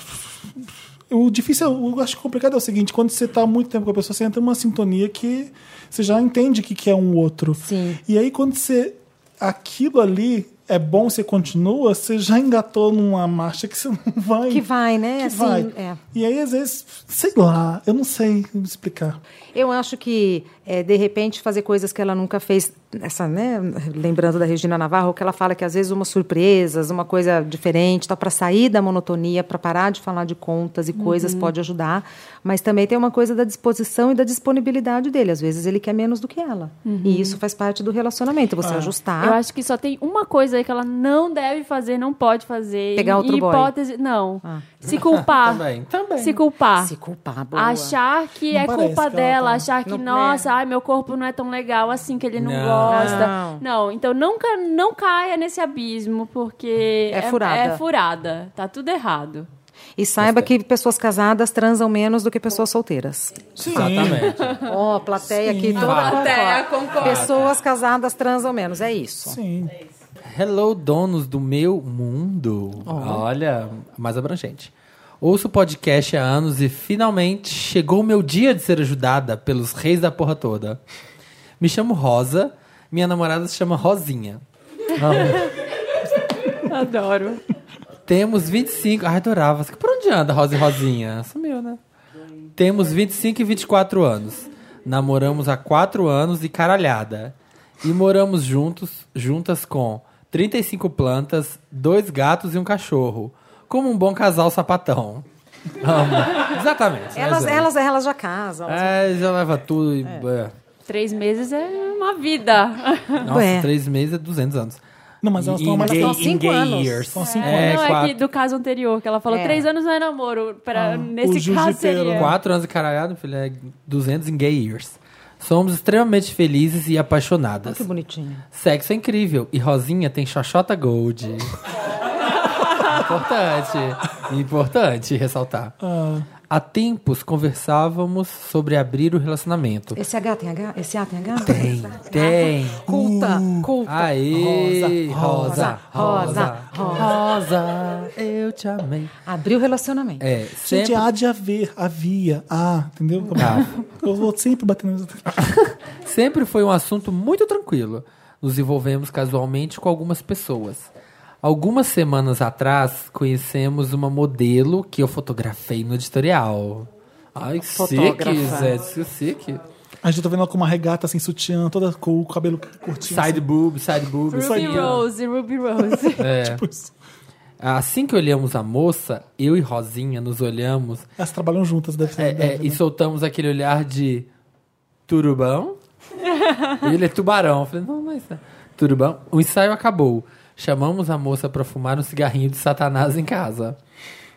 O difícil, eu acho que complicado é o seguinte: quando você está muito tempo com a pessoa, você entra numa sintonia que você já entende o que, que é um outro. Sim. E aí, quando você. Aquilo ali é bom, você continua, você já engatou numa marcha que você não vai. Que vai, né? que assim, vai. é. E aí, às vezes, sei lá, eu não sei explicar. Eu acho que, é, de repente, fazer coisas que ela nunca fez, essa, né, lembrando da Regina Navarro, que ela fala que às vezes umas surpresas, uma coisa diferente, tá, para sair da monotonia, para parar de falar de contas e coisas Uhum. pode ajudar, mas também tem uma coisa da disposição e da disponibilidade dele. Às vezes ele quer menos do que ela. E isso faz parte do relacionamento, Ah. você ajustar. Uhum. Eu acho que só tem uma coisa aí que ela não deve fazer, não pode fazer. Pegar Em outro boy. Ah. hipótese, Não. Se culpar. Também, também. Se culpar. Se culpar, boa. Achar que Não é parece culpa que ela dela, tá- achar que, Não- nossa, ai, meu corpo não é tão legal assim, que ele não, Não. gosta. Não. Não, então nunca não caia nesse abismo, porque É furada. é furada. Tá tudo errado. E saiba que pessoas casadas transam menos do que pessoas solteiras. Sim. Exatamente. Ó, a plateia aqui toda Fato. concorda. Plateia concorda. Pessoas casadas transam menos, é isso. Sim. Hello, donos do meu mundo. Olha, mais abrangente. Ouço o podcast há anos e finalmente chegou o meu dia de ser ajudada pelos reis da porra toda. Me chamo Rosa, minha namorada se chama Rosinha. Ah. Adoro. Temos 25. Ai, adorava. Por onde anda Rosa e Rosinha? Sumiu, né? Temos 25 e 24 anos. Namoramos há 4 anos e caralhada. E moramos juntos, juntas com 35 plantas, dois gatos e um cachorro. Como um bom casal sapatão. Amo. Exatamente. né, Elas, gente? elas, elas já casam. É, já leva tudo e. é. Três meses é uma vida. Nossa, Ué. 3 meses é 200 anos. Não, mas elas E- estão mais. em estão há gay- cinco em gay anos. years. Estão há cinco É, não, é quatro- que do caso anterior, que ela falou, É. três anos não é namoro. Pra, Ah, o nesse caso jiu-jiteiro. seria... Quatro anos e caralhado, filho, é 200 em gay years. Somos extremamente felizes e Olha apaixonadas. que bonitinho. Sexo é incrível. E Rosinha tem xoxota gold. importante. Importante ressaltar. Ah, Há tempos conversávamos sobre abrir o relacionamento. Esse H tem H? Esse A tem H? Tem, tem. Culta, Uh. culta. Aí, Rosa, rosa, rosa, rosa, rosa, eu te amei. Abriu o relacionamento. É, gente, sempre... há de haver, havia, ah, entendeu? Eu vou sempre batendo. Sempre foi um assunto muito tranquilo. Nos envolvemos casualmente com algumas pessoas. Algumas semanas atrás, conhecemos uma modelo que eu fotografei no editorial. Ai, que Fotógrafa. sique, Zé, que sique. A gente tá vendo ela com uma regata sem sutiã, toda cool, com o cabelo curtinho. assim. Side boob, side boob. Ruby assim, ó. Rose, Ruby Rose. É. Tipo isso. Assim que olhamos a moça, eu e Rosinha nos olhamos Elas trabalham juntas, deve ser. É, deve, é, né? e soltamos aquele olhar de turubão. Ele é tubarão. Eu falei, não, mas é turubão. O ensaio acabou. Chamamos a moça para fumar um cigarrinho de satanás em casa.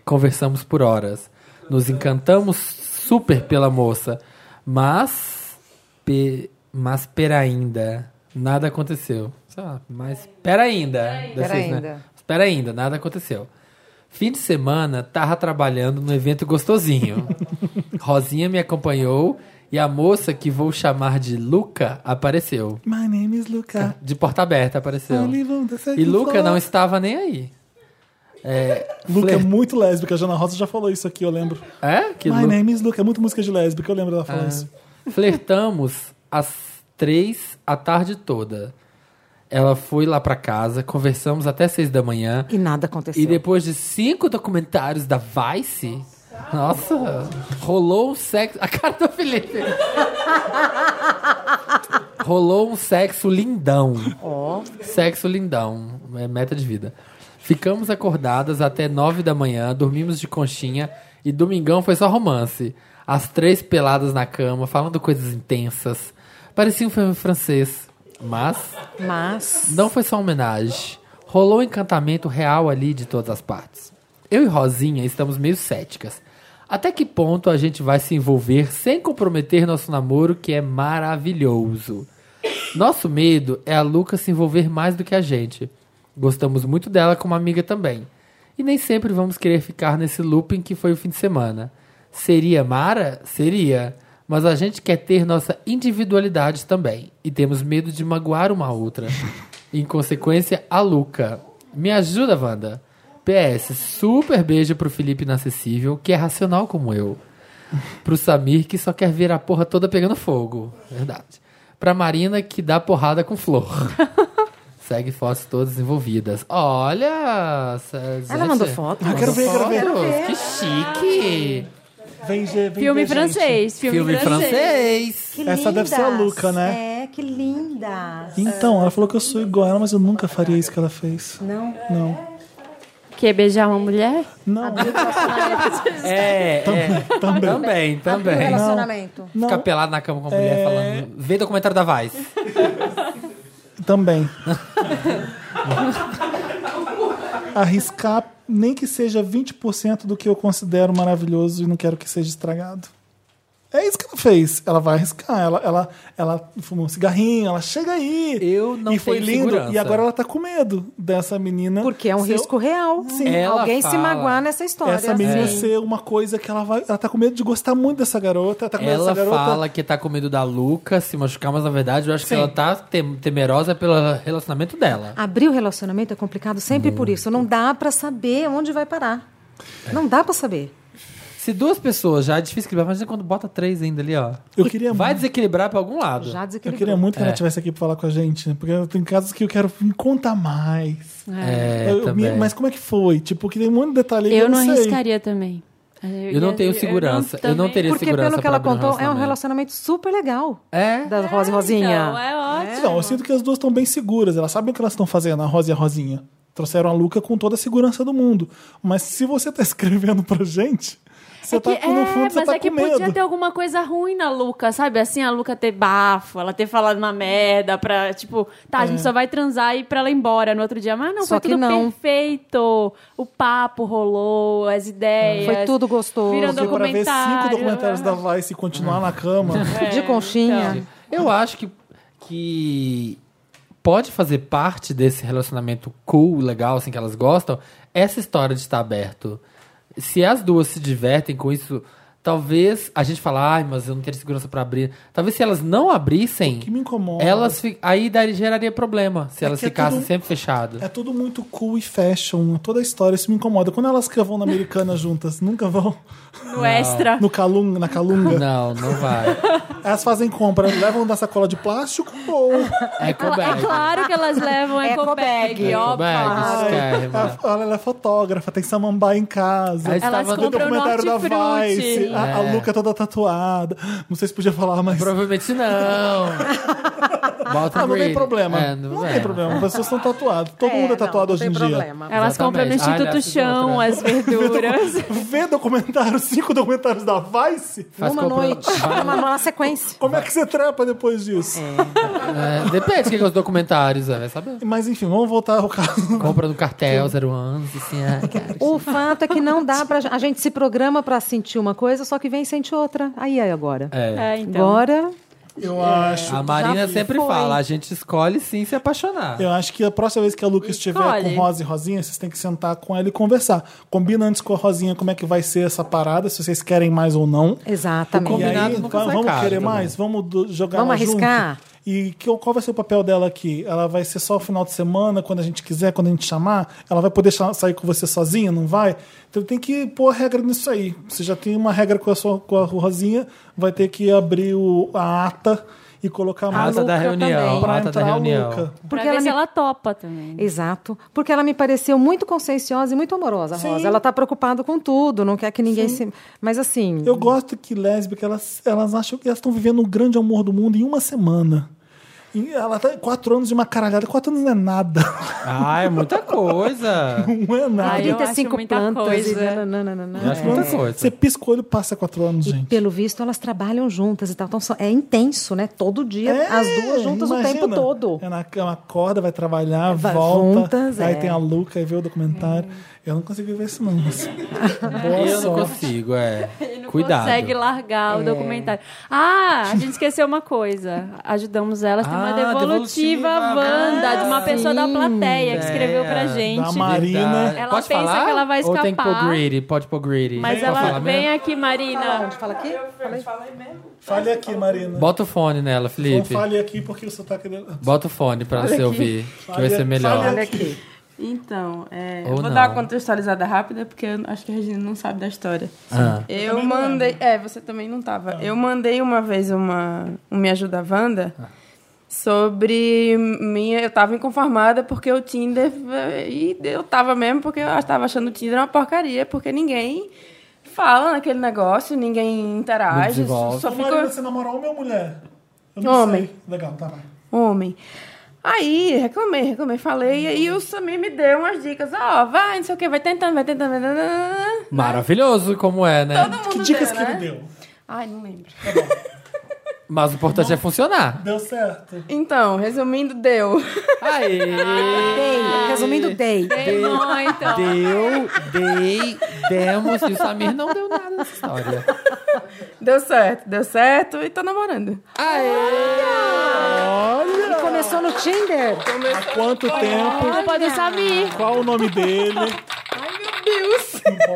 Conversamos por horas. Nos encantamos super pela moça. Mas. Pe, mas pera ainda. Nada aconteceu. Sei lá, mas pera ainda. Deve ser isso, né? ainda. Espera ainda, nada aconteceu. Fim de semana, tava trabalhando no evento gostosinho. Rosinha me acompanhou e a moça que vou chamar de Luca apareceu. My name is Luca. De porta aberta apareceu. I live on the second Então, E Luca floor. não estava nem aí. Luca é Fler- muito lésbica, a Jana Rosa já falou isso aqui, eu lembro. É? Que My Lu- Ah. name is Luca, é muito música de lésbica, eu lembro dela falando isso. Flertamos às três a tarde toda. Ela foi lá pra casa, conversamos até seis da manhã. E nada aconteceu. E depois de cinco documentários da Vice, nossa, rolou um sexo. A cara do Felipe. rolou um sexo lindão. Sexo lindão. É meta de vida. Ficamos acordadas até nove da manhã, dormimos de conchinha e domingão foi só romance. As três peladas na cama, falando coisas intensas. Parecia um filme francês, mas Mas. não foi só homenagem. Rolou um encantamento real ali de todas as partes. Eu e Rosinha estamos meio céticas. Até que ponto a gente vai se envolver sem comprometer nosso namoro, que é maravilhoso? Nosso medo é a Luca se envolver mais do que a gente. Gostamos muito dela como amiga também. E nem sempre vamos querer ficar nesse looping que foi o fim de semana. Seria Mara? Seria. Mas a gente quer ter nossa individualidade também. E temos medo de magoar uma outra. Em consequência, a Luca. Me ajuda, Wanda. PS, super beijo pro Felipe Inacessível, que é racional como eu. Pro Samir, que só quer ver a porra toda pegando fogo. Verdade. Pra Marina, que dá porrada com flor. Segue fotos todas envolvidas. Olha! Ela mandou foto. Ah, quero ver, quero ver. Que chique! Vem, Gê, vem Filme ver, gente. francês, filme, Filme francês. francês! Que Essa deve ser a lindas. Luca, né? É, que linda. Então, ela falou que eu sou igual a ela, mas eu nunca faria isso que ela fez. Não. Não. Quer beijar uma mulher? Não, É, é. também, também. Relacionamento. não. Ficar pelado na cama com a mulher É. falando. Vê documentário da Vice. Também. Arriscar nem que seja 20% do que eu considero maravilhoso e não quero que seja estragado. É isso que ela fez. Ela vai arriscar. Ela, ela, ela fumou um cigarrinho, ela chega aí. Eu não E foi tenho lindo. segurança. E agora ela tá com medo dessa menina. Porque é um ser- risco real. Ela Alguém se fala. magoar nessa história. Essa menina Sim. ser uma coisa que ela vai. Ela tá com medo de gostar muito dessa garota. Tá com medo Ela dessa garota. fala que tá com medo da Luca se machucar, mas na verdade eu acho que Sim. ela tá tem- temerosa pelo relacionamento dela. Abrir o relacionamento é complicado sempre por isso. Não dá pra saber onde vai parar. Não dá pra saber. Se duas pessoas já é difícil equilibrar, imagina quando bota três ainda ali, ó. Eu queria Vai muito. desequilibrar pra algum lado. Já Eu desequilibrou. queria muito que ela É. estivesse aqui pra falar com a gente, né? porque tem casos que eu quero me contar mais. É, Eu- eu- também. mas como é que foi? Tipo, que tem um monte de detalhe aí que Eu não sei. arriscaria também. Eu não tenho eu segurança. Eu não, também- teria Porque segurança. pelo que pra ela abrir um contou, é um relacionamento super legal. É? Da Rosa e Então, Rosinha. é ótimo. Não, eu sinto que as duas estão bem seguras. Elas sabem o que elas estão fazendo, a Rosa e a Rosinha. Trouxeram a Luca com toda a segurança do mundo. Mas se você tá escrevendo pra gente, você É que- tá com, no fundo, é, você mas tá é que com medo. podia ter alguma coisa ruim na Luca, sabe? Assim, a Luca ter bafo, ela ter falado uma merda pra, tipo, tá, a É. gente só vai transar e ir pra ela embora no outro dia. Mas não, Só foi que tudo não. perfeito. O papo rolou, as ideias. Foi tudo gostoso. Virou Porque pra ver cinco um é, documentário, documentários é. da Vice e continuar na cama. De conchinha. então. Eu acho que, que pode fazer parte desse relacionamento cool, legal, assim, que elas gostam, essa história de estar aberto. Se as duas se divertem com isso, talvez a gente fala, ai, mas eu não tenho segurança pra abrir. Talvez se elas não abrissem, que me incomoda. elas fi- aí daria, geraria problema se É elas que é ficassem tudo- sempre fechadas. É tudo muito cool e fashion. Toda a história, isso me incomoda. Quando elas que vão na Americana juntas, nunca vão No extra. no calung, na calunga. Não, não É vai. Elas fazem compra, levam da sacola de plástico ou É É cobag. claro que elas levam Eco eco é bag, bag. ó. Cobag, Ela, ela- ela é fotógrafa, tem samambaia em casa. Aí Elas Tem Tava no compram documentário da Vice. hortifruti. A, a É. Luca toda tatuada. Não sei se podia falar, mas. Provavelmente não. Bota Ah, não tem Reed. problema. É, não é. tem problema. As pessoas estão tatuadas. Todo É, mundo é não, tatuado não hoje tem em problema. Elas compram no Exatamente. Instituto Ah, aliás, Chão outra. as verduras. dia. Então, Vê documentário, cinco documentários da Vice? Faz Numa compra- noite. Numa, numa sequência. Como é que você trepa depois disso? É, depende do que, que é os documentários, é, vai saber. Mas enfim, vamos voltar ao caso. Compra no cartel, zero anos, assim, ah, cara. O fato é que não dá pra. A gente se programa pra sentir uma coisa, só que vem e sente outra. Aí, aí agora. É. É, então. Agora. Eu acho. A Marina Já sempre foi. fala, a gente escolhe sim se apaixonar. Eu acho que a próxima vez que a Luca estiver Escolhe. com Rosa e Rosinha, vocês têm que sentar com ela e conversar. Combina antes com a Rosinha como é que vai ser essa parada, se vocês querem mais ou não. Exatamente. E aí, Combinado nunca va- sai vamos caro querer também. mais? Vamos do- jogar Vamos ela junto? arriscar? E que- qual vai ser o papel dela aqui? Ela vai ser só o final de semana, quando a gente quiser, quando a gente chamar? Ela vai poder cha- sair com você sozinha, não vai? Então tem que pôr regra nisso aí. Você já tem uma regra com a, sua, com a Rosinha, vai ter que abrir o- a ata e colocar A mais ata da Luca reunião, também. a pra ata da entrar a reunião. Luca. Porque Porque ela ela se me- ela topa também. né? Exato. Porque ela me pareceu muito conscienciosa e muito amorosa, Sim. Rosa. Ela está preocupada com tudo, não quer que ninguém se. Mas assim. Eu gosto que lésbicas, elas, elas acham que elas estão vivendo o grande amor do mundo em uma semana. E ela tá quatro anos de uma caralhada. Quatro anos não é nada. Ah, é muita coisa. Não é nada. Ai, eu acho 35 muita plantas. coisa. né? E nananana. Eu acho É. muita Você coisa. pisca o olho, passa quatro anos, né? E gente. pelo visto elas trabalham juntas e tal. Então são- é intenso, né? Todo dia, É, as duas juntas o imagina. tempo todo. É na cama, acorda, vai trabalhar, Vai volta. juntas, aí é. tem a Luca, aí vê o documentário. Eu não consigo ver isso, não. mas- Boa Eu não sorte. consigo, é. não Cuidado. consegue largar o documentário. Ah, a gente esqueceu uma coisa. Ajudamos elas. Tem uma Ah, devolutiva devolutiva, É, Wanda, de uma sim, pessoa da plateia que escreveu pra velho. Da gente. Mari- Marina. Ela Pode pensa falar? que ela vai Ou tem que pôr escapar. greedy? Pode pôr greedy. Mas Pode ela falar mesmo? vem aqui, Marina. Onde fala aqui? Falei. Fale aqui, Marina. Bota o fone nela, Não Felipe. fale aqui porque o sotaque dela. Bota o fone pra você ouvir, que vai Fale- ser melhor. fale tá Olha aqui. Então, é, Ou eu vou não. dar uma contextualizada rápida, porque eu acho que a Regina não sabe da história. Ah. Eu, mandei. É, você também não tava. Eu mandei uma vez uma, um Me Ajuda Wanda sobre minha. Eu tava inconformada porque o Tinder. eh, E eu tava mesmo porque eu tava achando o Tinder uma porcaria, porque ninguém fala naquele negócio, ninguém Tá, Não interage, desenvolve. só Ô, Maria, fica você namorou homem ou mulher? Eu não Homem. sei. Legal, tá vai. homem. Aí, reclamei, reclamei, falei, e aí o Samir me deu umas dicas, ó, vai, não sei o que, vai tentando, vai tentando, vai tentando. Maravilhoso como é, né? Todo mundo Que dicas deu, que né? ele deu? Ai, não lembro. Mas o importante é funcionar. Deu certo. Ah, Então, resumindo, deu. Aí. Dei. Resumindo, dei. Demônio, então. Deu, dei, demos e o Samir não deu nada nessa história. Deu certo, deu certo e tô namorando. Olha! E começou no Tinder. Há quanto tempo? Culpa do Samir. Qual o nome dele? Ai, meu Deus! Não Então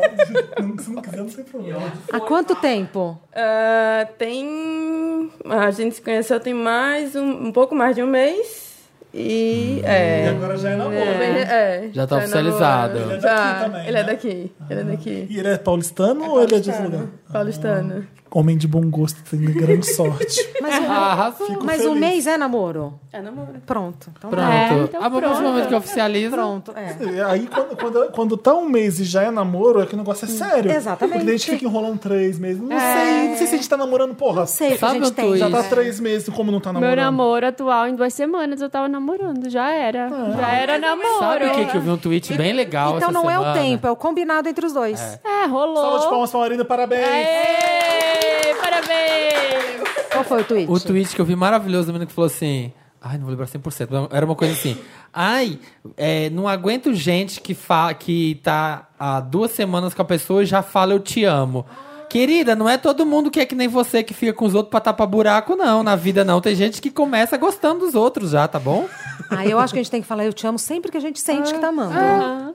pode- Se não quiser, não tem problema. Há quanto tempo? Ah, tem. A gente se conheceu tem mais um, um pouco mais de um mês. E. E É. agora já é namoro. é, Hum. Já tá é oficializado. namorado. Ele é daqui Já, também, Ele é né? daqui. Ele é daqui. E ele é paulistano ou ele é de outro lugar? Ah, Paulistano. Homem de bom gosto, tem grande sorte. Mas um, Arrasou. mas um feliz. mês é namoro? É namoro. Pronto. Então, Pronto. É, então a partir do pronto. momento que oficializa. Pronto. é. É, Aí, quando, quando, quando tá um mês e já é namoro, é que o negócio é sério. Exatamente. É. Porque daí a gente fica enrolando três meses. Não sei, não sei se a gente tá namorando, porra. Sei o que a Sabe gente o tem. Já tweet? tá três meses como não tá Meu namorando. namoro atual, em duas semanas eu tava namorando, já era. Já era namoro. Ah. Sabe o que, que eu vi um tweet bem legal Então essa não é o semana? tempo, é o combinado entre os dois. É, Salva de rolou. palmas pra Marina, parabéns. Aê, parabéns! Qual foi o tweet? O tweet que eu vi maravilhoso da menina que falou assim. Ai, não vou lembrar 100%, mas era uma coisa assim. Ai, é, não aguento gente que, fa que tá há duas semanas com a pessoa e já fala eu te amo. Querida, não é todo mundo que é que nem você que fica com os outros pra tapar buraco, não. Na vida não. Tem gente que começa gostando dos outros já, tá bom? Ah, eu acho que a gente tem que falar eu te amo sempre que a gente sente que tá amando.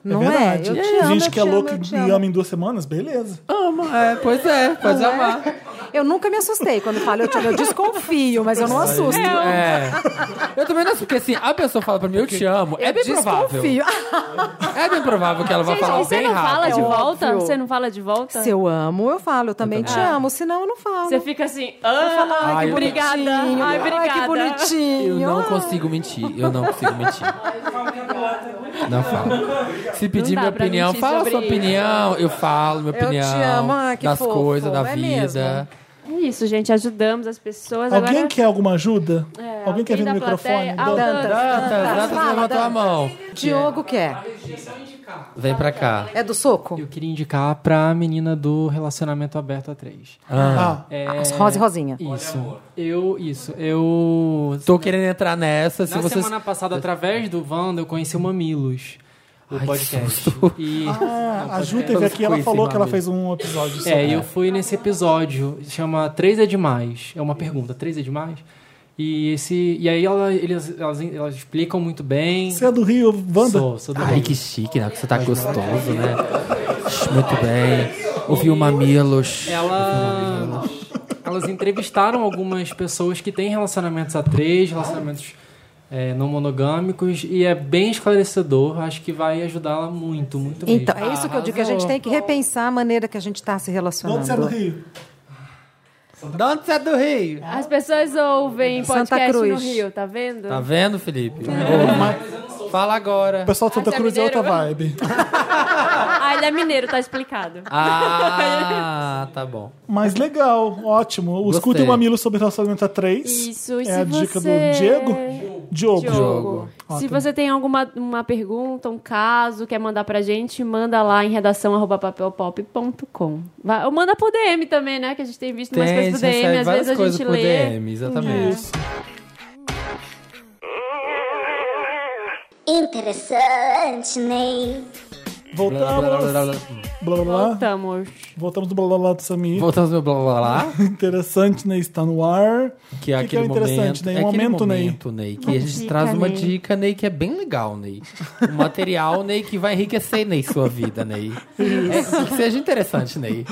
Não é? verdade. Eu te amo, Gente eu que te é amo, louca eu te e amo. ama em duas semanas, beleza. Ama, é, pois é, pode amar. Eu nunca me assustei quando falo eu te amo. Eu desconfio, mas eu não assusto. É. Eu também não sei, porque assim, a pessoa fala pra mim, eu te amo, é bem provável. Desconfio. É bem provável que ela vai Gente, falar e você bem não rápido. fala de É volta? óbvio. Você não fala de volta? Se eu amo, eu falo. Eu também te amo. Senão eu não falo. Você fica assim, ah, Ai, eu- obrigada. Ai, obrigada. que Eu bonitinho. não consigo mentir, eu não consigo mentir. Não falo. Se pedir Não dá minha pra opinião, mentir fala sobre sua opinião, eu falo minha te opinião amo, ah, que das fofo, coisas, da é vida. É isso, gente, ajudamos as pessoas. Alguém Agora, quer alguma ajuda? É, alguém quer vir no da microfone? plateia? Ah, Dá- Aldantas. Dantas, Dantas Fala, levantou a Dantas. mão. Diogo quer. Vem pra cá. É do soco? Eu queria indicar pra menina do relacionamento aberto a três. Ah, É, As Rosa e Rosinha. Isso. Eu, isso. Eu. Tô querendo entrar nessa, se Na vocês... semana passada, através do Wanda, eu conheci o Mamilos. O Ai, que podcast. susto. E. ah, a Ju teve Todos aqui, ela conhecem, falou que ela Mamilos. fez um episódio sobre. É, e eu fui nesse episódio, chama Três é Demais. É uma pergunta, Três é Demais? E, esse, e aí ela, eles, elas, elas explicam muito bem. Você é do Rio, Wanda? Sou, sou do Ai, Rio. que chique, né? Que você tá é gostoso, né? Muito bem. Ouviu mamilos. Ela, elas entrevistaram algumas pessoas que têm relacionamentos a três, relacionamentos é, não monogâmicos, e é bem esclarecedor. Acho que vai ajudá-la muito, muito mesmo. Então, é isso que eu digo, que a gente tem que repensar a maneira que a gente está se De onde você é do relacionando. Rio? De onde você é do Rio? as pessoas ouvem Santa podcast no Cruz. Rio, tá vendo? Tá vendo, Felipe? Ô, mas- Fala agora. O pessoal de Santa Ah, você é Cruz é outra mineiro? vibe. Ah, ele é mineiro, tá explicado. Ah, tá bom. Mas legal, ótimo. O Gostei. Escuta o Mamilo sobre relacionamento a três. Isso, e É se a dica você- do Diego? Diogo. Diogo. Se Ótimo. você tem alguma uma pergunta, um caso, quer mandar pra gente, manda lá em redação arroba papelpop.com. Vai- Ou manda por DM também, né? Que a gente tem visto mais coisas por recebe DM, às várias vezes a coisas gente por lê. DM, exatamente. Interessante, Ney. Voltamos. Blá, blá, blá, blá, blá. Blá, blá, blá. Estamos. Voltamos do blá blá blá do Samir. Voltamos ao blá blá blá, blá, Interessante, Ney, está no ar. que é O que que é aquele interessante, momento, Ney? é Um aquele momento, Ney. momento, Ney, que Uma a gente dica, traz uma Ney. dica, Ney, que é bem legal, Ney. Um material, Ney, que vai enriquecer, Ney, sua vida, Ney. É, que seja interessante, Ney.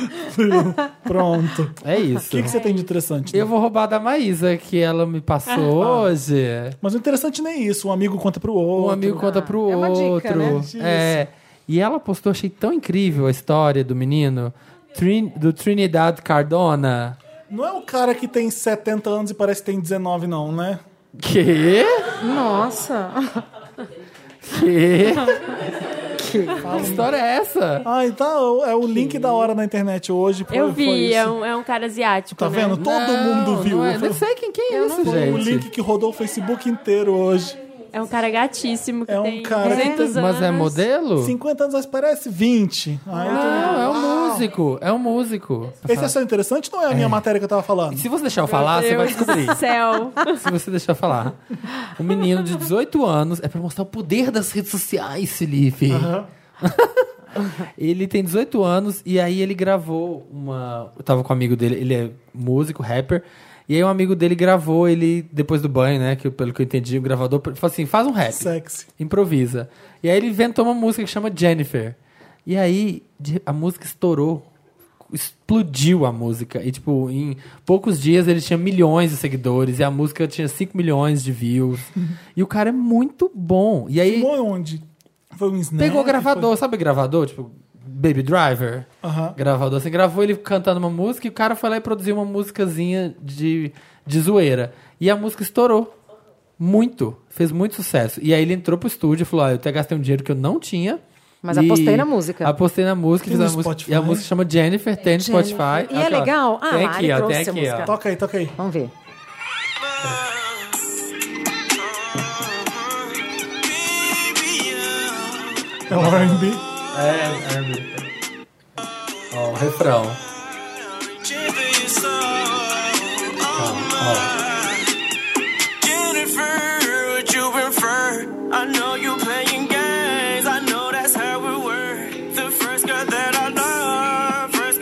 Pronto. O É isso. que, que você tem de interessante? Ney? Eu vou roubar da Maísa, que ela me passou hoje. Mas o interessante nem é isso. Um amigo conta pro Um outro. amigo conta pro é uma dica, né? outro. né? É. E ela postou, achei tão incrível a história do menino, Trin- do Trinidad Cardona. Não é o cara que tem 70 anos e parece que tem 19, não, né? Quê? Nossa. Quê? Que história é essa? Ah, então é o link da hora na internet hoje. Foi, Eu foi vi, isso. é um, é um cara asiático, Tá né? vendo? Todo Não, mundo viu. Não, é. Foi- não sei quem, quem é isso, foi o gente. link que rodou o Facebook inteiro hoje. É um cara gatíssimo que É um tem cara que 200 anos. Mas é modelo? 50 anos, mas parece 20. Aí todo mundo- Não, é um músico. É um músico. Esse é só interessante ou não é a minha matéria que eu tava falando? Se você deixar eu falar, você vai descobrir. Céu. Se você deixar eu falar. Um menino de 18 anos. É pra mostrar o poder das redes sociais, Felipe. ele tem 18 anos e aí ele gravou uma. Eu tava com um amigo dele, ele é músico, rapper. E aí um amigo dele gravou ele depois do banho, né? Que pelo que eu entendi, o gravador falou assim: faz um rap. Sexy. improvisa. E aí ele inventou uma música que chama Jennifer. E aí de- a música estourou. Explodiu a música. E, tipo, em poucos dias ele tinha milhões de seguidores. E a música tinha 5 milhões de views. e o cara é muito bom. E aí Foi onde? Foi um snap? pegou o Foi... gravador, sabe gravador? Tipo, Baby Driver. Aham. Gravador assim, gravou ele cantando uma música e o cara foi lá e produziu uma musicazinha de, de zoeira. E a música estourou. Muito. Fez muito sucesso. E aí ele entrou pro estúdio e falou: Ah, eu até gastei um dinheiro que eu não tinha. Mas E apostei na música. Apostei na música, E fiz no a música. Spotify? E a música chama Jennifer, tem no Jennifer. Spotify. E Olha é aqui, ó. legal? Ah, tem lá, ele aqui, ó, trouxe tem a aqui, música. ó. Toca aí, toca aí. Vamos ver. É o R&B. É, Ó, o refrão.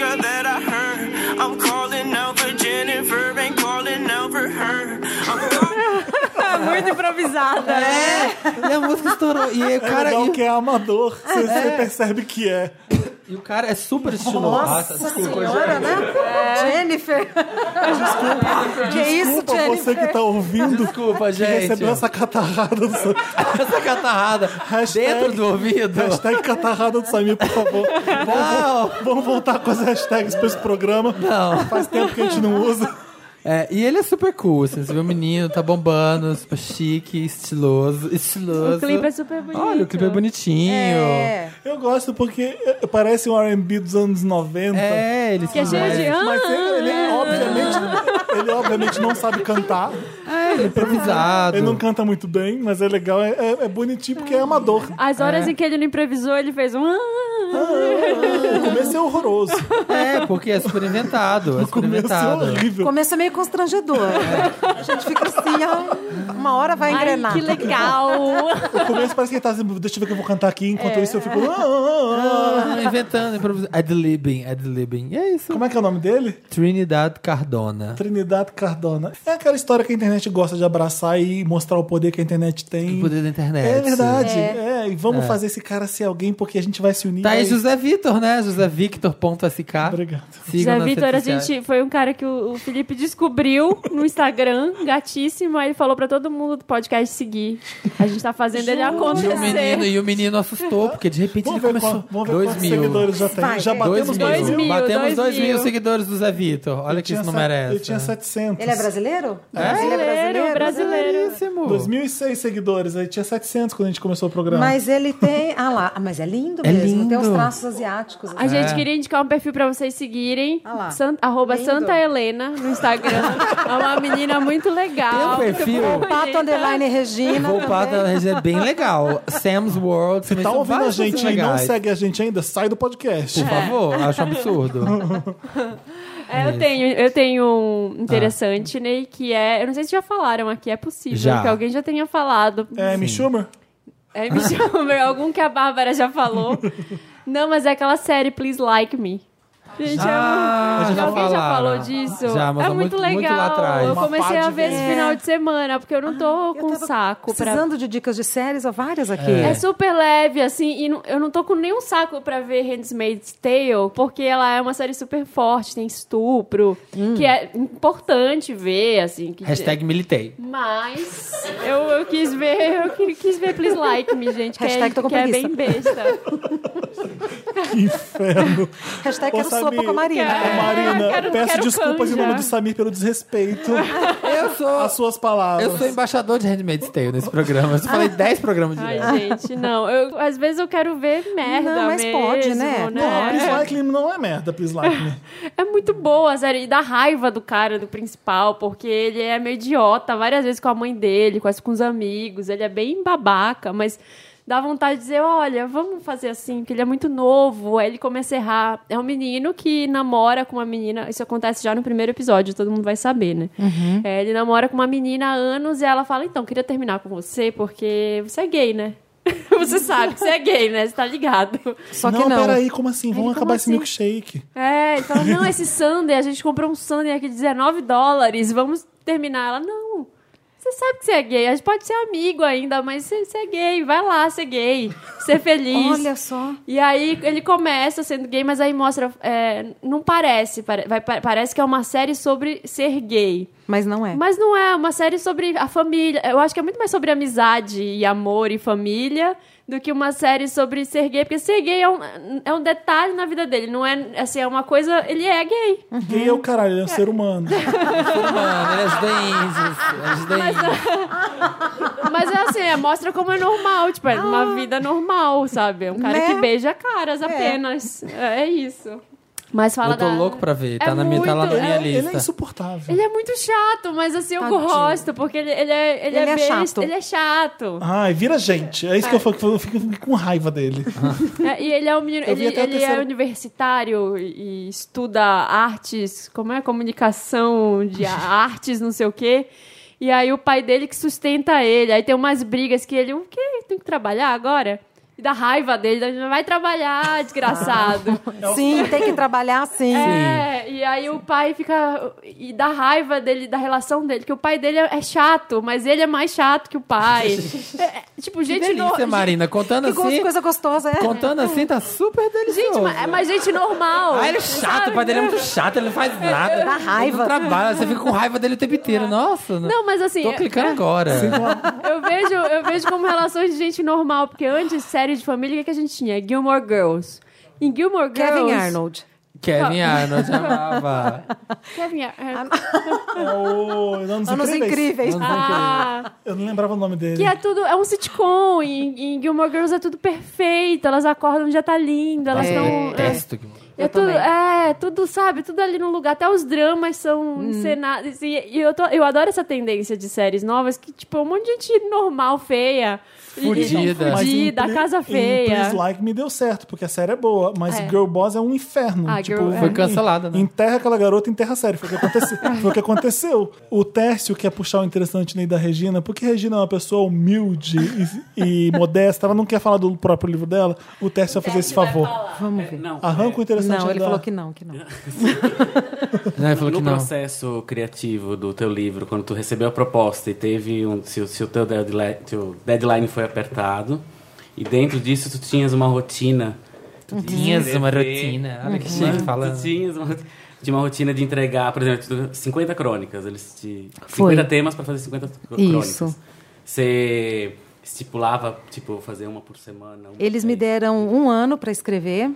Muito improvisada. né? E a música estourou. E aí o É cara. legal e o- que é amador. Você, você percebe que é. E o cara é super estiloso. Nossa senhora, né? É. Jennifer. Que é isso, Desculpa você que Jennifer? tá ouvindo. Desculpa, Que gente. recebeu essa catarrada. do Sa- Essa catarrada Hashtag- dentro do ouvido. Hashtag catarrada do Samir, por favor. Não. Vamos voltar com as hashtags pra esse programa. Não. Faz tempo que a gente não usa. É, e ele é super cool, assim, você vê o menino, tá bombando, super chique, estiloso, estiloso. O clipe é super bonito. Olha, o clipe é bonitinho. É, É. Eu gosto porque parece um R&B dos anos 90. ele Que é cheio de... Ah, Mas ele, ele obviamente, ele obviamente não sabe cantar. É, improvisado. Ele não canta muito bem, mas é legal. É, é- é bonitinho porque é amador. É. As É. horas em que ele não improvisou, ele fez Ah, um... O começo é horroroso. É, porque é super inventado, é O super começo é inventado. horrível. Começo é meio constrangedor. A gente fica assim, ó, uma hora vai Ai, engrenar. que legal. O começo parece que ele tá assim, deixa eu ver o que eu vou cantar aqui. Enquanto isso eu fico... "Ah, ah, ah, ah." Ah, inventando, improvisando. Adlibbing, adlibbing. E é isso. Como é que é o nome dele? Trinidad Cardona. Trinidad Cardona. É aquela história que a internet gosta de abraçar e mostrar o poder que a internet tem. O poder da internet. É verdade. É, e vamos fazer esse cara ser alguém porque a gente vai se unir. Tá aí aí. José Vitor, né? josévictor.sk. Obrigado. Sigam Zé nas Vitor, a redes sociais. gente foi um cara que o, o Felipe descobriu no Instagram, gatíssimo, aí ele falou pra todo mundo do podcast seguir. A gente tá fazendo ele E o menino, acontecer. e o menino assustou, porque de repente Vamos ele ver, começou. qual- vamos ver dois quantos mil. seguidores já tem. já Dois batemos mil. dois mil. mil, Batemos dois 2 mil mil. seguidores do Zé Vitor. Olha que Tinha isso não set- merece. Eu tinha 700. Ele é brasileiro? É? Ele Brasileiro, brasileiro. Belíssimo. 2006 seguidores, aí tinha 700 quando a gente começou o programa. Mas ele tem. Ah lá, ah, mas é lindo É mesmo. Tem uns lindo. É. traços asiáticos. A gente queria indicar um perfil pra vocês seguirem. Ah lá. San- arroba Lindo. Santa Helena no Instagram. é uma menina muito Tem legal. um perfil. muito bonita. Pato Underline Regina. Roupado também. da região é bem legal. Sam's World. Se também tá são ouvindo a várias gente coisas e não legais. segue a gente ainda, sai do podcast. É. Por favor, acho um absurdo. É, eu, tenho, eu tenho um interessante, Ney, que é. Eu não sei se já falaram aqui, é possível Ah. Já. que alguém já tenha falado. É, Amy Schumer? É, me chama, algum que a Bárbara já falou. Não, mas é aquela série Please Like Me. Gente, Ah, eu, já alguém já falaram. falou disso? Já, mas é é muito muito- legal. muito lá atrás. Eu Uma comecei pá a de ver esse vez. final de semana, porque eu não tô Ah, Eu com tava saco pra Precisando de dicas de séries, ó, várias aqui. é super leve, assim, e não- eu não tô com nenhum saco pra ver Handmaid's Tale, porque ela é uma série super forte, tem estupro, Hum. que é importante ver, assim. que- Hashtag militei. Mas eu, eu quis ver, eu qui- quis ver Please Like Me, gente, que, é, Hashtag tô com que é preguiça. bem besta. Que inferno. Hashtag Ô, quero sopa Samir, com a Marina. Ô, Marina, É, quero- peço quero desculpas em canja. nome do Samir pelo desrespeito. Eu sou. As suas palavras. Eu sou embaixador de Handmaid's Tale nesse programa. Eu só falei 10 programas de Ai, gente, não. Eu, às vezes eu quero ver merda. Não, mas mesmo, pode, né? Não, Please Like Me não é merda, Please Like Me. É muito boa a série. E dá raiva do cara, do principal, porque ele é meio idiota várias vezes com a mãe dele, quase com os amigos. Ele é bem babaca, mas dá vontade de dizer: olha, vamos fazer assim, porque ele é muito novo. Aí ele começa a errar. É um menino que namora com uma menina. Isso acontece já no primeiro episódio, todo mundo vai saber, né? Uhum. É, ele namora com uma menina há anos e ela fala: então, queria terminar com você porque você é gay, né? você sabe que você é gay, né? Você tá ligado. Só que não, não. peraí, como assim? Ele, Vamos como acabar esse assim? milkshake. É, ele fala, não, esse sundae, a gente comprou um sundae aqui de 19 dólares, vamos terminar. Ela, não, você sabe que você é gay, a gente pode ser amigo ainda, mas você, você é gay, vai lá ser gay, ser é feliz. Olha só. E aí ele começa sendo gay, mas aí mostra, é, não parece, pare- vai- pa- parece que é uma série sobre ser gay. Mas não é. Mas não é, é uma série sobre a família. Eu acho que é muito mais sobre amizade e amor e família do que uma série sobre ser gay, porque ser gay é um, é um detalhe na vida dele, não é assim, é uma coisa, ele é gay. Uhum. Gay é o caralho, ele é um ser humano. Mano, ele ajuda índios. Ajuda índios. Mas é assim, é, mostra como é normal, tipo, é uma vida normal, sabe? É um cara Ah. Né? que beija caras apenas. É, é isso. Mas fala Eu tô da- louco pra ver. É Tá, na minha, tá lá na muito, minha Ele, ele é lista. insuportável. Ele é muito chato, mas assim, eu Tadinho. gosto, porque ele, ele é, ele Ele é, é besta, chato. ele é chato. Ai, vira gente. É isso que eu fico, eu fico- eu fico com raiva dele. É, e ele é um menino, Eu vi ele, até o ele terceiro- é universitário e e estuda artes, como é comunicação de a- artes, não sei o quê. E aí o pai dele que sustenta ele. Aí tem umas brigas que ele, o quê? Tem que trabalhar agora? E dá raiva dele, ele vai trabalhar, desgraçado. Sim, tem que trabalhar sim. É, e aí o pai fica. E da raiva dele, da relação dele, que o pai dele é é chato, mas ele é mais chato que o pai. É, é, tipo, gente, no- Delícia, Marina. Contando Que gosto, assim. coisa gostosa, é. Contando assim, tá super delicioso. Gente, mas, é mais gente normal. Ah, ele é chato, o pai dele é muito chato, ele não faz nada. Dá Ele não raiva. trabalha, você fica com raiva dele o tempo inteiro. Nossa, Não, mas assim, tô clicando agora. eu vejo, eu vejo como relações de gente normal, porque antes série de família, o que, que a gente tinha? Gilmore Girls. Em Gilmore Girls. Kevin Arnold. Kevin Arnold amava. Kevin Arnold. É o Anos, Anos incríveis. Ah, Eu não lembrava o nome dele. que é tudo, é um sitcom. E em, em Gilmore Girls é tudo perfeito. Elas acordam, já tá lindo. Elas Nossa, É, eu estão. detesto É, que- É tudo, é, tudo, sabe? Tudo ali no lugar. Até os dramas são encenados. E, e eu, tô- eu adoro essa tendência de séries novas que, tipo, é um monte de gente normal, feia. e- e- Fudida. Mas em Fudida, Ple- casa em feia. Please Like Me deu certo, porque a série é boa, mas É. Girl Boss é um inferno. Ah, tipo, Girl- Foi em- cancelada, né? Enterra aquela garota, enterra a série. Foi o que aconteceu. foi o, que aconteceu. o Tércio quer puxar o interessante nele da Regina, porque Regina é uma pessoa humilde e, e modesta, ela não quer falar do próprio livro dela. O Tércio vai fazer esse favor. Vamos ver. Não, Arranca o interessante Não, ele da- falou que não, que não. Não, ele falou no que não. processo criativo do teu livro, quando tu recebeu a proposta e teve um, se, o- se o teu deadline, teu deadline foi apertado e dentro disso tu tinhas uma rotina. Tu Uhum. Tinhas uma rotina. Olha que chique Tu falando. tinhas uma, de uma rotina de entregar, por exemplo, tu- 50 crônicas. Eles te. Foi. 50 temas para fazer 50 cr- crônicas. Isso. Você estipulava, tipo, fazer uma por semana. uma Eles por me mês. deram um ano para escrever.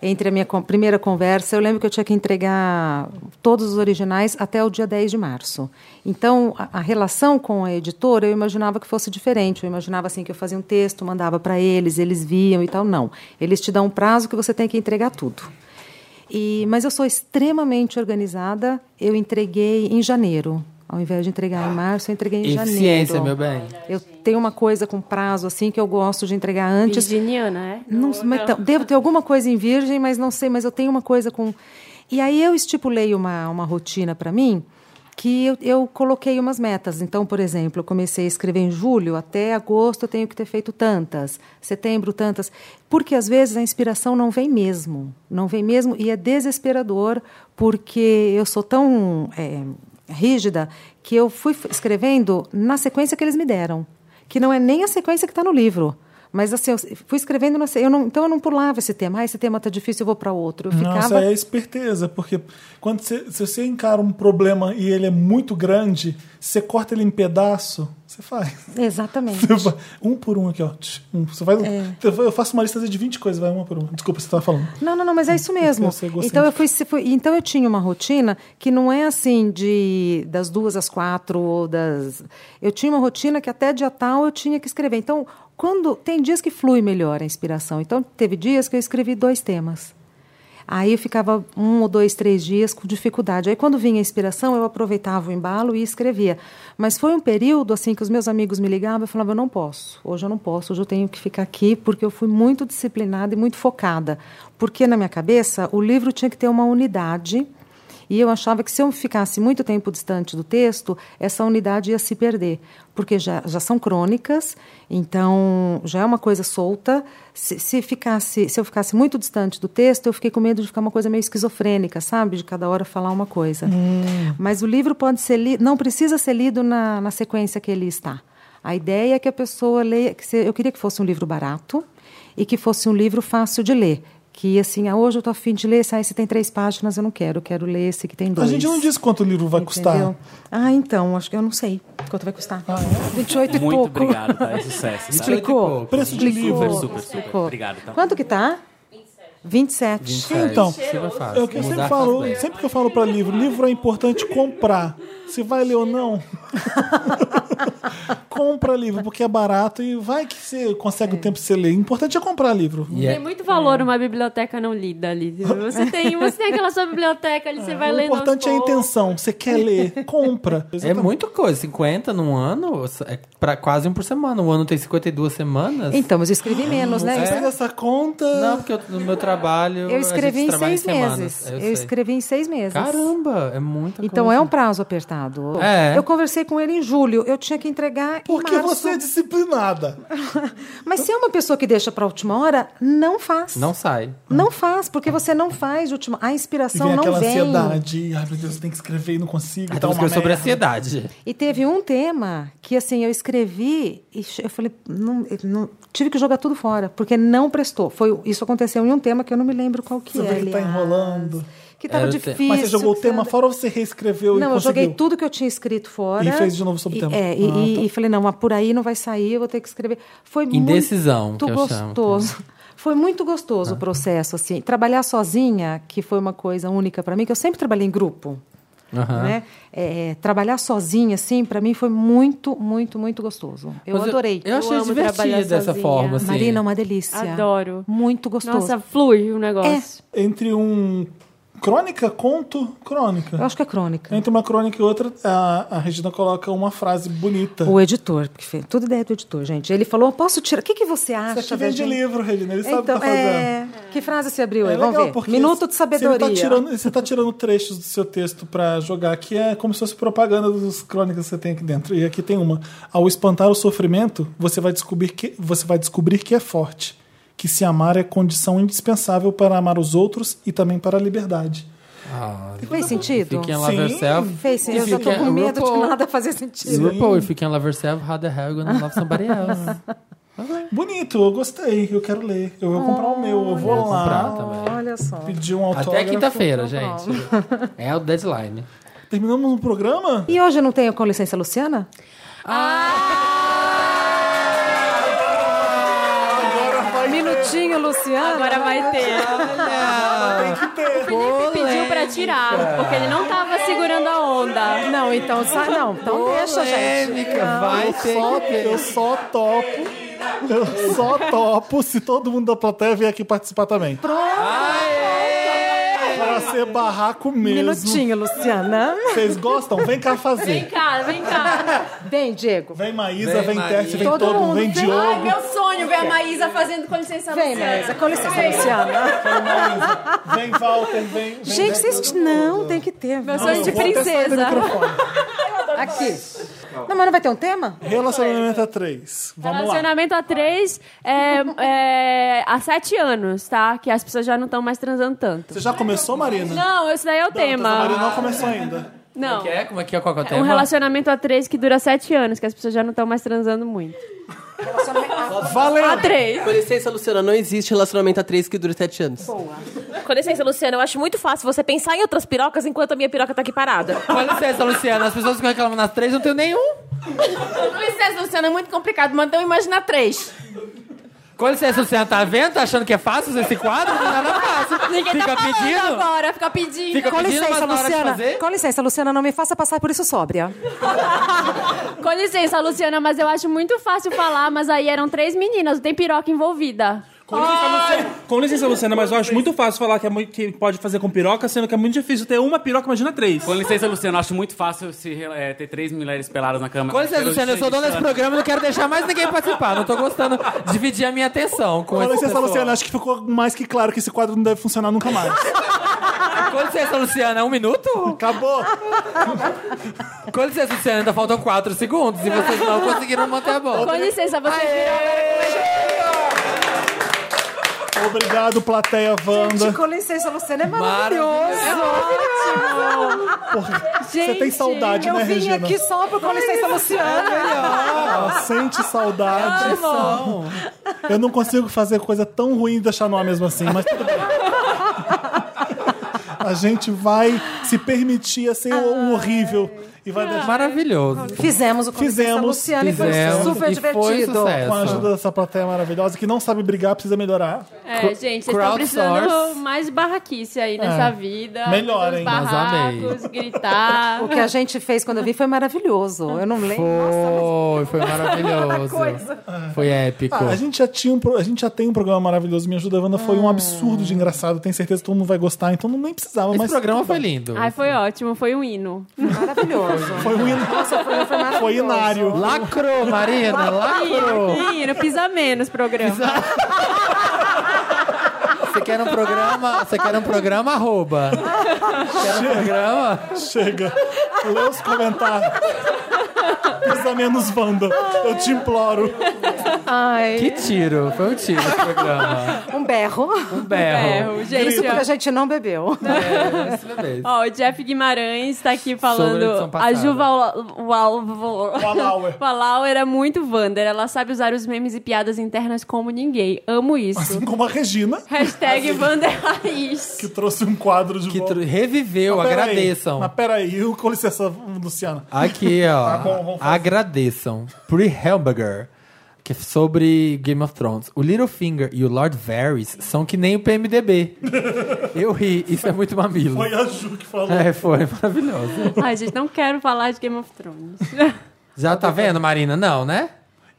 Entre a minha con- primeira conversa, eu lembro que eu tinha que entregar todos os originais até o dia 10 de março. Então, a, a relação com a editora, eu imaginava que fosse diferente. Eu imaginava assim que eu fazia um texto, mandava para eles, eles viam e tal. Não. Eles te dão um prazo que você tem que entregar tudo. E, mas eu sou extremamente organizada. Eu entreguei em janeiro. Ao invés de entregar em março, eu entreguei em janeiro. Eficiência, meu bem. Eu tenho uma coisa com prazo assim que eu gosto de entregar antes. Virginiana, é? Não, mas então, devo ter alguma coisa em virgem, mas não sei, mas eu tenho uma coisa com. E aí eu estipulei uma, uma rotina para mim que eu, eu coloquei umas metas. Então, por exemplo, eu comecei a escrever em julho, até agosto eu tenho que ter feito tantas, setembro tantas, porque às vezes a inspiração não vem mesmo, não vem mesmo e é desesperador porque eu sou tão eh, rígida que eu fui f- escrevendo na sequência que eles me deram que não é nem a sequência que está no livro. Mas assim, eu fui escrevendo, não sei, eu não, então eu não pulava esse tema. Ah, esse tema tá difícil, eu vou para outro. Eu Não, isso ficava. aí é esperteza, porque quando você, se você encara um problema e ele é muito grande, você corta ele em pedaço, você faz. Exatamente. Você vai- Um por um aqui, ó. Tch, um. Você faz, É. Eu faço uma lista de 20 coisas, vai uma por uma. Desculpa, você estava falando. Não, não, não, mas é isso mesmo. Eu sei, eu gostei. Então eu fui, se fui- então eu tinha uma rotina que não é assim de das duas às quatro ou das. Eu tinha uma rotina que até dia tal eu tinha que escrever. Então quando tem dias que flui melhor a inspiração. Então teve dias que eu escrevi dois temas. Aí eu ficava um ou dois, três dias com dificuldade. Aí quando vinha a inspiração, eu aproveitava o embalo e escrevia. Mas foi um período assim que os meus amigos me ligavam e falavam: eu não posso, hoje eu não posso, hoje eu tenho que ficar aqui porque eu fui muito disciplinada e muito focada. Porque na minha cabeça o livro tinha que ter uma unidade. E eu achava que se eu ficasse muito tempo distante do texto, essa unidade ia se perder, porque já, já são crônicas, então já é uma coisa solta. Se, se ficasse, se eu ficasse muito distante do texto, eu fiquei com medo de ficar uma coisa meio esquizofrênica, sabe? De cada hora falar uma coisa. Hum. Mas o livro pode ser li não precisa ser lido na, na sequência que ele está. A ideia é que a pessoa leia. Que se, eu queria que fosse um livro barato e que fosse um livro fácil de ler. Que assim, ah, hoje eu tô afim de ler esse, ah, esse tem três páginas, eu não quero, eu quero ler esse que tem A dois. gente não diz quanto o livro vai Entendeu? custar. Ah, então, acho que eu não sei quanto vai custar. Ah, é? 28 e Muito pouco. obrigado, tá? É sucesso, tá? Explicou? Preço de Explicou. livro. Super, super, super. Explicou. Obrigado, tá? Quanto que tá? 27. Então, Chega fácil. é o que eu Mudar sempre faz falo, bem. sempre que eu falo para livro, livro é importante comprar. Se vai ler ou não, compra livro, porque é barato e vai que você consegue o tempo de você ler. O importante é comprar livro. E Tem muito valor uma biblioteca não lida ali. Você tem, você tem aquela sua biblioteca ali, você vai o lendo. aos importante é a poucos. intenção. Você quer ler, compra. É muita coisa, 50 num ano, é pra quase um por semana. Um ano tem 52 semanas. Então, mas eu escrevi menos, né? é Você É. fez essa conta. Não, porque eu- no meu trabalho. Eu escrevi Então, a em gente trabalha seis semanas. meses. Eu Eu, sei. escrevi em seis meses. Caramba, é Tá muita Então coisa. é um prazo apertado. É. Eu conversei com ele em julho, eu tinha que entregar Porque em março. você é disciplinada. Mas se é uma pessoa que deixa para última hora, não faz. Não sai. Não faz, porque você não faz de última. A E inspiração vem não aquela vem. ansiedade. Ai, meu Deus, eu tenho que escrever e não consigo. Aí tá tu uma escreveu sobre merda. ansiedade. E teve um tema que assim eu escrevi e che- eu falei, não, eu não- tive que jogar tudo fora, porque não prestou. Foi isso aconteceu em um tema que eu não me lembro qual que Você é. vê que tá aliás. enrolando. Que estava Era o tema. difícil. Mas você jogou o que tema tava- fora ou você reescreveu não, e eu conseguiu? joguei tudo que eu tinha escrito fora. E fez de novo sobre o E- tema. É, e, Ah, e- tá. e falei, não, mas por aí não vai sair, eu vou ter que escrever. Foi Indecisão, muito que é. Ah. eu chamo, gostoso. Foi muito gostoso o processo, assim. Trabalhar sozinha, que foi uma coisa única para mim, que eu sempre trabalhei em grupo. Aham. né? É, trabalhar sozinha, assim, para mim foi muito, muito, muito gostoso. Eu Mas adorei. Eu, achei Eu amo divertido trabalhar dessa sozinha. forma, assim. Marina, é uma delícia. Adoro. Muito gostoso. Nossa, flui o É. negócio. Entre um crônica, conto, Eu crônica. acho que é crônica. Entre uma crônica e outra, a, a Regina coloca uma frase bonita. O editor, porque fe- tudo ideia do editor, gente. Ele falou, posso tirar? O que, que você acha? Isso aqui vem da de gente?" livro, Regina. Ele sabe o que tá Então, fazendo. é... Que frase você abriu É aí? Vamos legal, ver. porque Minuto de se- se sabedoria. Ele tá tirando, você tá tirando trechos do seu texto pra jogar aqui, é como se fosse propaganda dos crônicas que você tem aqui dentro. E aqui tem uma. Ao espantar o sofrimento, você vai descobrir que, você vai descobrir que é forte. Que se amar é condição indispensável para amar os outros e também para a liberdade. Ah, Fez sentido? Fiquem Love Sim. Yourself. Fez sentido. Eu já tô Fiquem- com medo de RuPaul. nada fazer Sim. sentido. RuPaul, if you can love yourself, how the hell you gonna love somebody else? Bonito, eu gostei, eu quero ler. Eu vou comprar o meu, eu vou vou comprar lá também. Olha só. pedir um autógrafo. Até quinta-feira, gente. É o deadline. Terminamos o programa? E hoje eu não tenho com licença, Luciana? Ah! Minutinho, Luciana. Agora vai ter. O Felipe pediu pra tirar, porque ele não tava segurando a onda. Não, então sai. Não, então deixa, gente. Ah, Polêmica, vai ter Só- que ter. eu só topo. Eu só topo se todo mundo da plateia vier aqui participar também. Pronto! Pra ser barraco mesmo. Minutinho, Luciana. Vocês gostam? Vem cá Vem fazer. cá, vem cá. Vem, Diego. Vem Maísa, vem, Maísa. Teste, vem Todo todo, mundo, mundo, vem vem. Ai, Diogo, meu sonho ver a Maísa fazendo com licença Vem, Maísa. Com licença, Luciana. vem Maísa, vem Walter, vem. vem Gente, vocês. Não, tem que ter. Meu sonho de Walter, sai do princesa. microfone. Aqui. Não, mas não vai ter um tema? Relacionamento a três. Vamos lá. Relacionamento a três é, é, há sete anos, tá? Que as pessoas já não estão mais transando tanto. Você já começou, Marina? Não, esse daí é o A Marina tema. não começou ainda. Não. Que é? Como é que é? Qual que é o Um tema? relacionamento a três que dura sete anos, que as pessoas já não estão mais transando muito. Valeu! A três. Com licença, Luciana, não existe relacionamento a três que dure sete anos. Com licença, Luciana, eu acho muito fácil você pensar em outras pirocas enquanto a minha piroca tá aqui parada. Com licença, Luciana, as pessoas ficam reclamando nas três, eu não tenho nenhum. Com licença, Luciana, é muito complicado. Mandam imaginar três. Com licença, Luciana, tá vendo? Tá achando que é fácil esse quadro? Não é nada fácil. Ninguém Fica tá falando pedindo. agora, fica pedindo. Fica Com pedindo, licença, mas na hora de Luciana. fazer? Com licença, Luciana, não me faça passar por isso sóbria. Com licença, Luciana, mas eu acho muito fácil falar, mas aí eram três meninas, não tem piroca envolvida. Com licença, Luciana, com licença, Luciana, mas eu acho muito fácil falar que, é muito- que pode fazer com piroca, sendo que é muito difícil ter uma piroca, imagina três. Com licença, Luciano, acho muito fácil se, rela- é, ter três mulheres peladas na cama. Com licença, Luciana, eu sou dona desse programa e não quero deixar mais ninguém participar. Não tô gostando de dividir a minha atenção com Com esse licença, pessoal. Luciana, acho que ficou mais que claro que esse quadro não deve funcionar nunca mais. Com licença, Luciana, um minuto? Acabou. Com licença, Luciana, ainda faltam quatro segundos e vocês não conseguiram manter a bola. Com licença, você Obrigado, plateia Wanda. Com licença, Luciana, é maravilhoso. É Porra, você tem saudade, eu né, vim Regina? aqui só pro Com Licença, Luciana. Ah, sente saudade. Amo. Eu não consigo fazer coisa tão ruim e deixar no ar mesmo assim, mas tudo bem. A gente vai se permitir a ser o horrível e vai deixar. Maravilhoso. Fizemos o Com Licença, Fizemos, Luciana, e foi fizemos, super e foi divertido. Com a ajuda dessa plateia maravilhosa que não sabe brigar, precisa melhorar. É, gente, vocês estão precisando mais de barraquice aí nessa vida. É. Melhor, Os hein? Nós amei. barracos, gritar. O que a gente fez quando eu vi foi maravilhoso. Eu não lembro. Foi, foi maravilhoso. Foi épico. Ah, a, gente já tinha um, pro- a gente já tem um programa maravilhoso. Me Ajuda, Wanda. Foi um absurdo de engraçado. Tenho certeza que todo mundo vai gostar, então não nem precisava. Esse mas programa tudo foi bem. lindo. Ai, foi ótimo, foi um hino. Maravilhoso. Foi um hino. Nossa, foi, foi maravilhoso. Foi inário. Lacrou, Marina, lacrou. Hino, pisa menos programa. Você quer um programa? Você quer um programa arroba? Quer um programa? Chega. Lê os comentários. Pisa menos Wanda. Eu te imploro. Ah, Ai. Que tiro, foi um tiro esse programa. Um berro. Um berro. Um berro, gente, Isso ó. porque a gente não bebeu. Ó, o Jeff Guimarães está aqui Sobre a edição falando. passada. A Juva Wal- Wal- Walauer. Walauer é muito Wander. Ela sabe usar os memes e piadas internas como ninguém. Amo isso. Assim como a Regina. Assim. Hashtag Wander Raiz. Que trouxe um quadro de Que tr- reviveu, Mas peraí, agradeçam. Mas peraí, o- com licença, Luciana. Aqui, ó. Tá bom, vamos fazer. agradeçam. Pre-Hamburger. Que é sobre Game of Thrones. O Littlefinger e o Lord Varys são que nem o PMDB. Eu ri, isso é muito mamilo. Foi a Ju que falou. É, foi maravilhoso. Ai, gente, não quero falar de Game of Thrones. Já tá vendo, Marina? Não, né?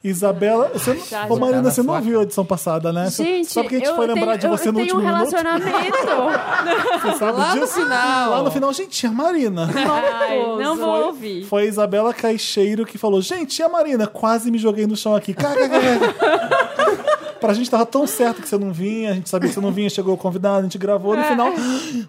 Isabela, você não, Já, Ô, já. Marina, você não ouviu a edição passada, né? Você- Gente, Sabe que a gente eu foi lembrar tenho- de você eu no tenho último um minuto? relacionamento. Você sabe Lá no disso? final. Lá no final, gente, é a Marina. Ai, não vou Foi- ouvir. Foi a Isabela Caixeiro que falou, gente, e a Marina? Quase me joguei no chão aqui. pra gente tava tão certo que você não vinha, a gente sabia que você não vinha, chegou o convidado, a gente gravou, no É. final,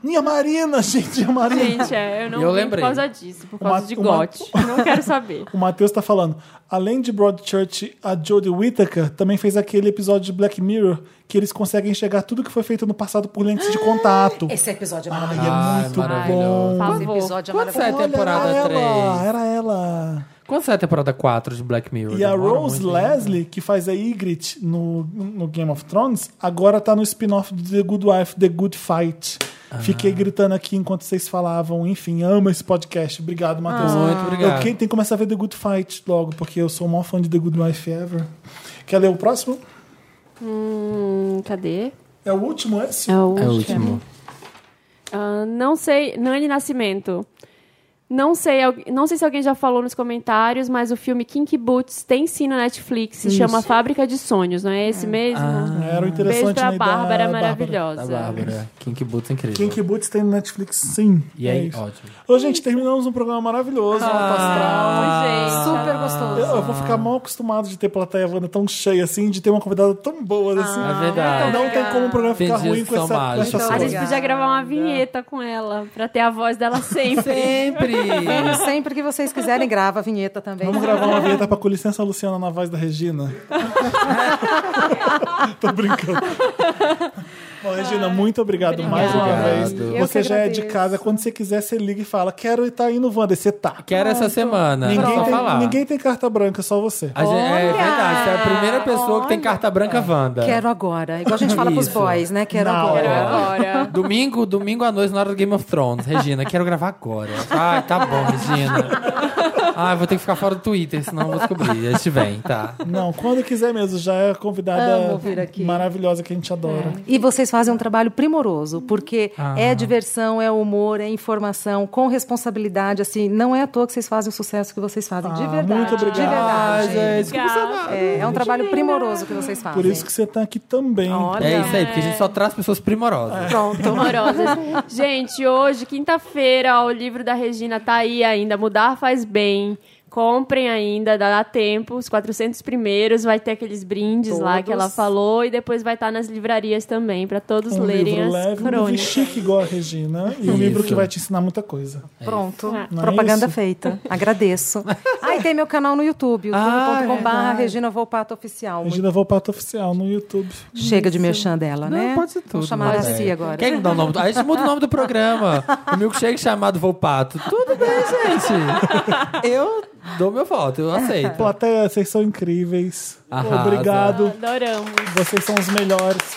e a Marina, gente, e a Marina. Gente, é, eu não vim por causa disso, por O Ma- causa de o Ma- gote. Não quero saber. O Matheus tá falando. Além de Broadchurch, a Jodie Whittaker também fez aquele episódio de Black Mirror que eles conseguem enxergar tudo que foi feito no passado por lentes de contato. Esse episódio é Ai, maravilhoso. é muito bom. Esse episódio é Quanto é a maravilhoso. temporada era 3? ela, era ela. Quando sai a temporada 4 de Black Mirror? E a Demora Rose muito. Leslie, que faz a Ygritte no, no Game of Thrones, agora tá no spin-off de The Good Wife, The Good Fight. Ah. Fiquei gritando aqui enquanto vocês falavam. Enfim, amo esse podcast. Obrigado, Matheus. Ah. Muito obrigado. Eu que- tenho que começar a ver The Good Fight logo, porque eu sou o maior fã de The Good Wife ever. Quer ler o próximo? Hum, cadê? É o último esse? É o É o último. último. Ah, não sei. Nani Nascimento. Não sei, al- não sei se alguém já falou nos comentários, mas o filme Kinky Boots tem sim na Netflix, se Isso. chama Fábrica de Sonhos, não é esse mesmo? Era o interessante, Beijo pra né, da Bárbara, Bárbara. maravilhosa. Da Bárbara. Kinky Boots é incrível. Kinky Boots tem no Netflix, sim. E aí, É isso. ótimo. Ô, gente, terminamos um programa Ah, maravilhoso. Alto Astral. Super gostoso. Eu, eu vou ficar mal acostumado de ter plateia Wanda tão cheia assim, de ter uma convidada tão boa assim. É verdade. Não tem como o programa Tem ficar dias ruim que com são essa, com mágicos. essas A coisas. gente podia gravar uma vinheta com ela, pra ter a voz dela sempre. sempre! Vem Sempre que vocês quiserem, grava a vinheta também. Vamos gravar uma vinheta pra Com Licença Luciana na voz da Regina. Tô brincando. Bom, Regina, muito obrigado mais uma vez. Obrigado. Eu Você que já é de agradeço. casa. Quando você quiser, você liga e fala: Quero estar indo, Wanda. E você tá. Quero essa Pronto. semana. Ninguém Só tem, falar. ninguém tem carta branca, só você. A gente- é verdade, você é a primeira pessoa que tem carta branca Wanda. Quero agora. Igual a gente fala pros Isso. boys, né? Quero Na agora. hora. Domingo, domingo à noite, na hora do Game of Thrones. Regina, quero gravar agora. Ai, tá bom, Regina. Ai, vou ter que ficar fora do Twitter, senão eu vou descobrir. Este vem, tá. Não, quando quiser mesmo, já é a convidada Amo vir aqui. maravilhosa que a gente adora. E vocês fazem um trabalho primoroso, porque Ah. é diversão, é humor, é informação, com responsabilidade, assim, não é à toa que vocês fazem o sucesso que vocês fazem, de verdade. Ah, muito obrigado. De verdade. Ai, gente, como você é, é um trabalho primoroso que vocês fazem. Por isso que você tá aqui também. é isso aí, porque a gente só traz pessoas primorosas. É. Pronto. Horrorosas. Gente, hoje, quinta-feira, o livro da Regina tá aí ainda. Mudar faz bem. Comprem ainda, dá tempo. Os 400 primeiros, vai ter aqueles brindes lá que Todos. ela falou. E depois vai estar nas livrarias também, pra todos Um lerem livro as leve, um livro crônicas. chique igual a Regina. E um Isso. livro que vai te ensinar muita coisa. Pronto. Não é Propaganda isso? feita. Agradeço. Ah, e tem meu canal no YouTube, youtube.com.br verdade. Regina Volpato Oficial. Regina Volpato Oficial no YouTube. Chega de merchan dela, Não, né? pode ser Tudo, Vou chamar a né? Cia agora. Quem que dá o nome? do- A gente muda o nome do programa. O milkshake chamado Volpato. Tudo bem, gente. Eu dou meu voto, eu aceito. Plateia, vocês são incríveis. Arrasa. Obrigado. Adoramos. Vocês são os melhores.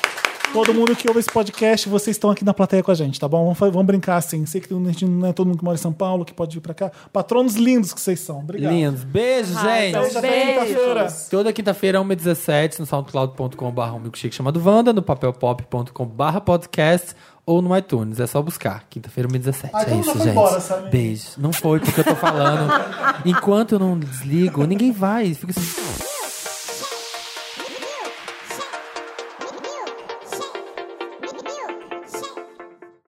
Todo mundo que ouve esse podcast, vocês estão aqui na plateia com a gente, tá bom? Vamos, fa- vamos brincar assim. Sei que tem- não é todo mundo que mora em São Paulo, que pode vir pra cá. Patronos lindos que vocês são. Obrigado. Lindos. Beijo, Arrasa. gente. Beijo, até Beijos. quinta-feira. Toda quinta-feira, é 1h17, no soundcloud.com.br, um milkshake chamado Wanda, no papelpop.com.br podcast ou no iTunes. É só buscar. Quinta-feira, 1h17. Ah, então é não isso, foi gente. embora, Samir. Beijo. Não foi, porque eu tô falando. Enquanto eu não desligo, ninguém vai. Fica assim...